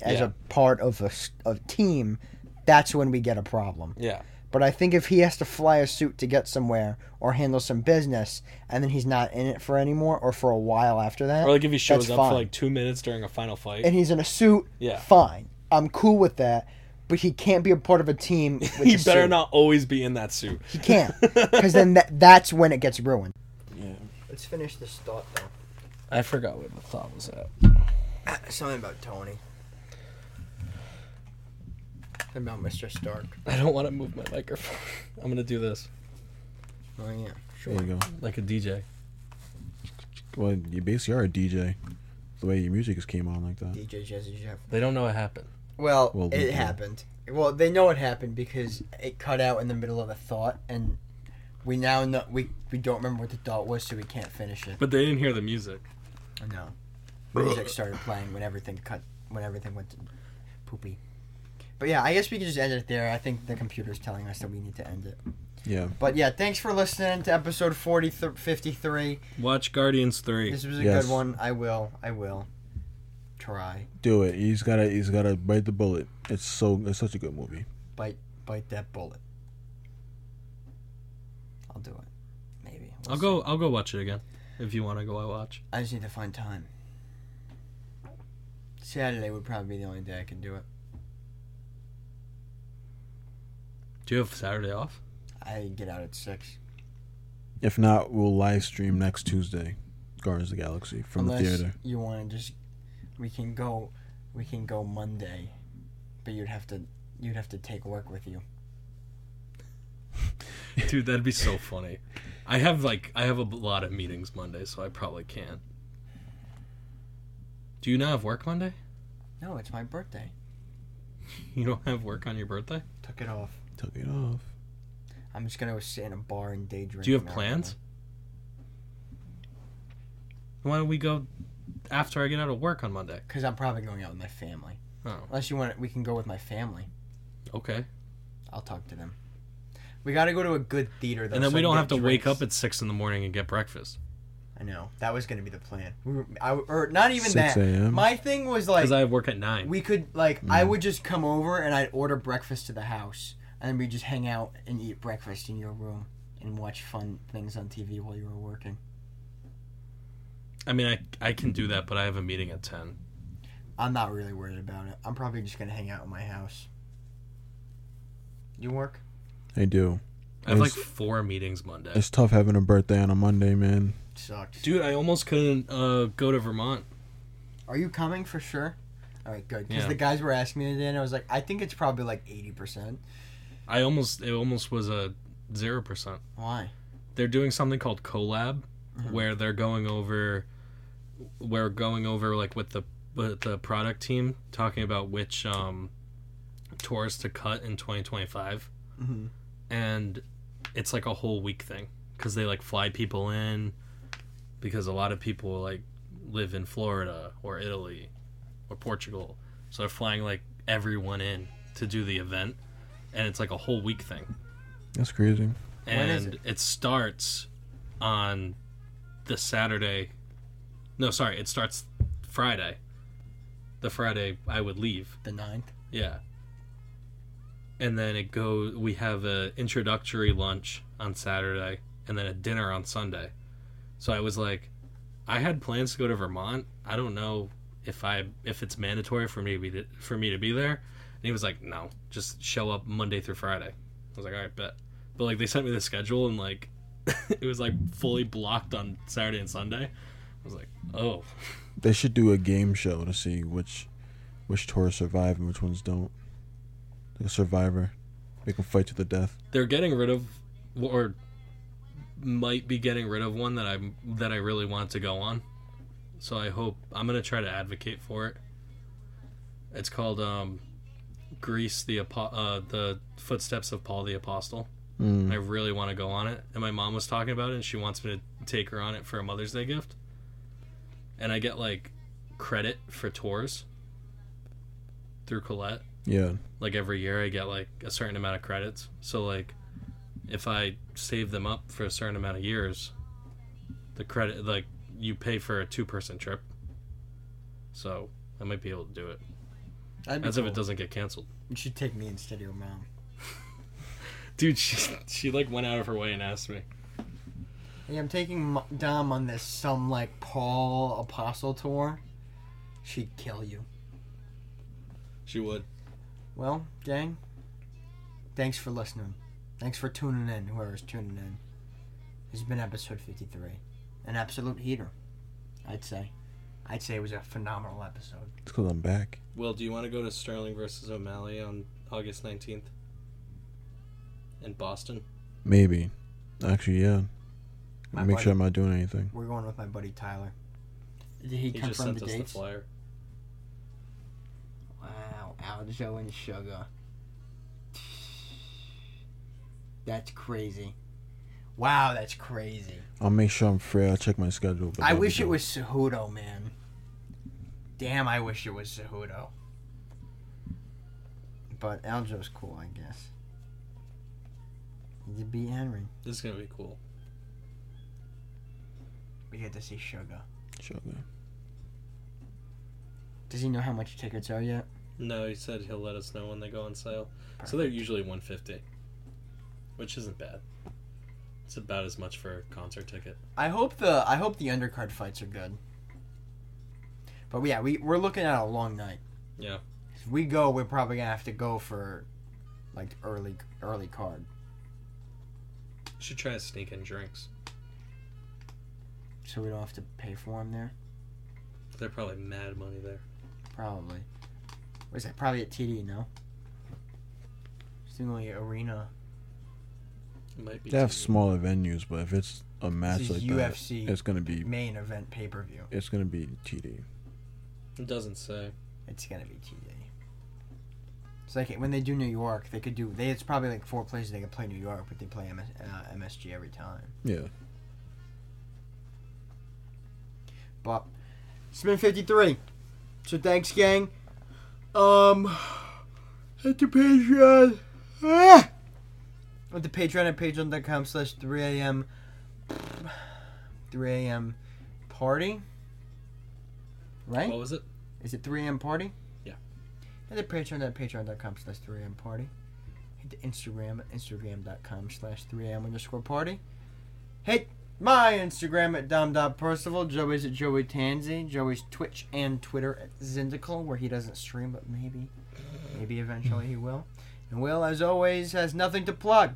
Speaker 1: as
Speaker 2: Yeah.
Speaker 1: a part of a s- a team, that's when we get a problem.
Speaker 2: yeah
Speaker 1: But I think if he has to fly a suit to get somewhere or handle some business, and then he's not in it for anymore or for a while after that,
Speaker 2: or like if he shows
Speaker 1: that's
Speaker 2: up
Speaker 1: fine.
Speaker 2: for like two minutes during a final fight
Speaker 1: and he's in a suit,
Speaker 2: Yeah.
Speaker 1: fine. I'm cool with that. But he can't be a part of a team. With
Speaker 2: he
Speaker 1: a
Speaker 2: better
Speaker 1: suit.
Speaker 2: not always be in that suit
Speaker 1: He can't, because then that, that's when it gets ruined.
Speaker 3: Yeah.
Speaker 1: Let's finish this thought though.
Speaker 2: i forgot where the thought was at
Speaker 1: Something about Tony. About Mr. Stark.
Speaker 2: i don't want to move my microphone i'm gonna do this
Speaker 1: Oh yeah,
Speaker 3: There you go.
Speaker 2: like a dj
Speaker 3: Well, you basically are a DJ. The way your music just came on like that.
Speaker 1: DJ Jazzy Jeff.
Speaker 2: they don't know what happened
Speaker 1: Well,
Speaker 3: Well, we
Speaker 1: it
Speaker 3: do.
Speaker 1: happened. Well, they know it happened because it cut out in the middle of a thought, and we now know we we don't remember what the thought was, so we can't finish it.
Speaker 2: but they didn't hear the music
Speaker 1: No, music started playing when everything cut when everything went to poopy. But yeah, I guess we can just end it there. I think the computer's telling us that we need to end it.
Speaker 3: Yeah.
Speaker 1: But yeah, thanks for listening to episode 40 th- 53.
Speaker 2: watch guardians 3
Speaker 1: This was a
Speaker 3: Yes.
Speaker 1: good one. I will. I will. Try.
Speaker 3: Do it. He's gotta. He's gotta bite the bullet. It's so. It's such a good movie.
Speaker 1: Bite bite that bullet. I'll do it. Maybe. We'll
Speaker 2: i'll
Speaker 1: see.
Speaker 2: go i'll go watch it again if you want to go i watch
Speaker 1: I just need to find time. Saturday would probably be the only day I can do it.
Speaker 2: do you have saturday off
Speaker 1: I get out at 6.
Speaker 3: If not, we'll live stream next Tuesday, Guardians of the Galaxy from
Speaker 1: Unless
Speaker 3: the theater.
Speaker 1: you want to just we can go we can go Monday, but you'd have to you'd have to take work with you.
Speaker 2: Dude, that'd be so funny. I have like I have a b- lot of meetings Monday, so I probably can't. Do you not have work Monday?
Speaker 1: No, it's my birthday.
Speaker 2: You don't have work on your birthday?
Speaker 1: Took it off.
Speaker 3: Took it off.
Speaker 1: I'm just gonna go sit in a bar and daydream.
Speaker 2: Do you have plans? Why don't we go after I get out of work on Monday?
Speaker 1: Because I'm probably going out with my family.
Speaker 2: Oh,
Speaker 1: Unless you want, we can go with my family.
Speaker 2: okay.
Speaker 1: I'll talk to them. We gotta go to a good theater though.
Speaker 2: And then
Speaker 1: so
Speaker 2: we
Speaker 1: I can
Speaker 2: don't
Speaker 1: get
Speaker 2: have to wake
Speaker 1: drinks.
Speaker 2: up at six in the morning and get breakfast.
Speaker 1: I know that was gonna be the plan. We were, I, or not even
Speaker 3: 6
Speaker 1: that.
Speaker 3: a.m.?
Speaker 1: My thing was like
Speaker 2: Because I have work at nine.
Speaker 1: We could like I would just come over and I'd order breakfast to the house and then we just hang out and eat breakfast in your room and watch fun things on TV while you were working.
Speaker 2: I mean, I I can do that, but I have a meeting at ten.
Speaker 1: I'm not really worried about it. I'm probably just gonna hang out in my house. You work?
Speaker 3: I do.
Speaker 2: I have like
Speaker 3: It's-
Speaker 2: four meetings Monday.
Speaker 3: It's tough having a birthday on a Monday, man.
Speaker 1: Sucks.
Speaker 2: Dude, I almost couldn't uh, go to Vermont.
Speaker 1: Are you coming for sure? All right, good. Because
Speaker 2: Yeah.
Speaker 1: the guys were asking me today, and I was like, I think it's probably like eighty percent.
Speaker 2: I almost it almost was a zero percent.
Speaker 1: Why?
Speaker 2: they're doing something called collab where they're going over we're going over like with the with the product team talking about which um tours to cut in 2025
Speaker 1: Mhm.
Speaker 2: and it's like a whole week thing because they like fly people in because a lot of people like live in florida or italy or portugal so they're flying like everyone in to do the event and it's like a whole week thing
Speaker 3: That's crazy.
Speaker 2: and
Speaker 1: is
Speaker 2: it? starts on the Saturday. No, sorry, it starts Friday. The Friday I would leave.
Speaker 1: The ninth.
Speaker 2: Yeah. And then it goes. We have a introductory lunch on Saturday, and then a dinner on Sunday. So I was like, I had plans to go to Vermont. I don't know if I if it's mandatory for me to be, for me to be there. And he was like, no, just show up Monday through Friday. I was like, all right, bet. But like they sent me the schedule and like it was like fully blocked on Saturday and Sunday. I was like, oh,
Speaker 3: They should do a game show to see which which tours survive and which ones don't. Like a survivor. They can fight to the death.
Speaker 2: they're getting rid of or might be getting rid of one that I that I really want to go on. So I hope I'm gonna try to advocate for it. It's called um, Grease the Apo- uh, the Footsteps of Paul the Apostle. I really want to go on it, and my mom was talking about it, and she wants me to take her on it for a Mother's Day gift. And I get like credit for tours through Colette
Speaker 3: Yeah.
Speaker 2: like every year I get like a certain amount of credits. So like if I save them up for a certain amount of years, the credit like you pay for a two person trip. So I might be able to do it.
Speaker 1: That'd be
Speaker 2: As if it
Speaker 1: cool.
Speaker 2: doesn't get canceled.
Speaker 1: You should take me instead of your mom.
Speaker 2: Dude, she she like went out of her way and asked me.
Speaker 1: Yeah, I'm taking M- Dom on this some like Paul Apostle tour. She'd kill you.
Speaker 2: She would.
Speaker 1: Well, gang, thanks for listening. Thanks for tuning in, whoever's tuning in. This has been episode 53. An absolute heater, I'd say. I'd say it was a phenomenal episode.
Speaker 3: It's because I'm back.
Speaker 2: Will, do you want to go to Sterling versus O'Malley on August nineteenth? In Boston?
Speaker 3: Maybe. Actually, yeah.
Speaker 1: My
Speaker 3: Make
Speaker 1: buddy-
Speaker 3: sure I'm not doing anything.
Speaker 1: We're going with my buddy Tyler. Did he,
Speaker 2: He
Speaker 1: confirm
Speaker 2: just sent
Speaker 1: the
Speaker 2: us
Speaker 1: dates?
Speaker 2: the flyer.
Speaker 1: wow, Aljo and Sugar. That's crazy. Wow, that's crazy.
Speaker 3: I'll make sure I'm free. I'll check my schedule. but
Speaker 1: I
Speaker 3: that'll be
Speaker 1: wish it
Speaker 3: good.
Speaker 1: was Cejudo, man. Damn, I wish it was Cejudo. But Aljo's cool, I guess. He beat Henry.
Speaker 2: This is gonna be cool.
Speaker 1: We get to see Sugar.
Speaker 3: Sure, man.
Speaker 1: Does he know how much tickets are yet?
Speaker 2: No, he said he'll let us know when they go on sale. So they're usually 150, which isn't bad. It's about as much for a concert ticket.
Speaker 1: I hope the I hope the undercard fights are good. But yeah, we we're looking at a long night.
Speaker 2: Yeah.
Speaker 1: If we go, we're probably gonna have to go for like early early card.
Speaker 2: Should try to sneak in drinks.
Speaker 1: So we don't have to pay for them there?
Speaker 2: They're probably mad money there.
Speaker 1: Probably. What is that? Probably at TD, no? It's the only arena.
Speaker 2: It might be.
Speaker 3: They have
Speaker 2: too-
Speaker 3: smaller venues, but if it's a match
Speaker 1: This
Speaker 3: like
Speaker 1: is UFC
Speaker 3: that, it's gonna be
Speaker 1: main event pay per view.
Speaker 3: it's gonna be TD.
Speaker 2: It doesn't say.
Speaker 1: It's gonna be TD. It's like when they do New York, they could do. They it's probably like four places they could play New York, but they play MS, uh, MSG every time.
Speaker 3: Yeah.
Speaker 1: But it's been fifty three. So thanks, gang. Um, at the Patreon. Ah! At the Patreon at patreon.com slash 3 a.m. 3 a.m. party. Right?
Speaker 2: What was it?
Speaker 1: Is it 3 a.m. party?
Speaker 2: Yeah.
Speaker 1: Hit the Patreon at patreon.com slash 3 a.m. party. Hit the Instagram at instagram.com slash 3 a.m. underscore party. Hit my Instagram at dom.percival. Joey's at Joey Tanzi. Joey's Twitch and Twitter at Zindical, where he doesn't stream, but maybe, maybe eventually he will. And Will, as always, has nothing to plug.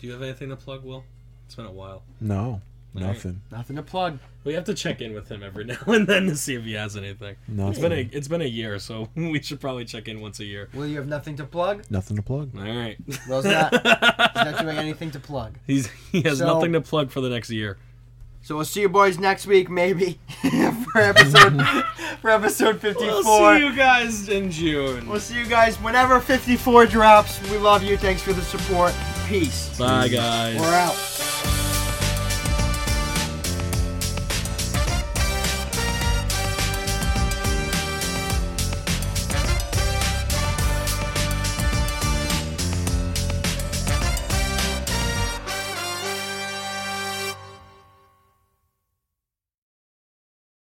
Speaker 2: Do you have anything to plug, Will? It's been a while.
Speaker 3: No.
Speaker 2: All right.
Speaker 3: Nothing.
Speaker 1: Nothing to plug.
Speaker 2: We have to check in with him every now and then to see if he has anything.
Speaker 3: Nothing.
Speaker 2: It's been a it's been a year, so we should probably check in once a year.
Speaker 1: Will, you have nothing to plug?
Speaker 3: Nothing to plug.
Speaker 2: All right.
Speaker 1: Will's not, he's not doing anything to plug.
Speaker 2: He's he has
Speaker 1: So-
Speaker 2: nothing to plug for the next year.
Speaker 1: So we'll see you boys next week, maybe for episode for episode fifty
Speaker 2: We'll see you guys in June.
Speaker 1: We'll see you guys whenever fifty four drops. We love you. Thanks for the support. Peace.
Speaker 2: Bye guys.
Speaker 1: We're out.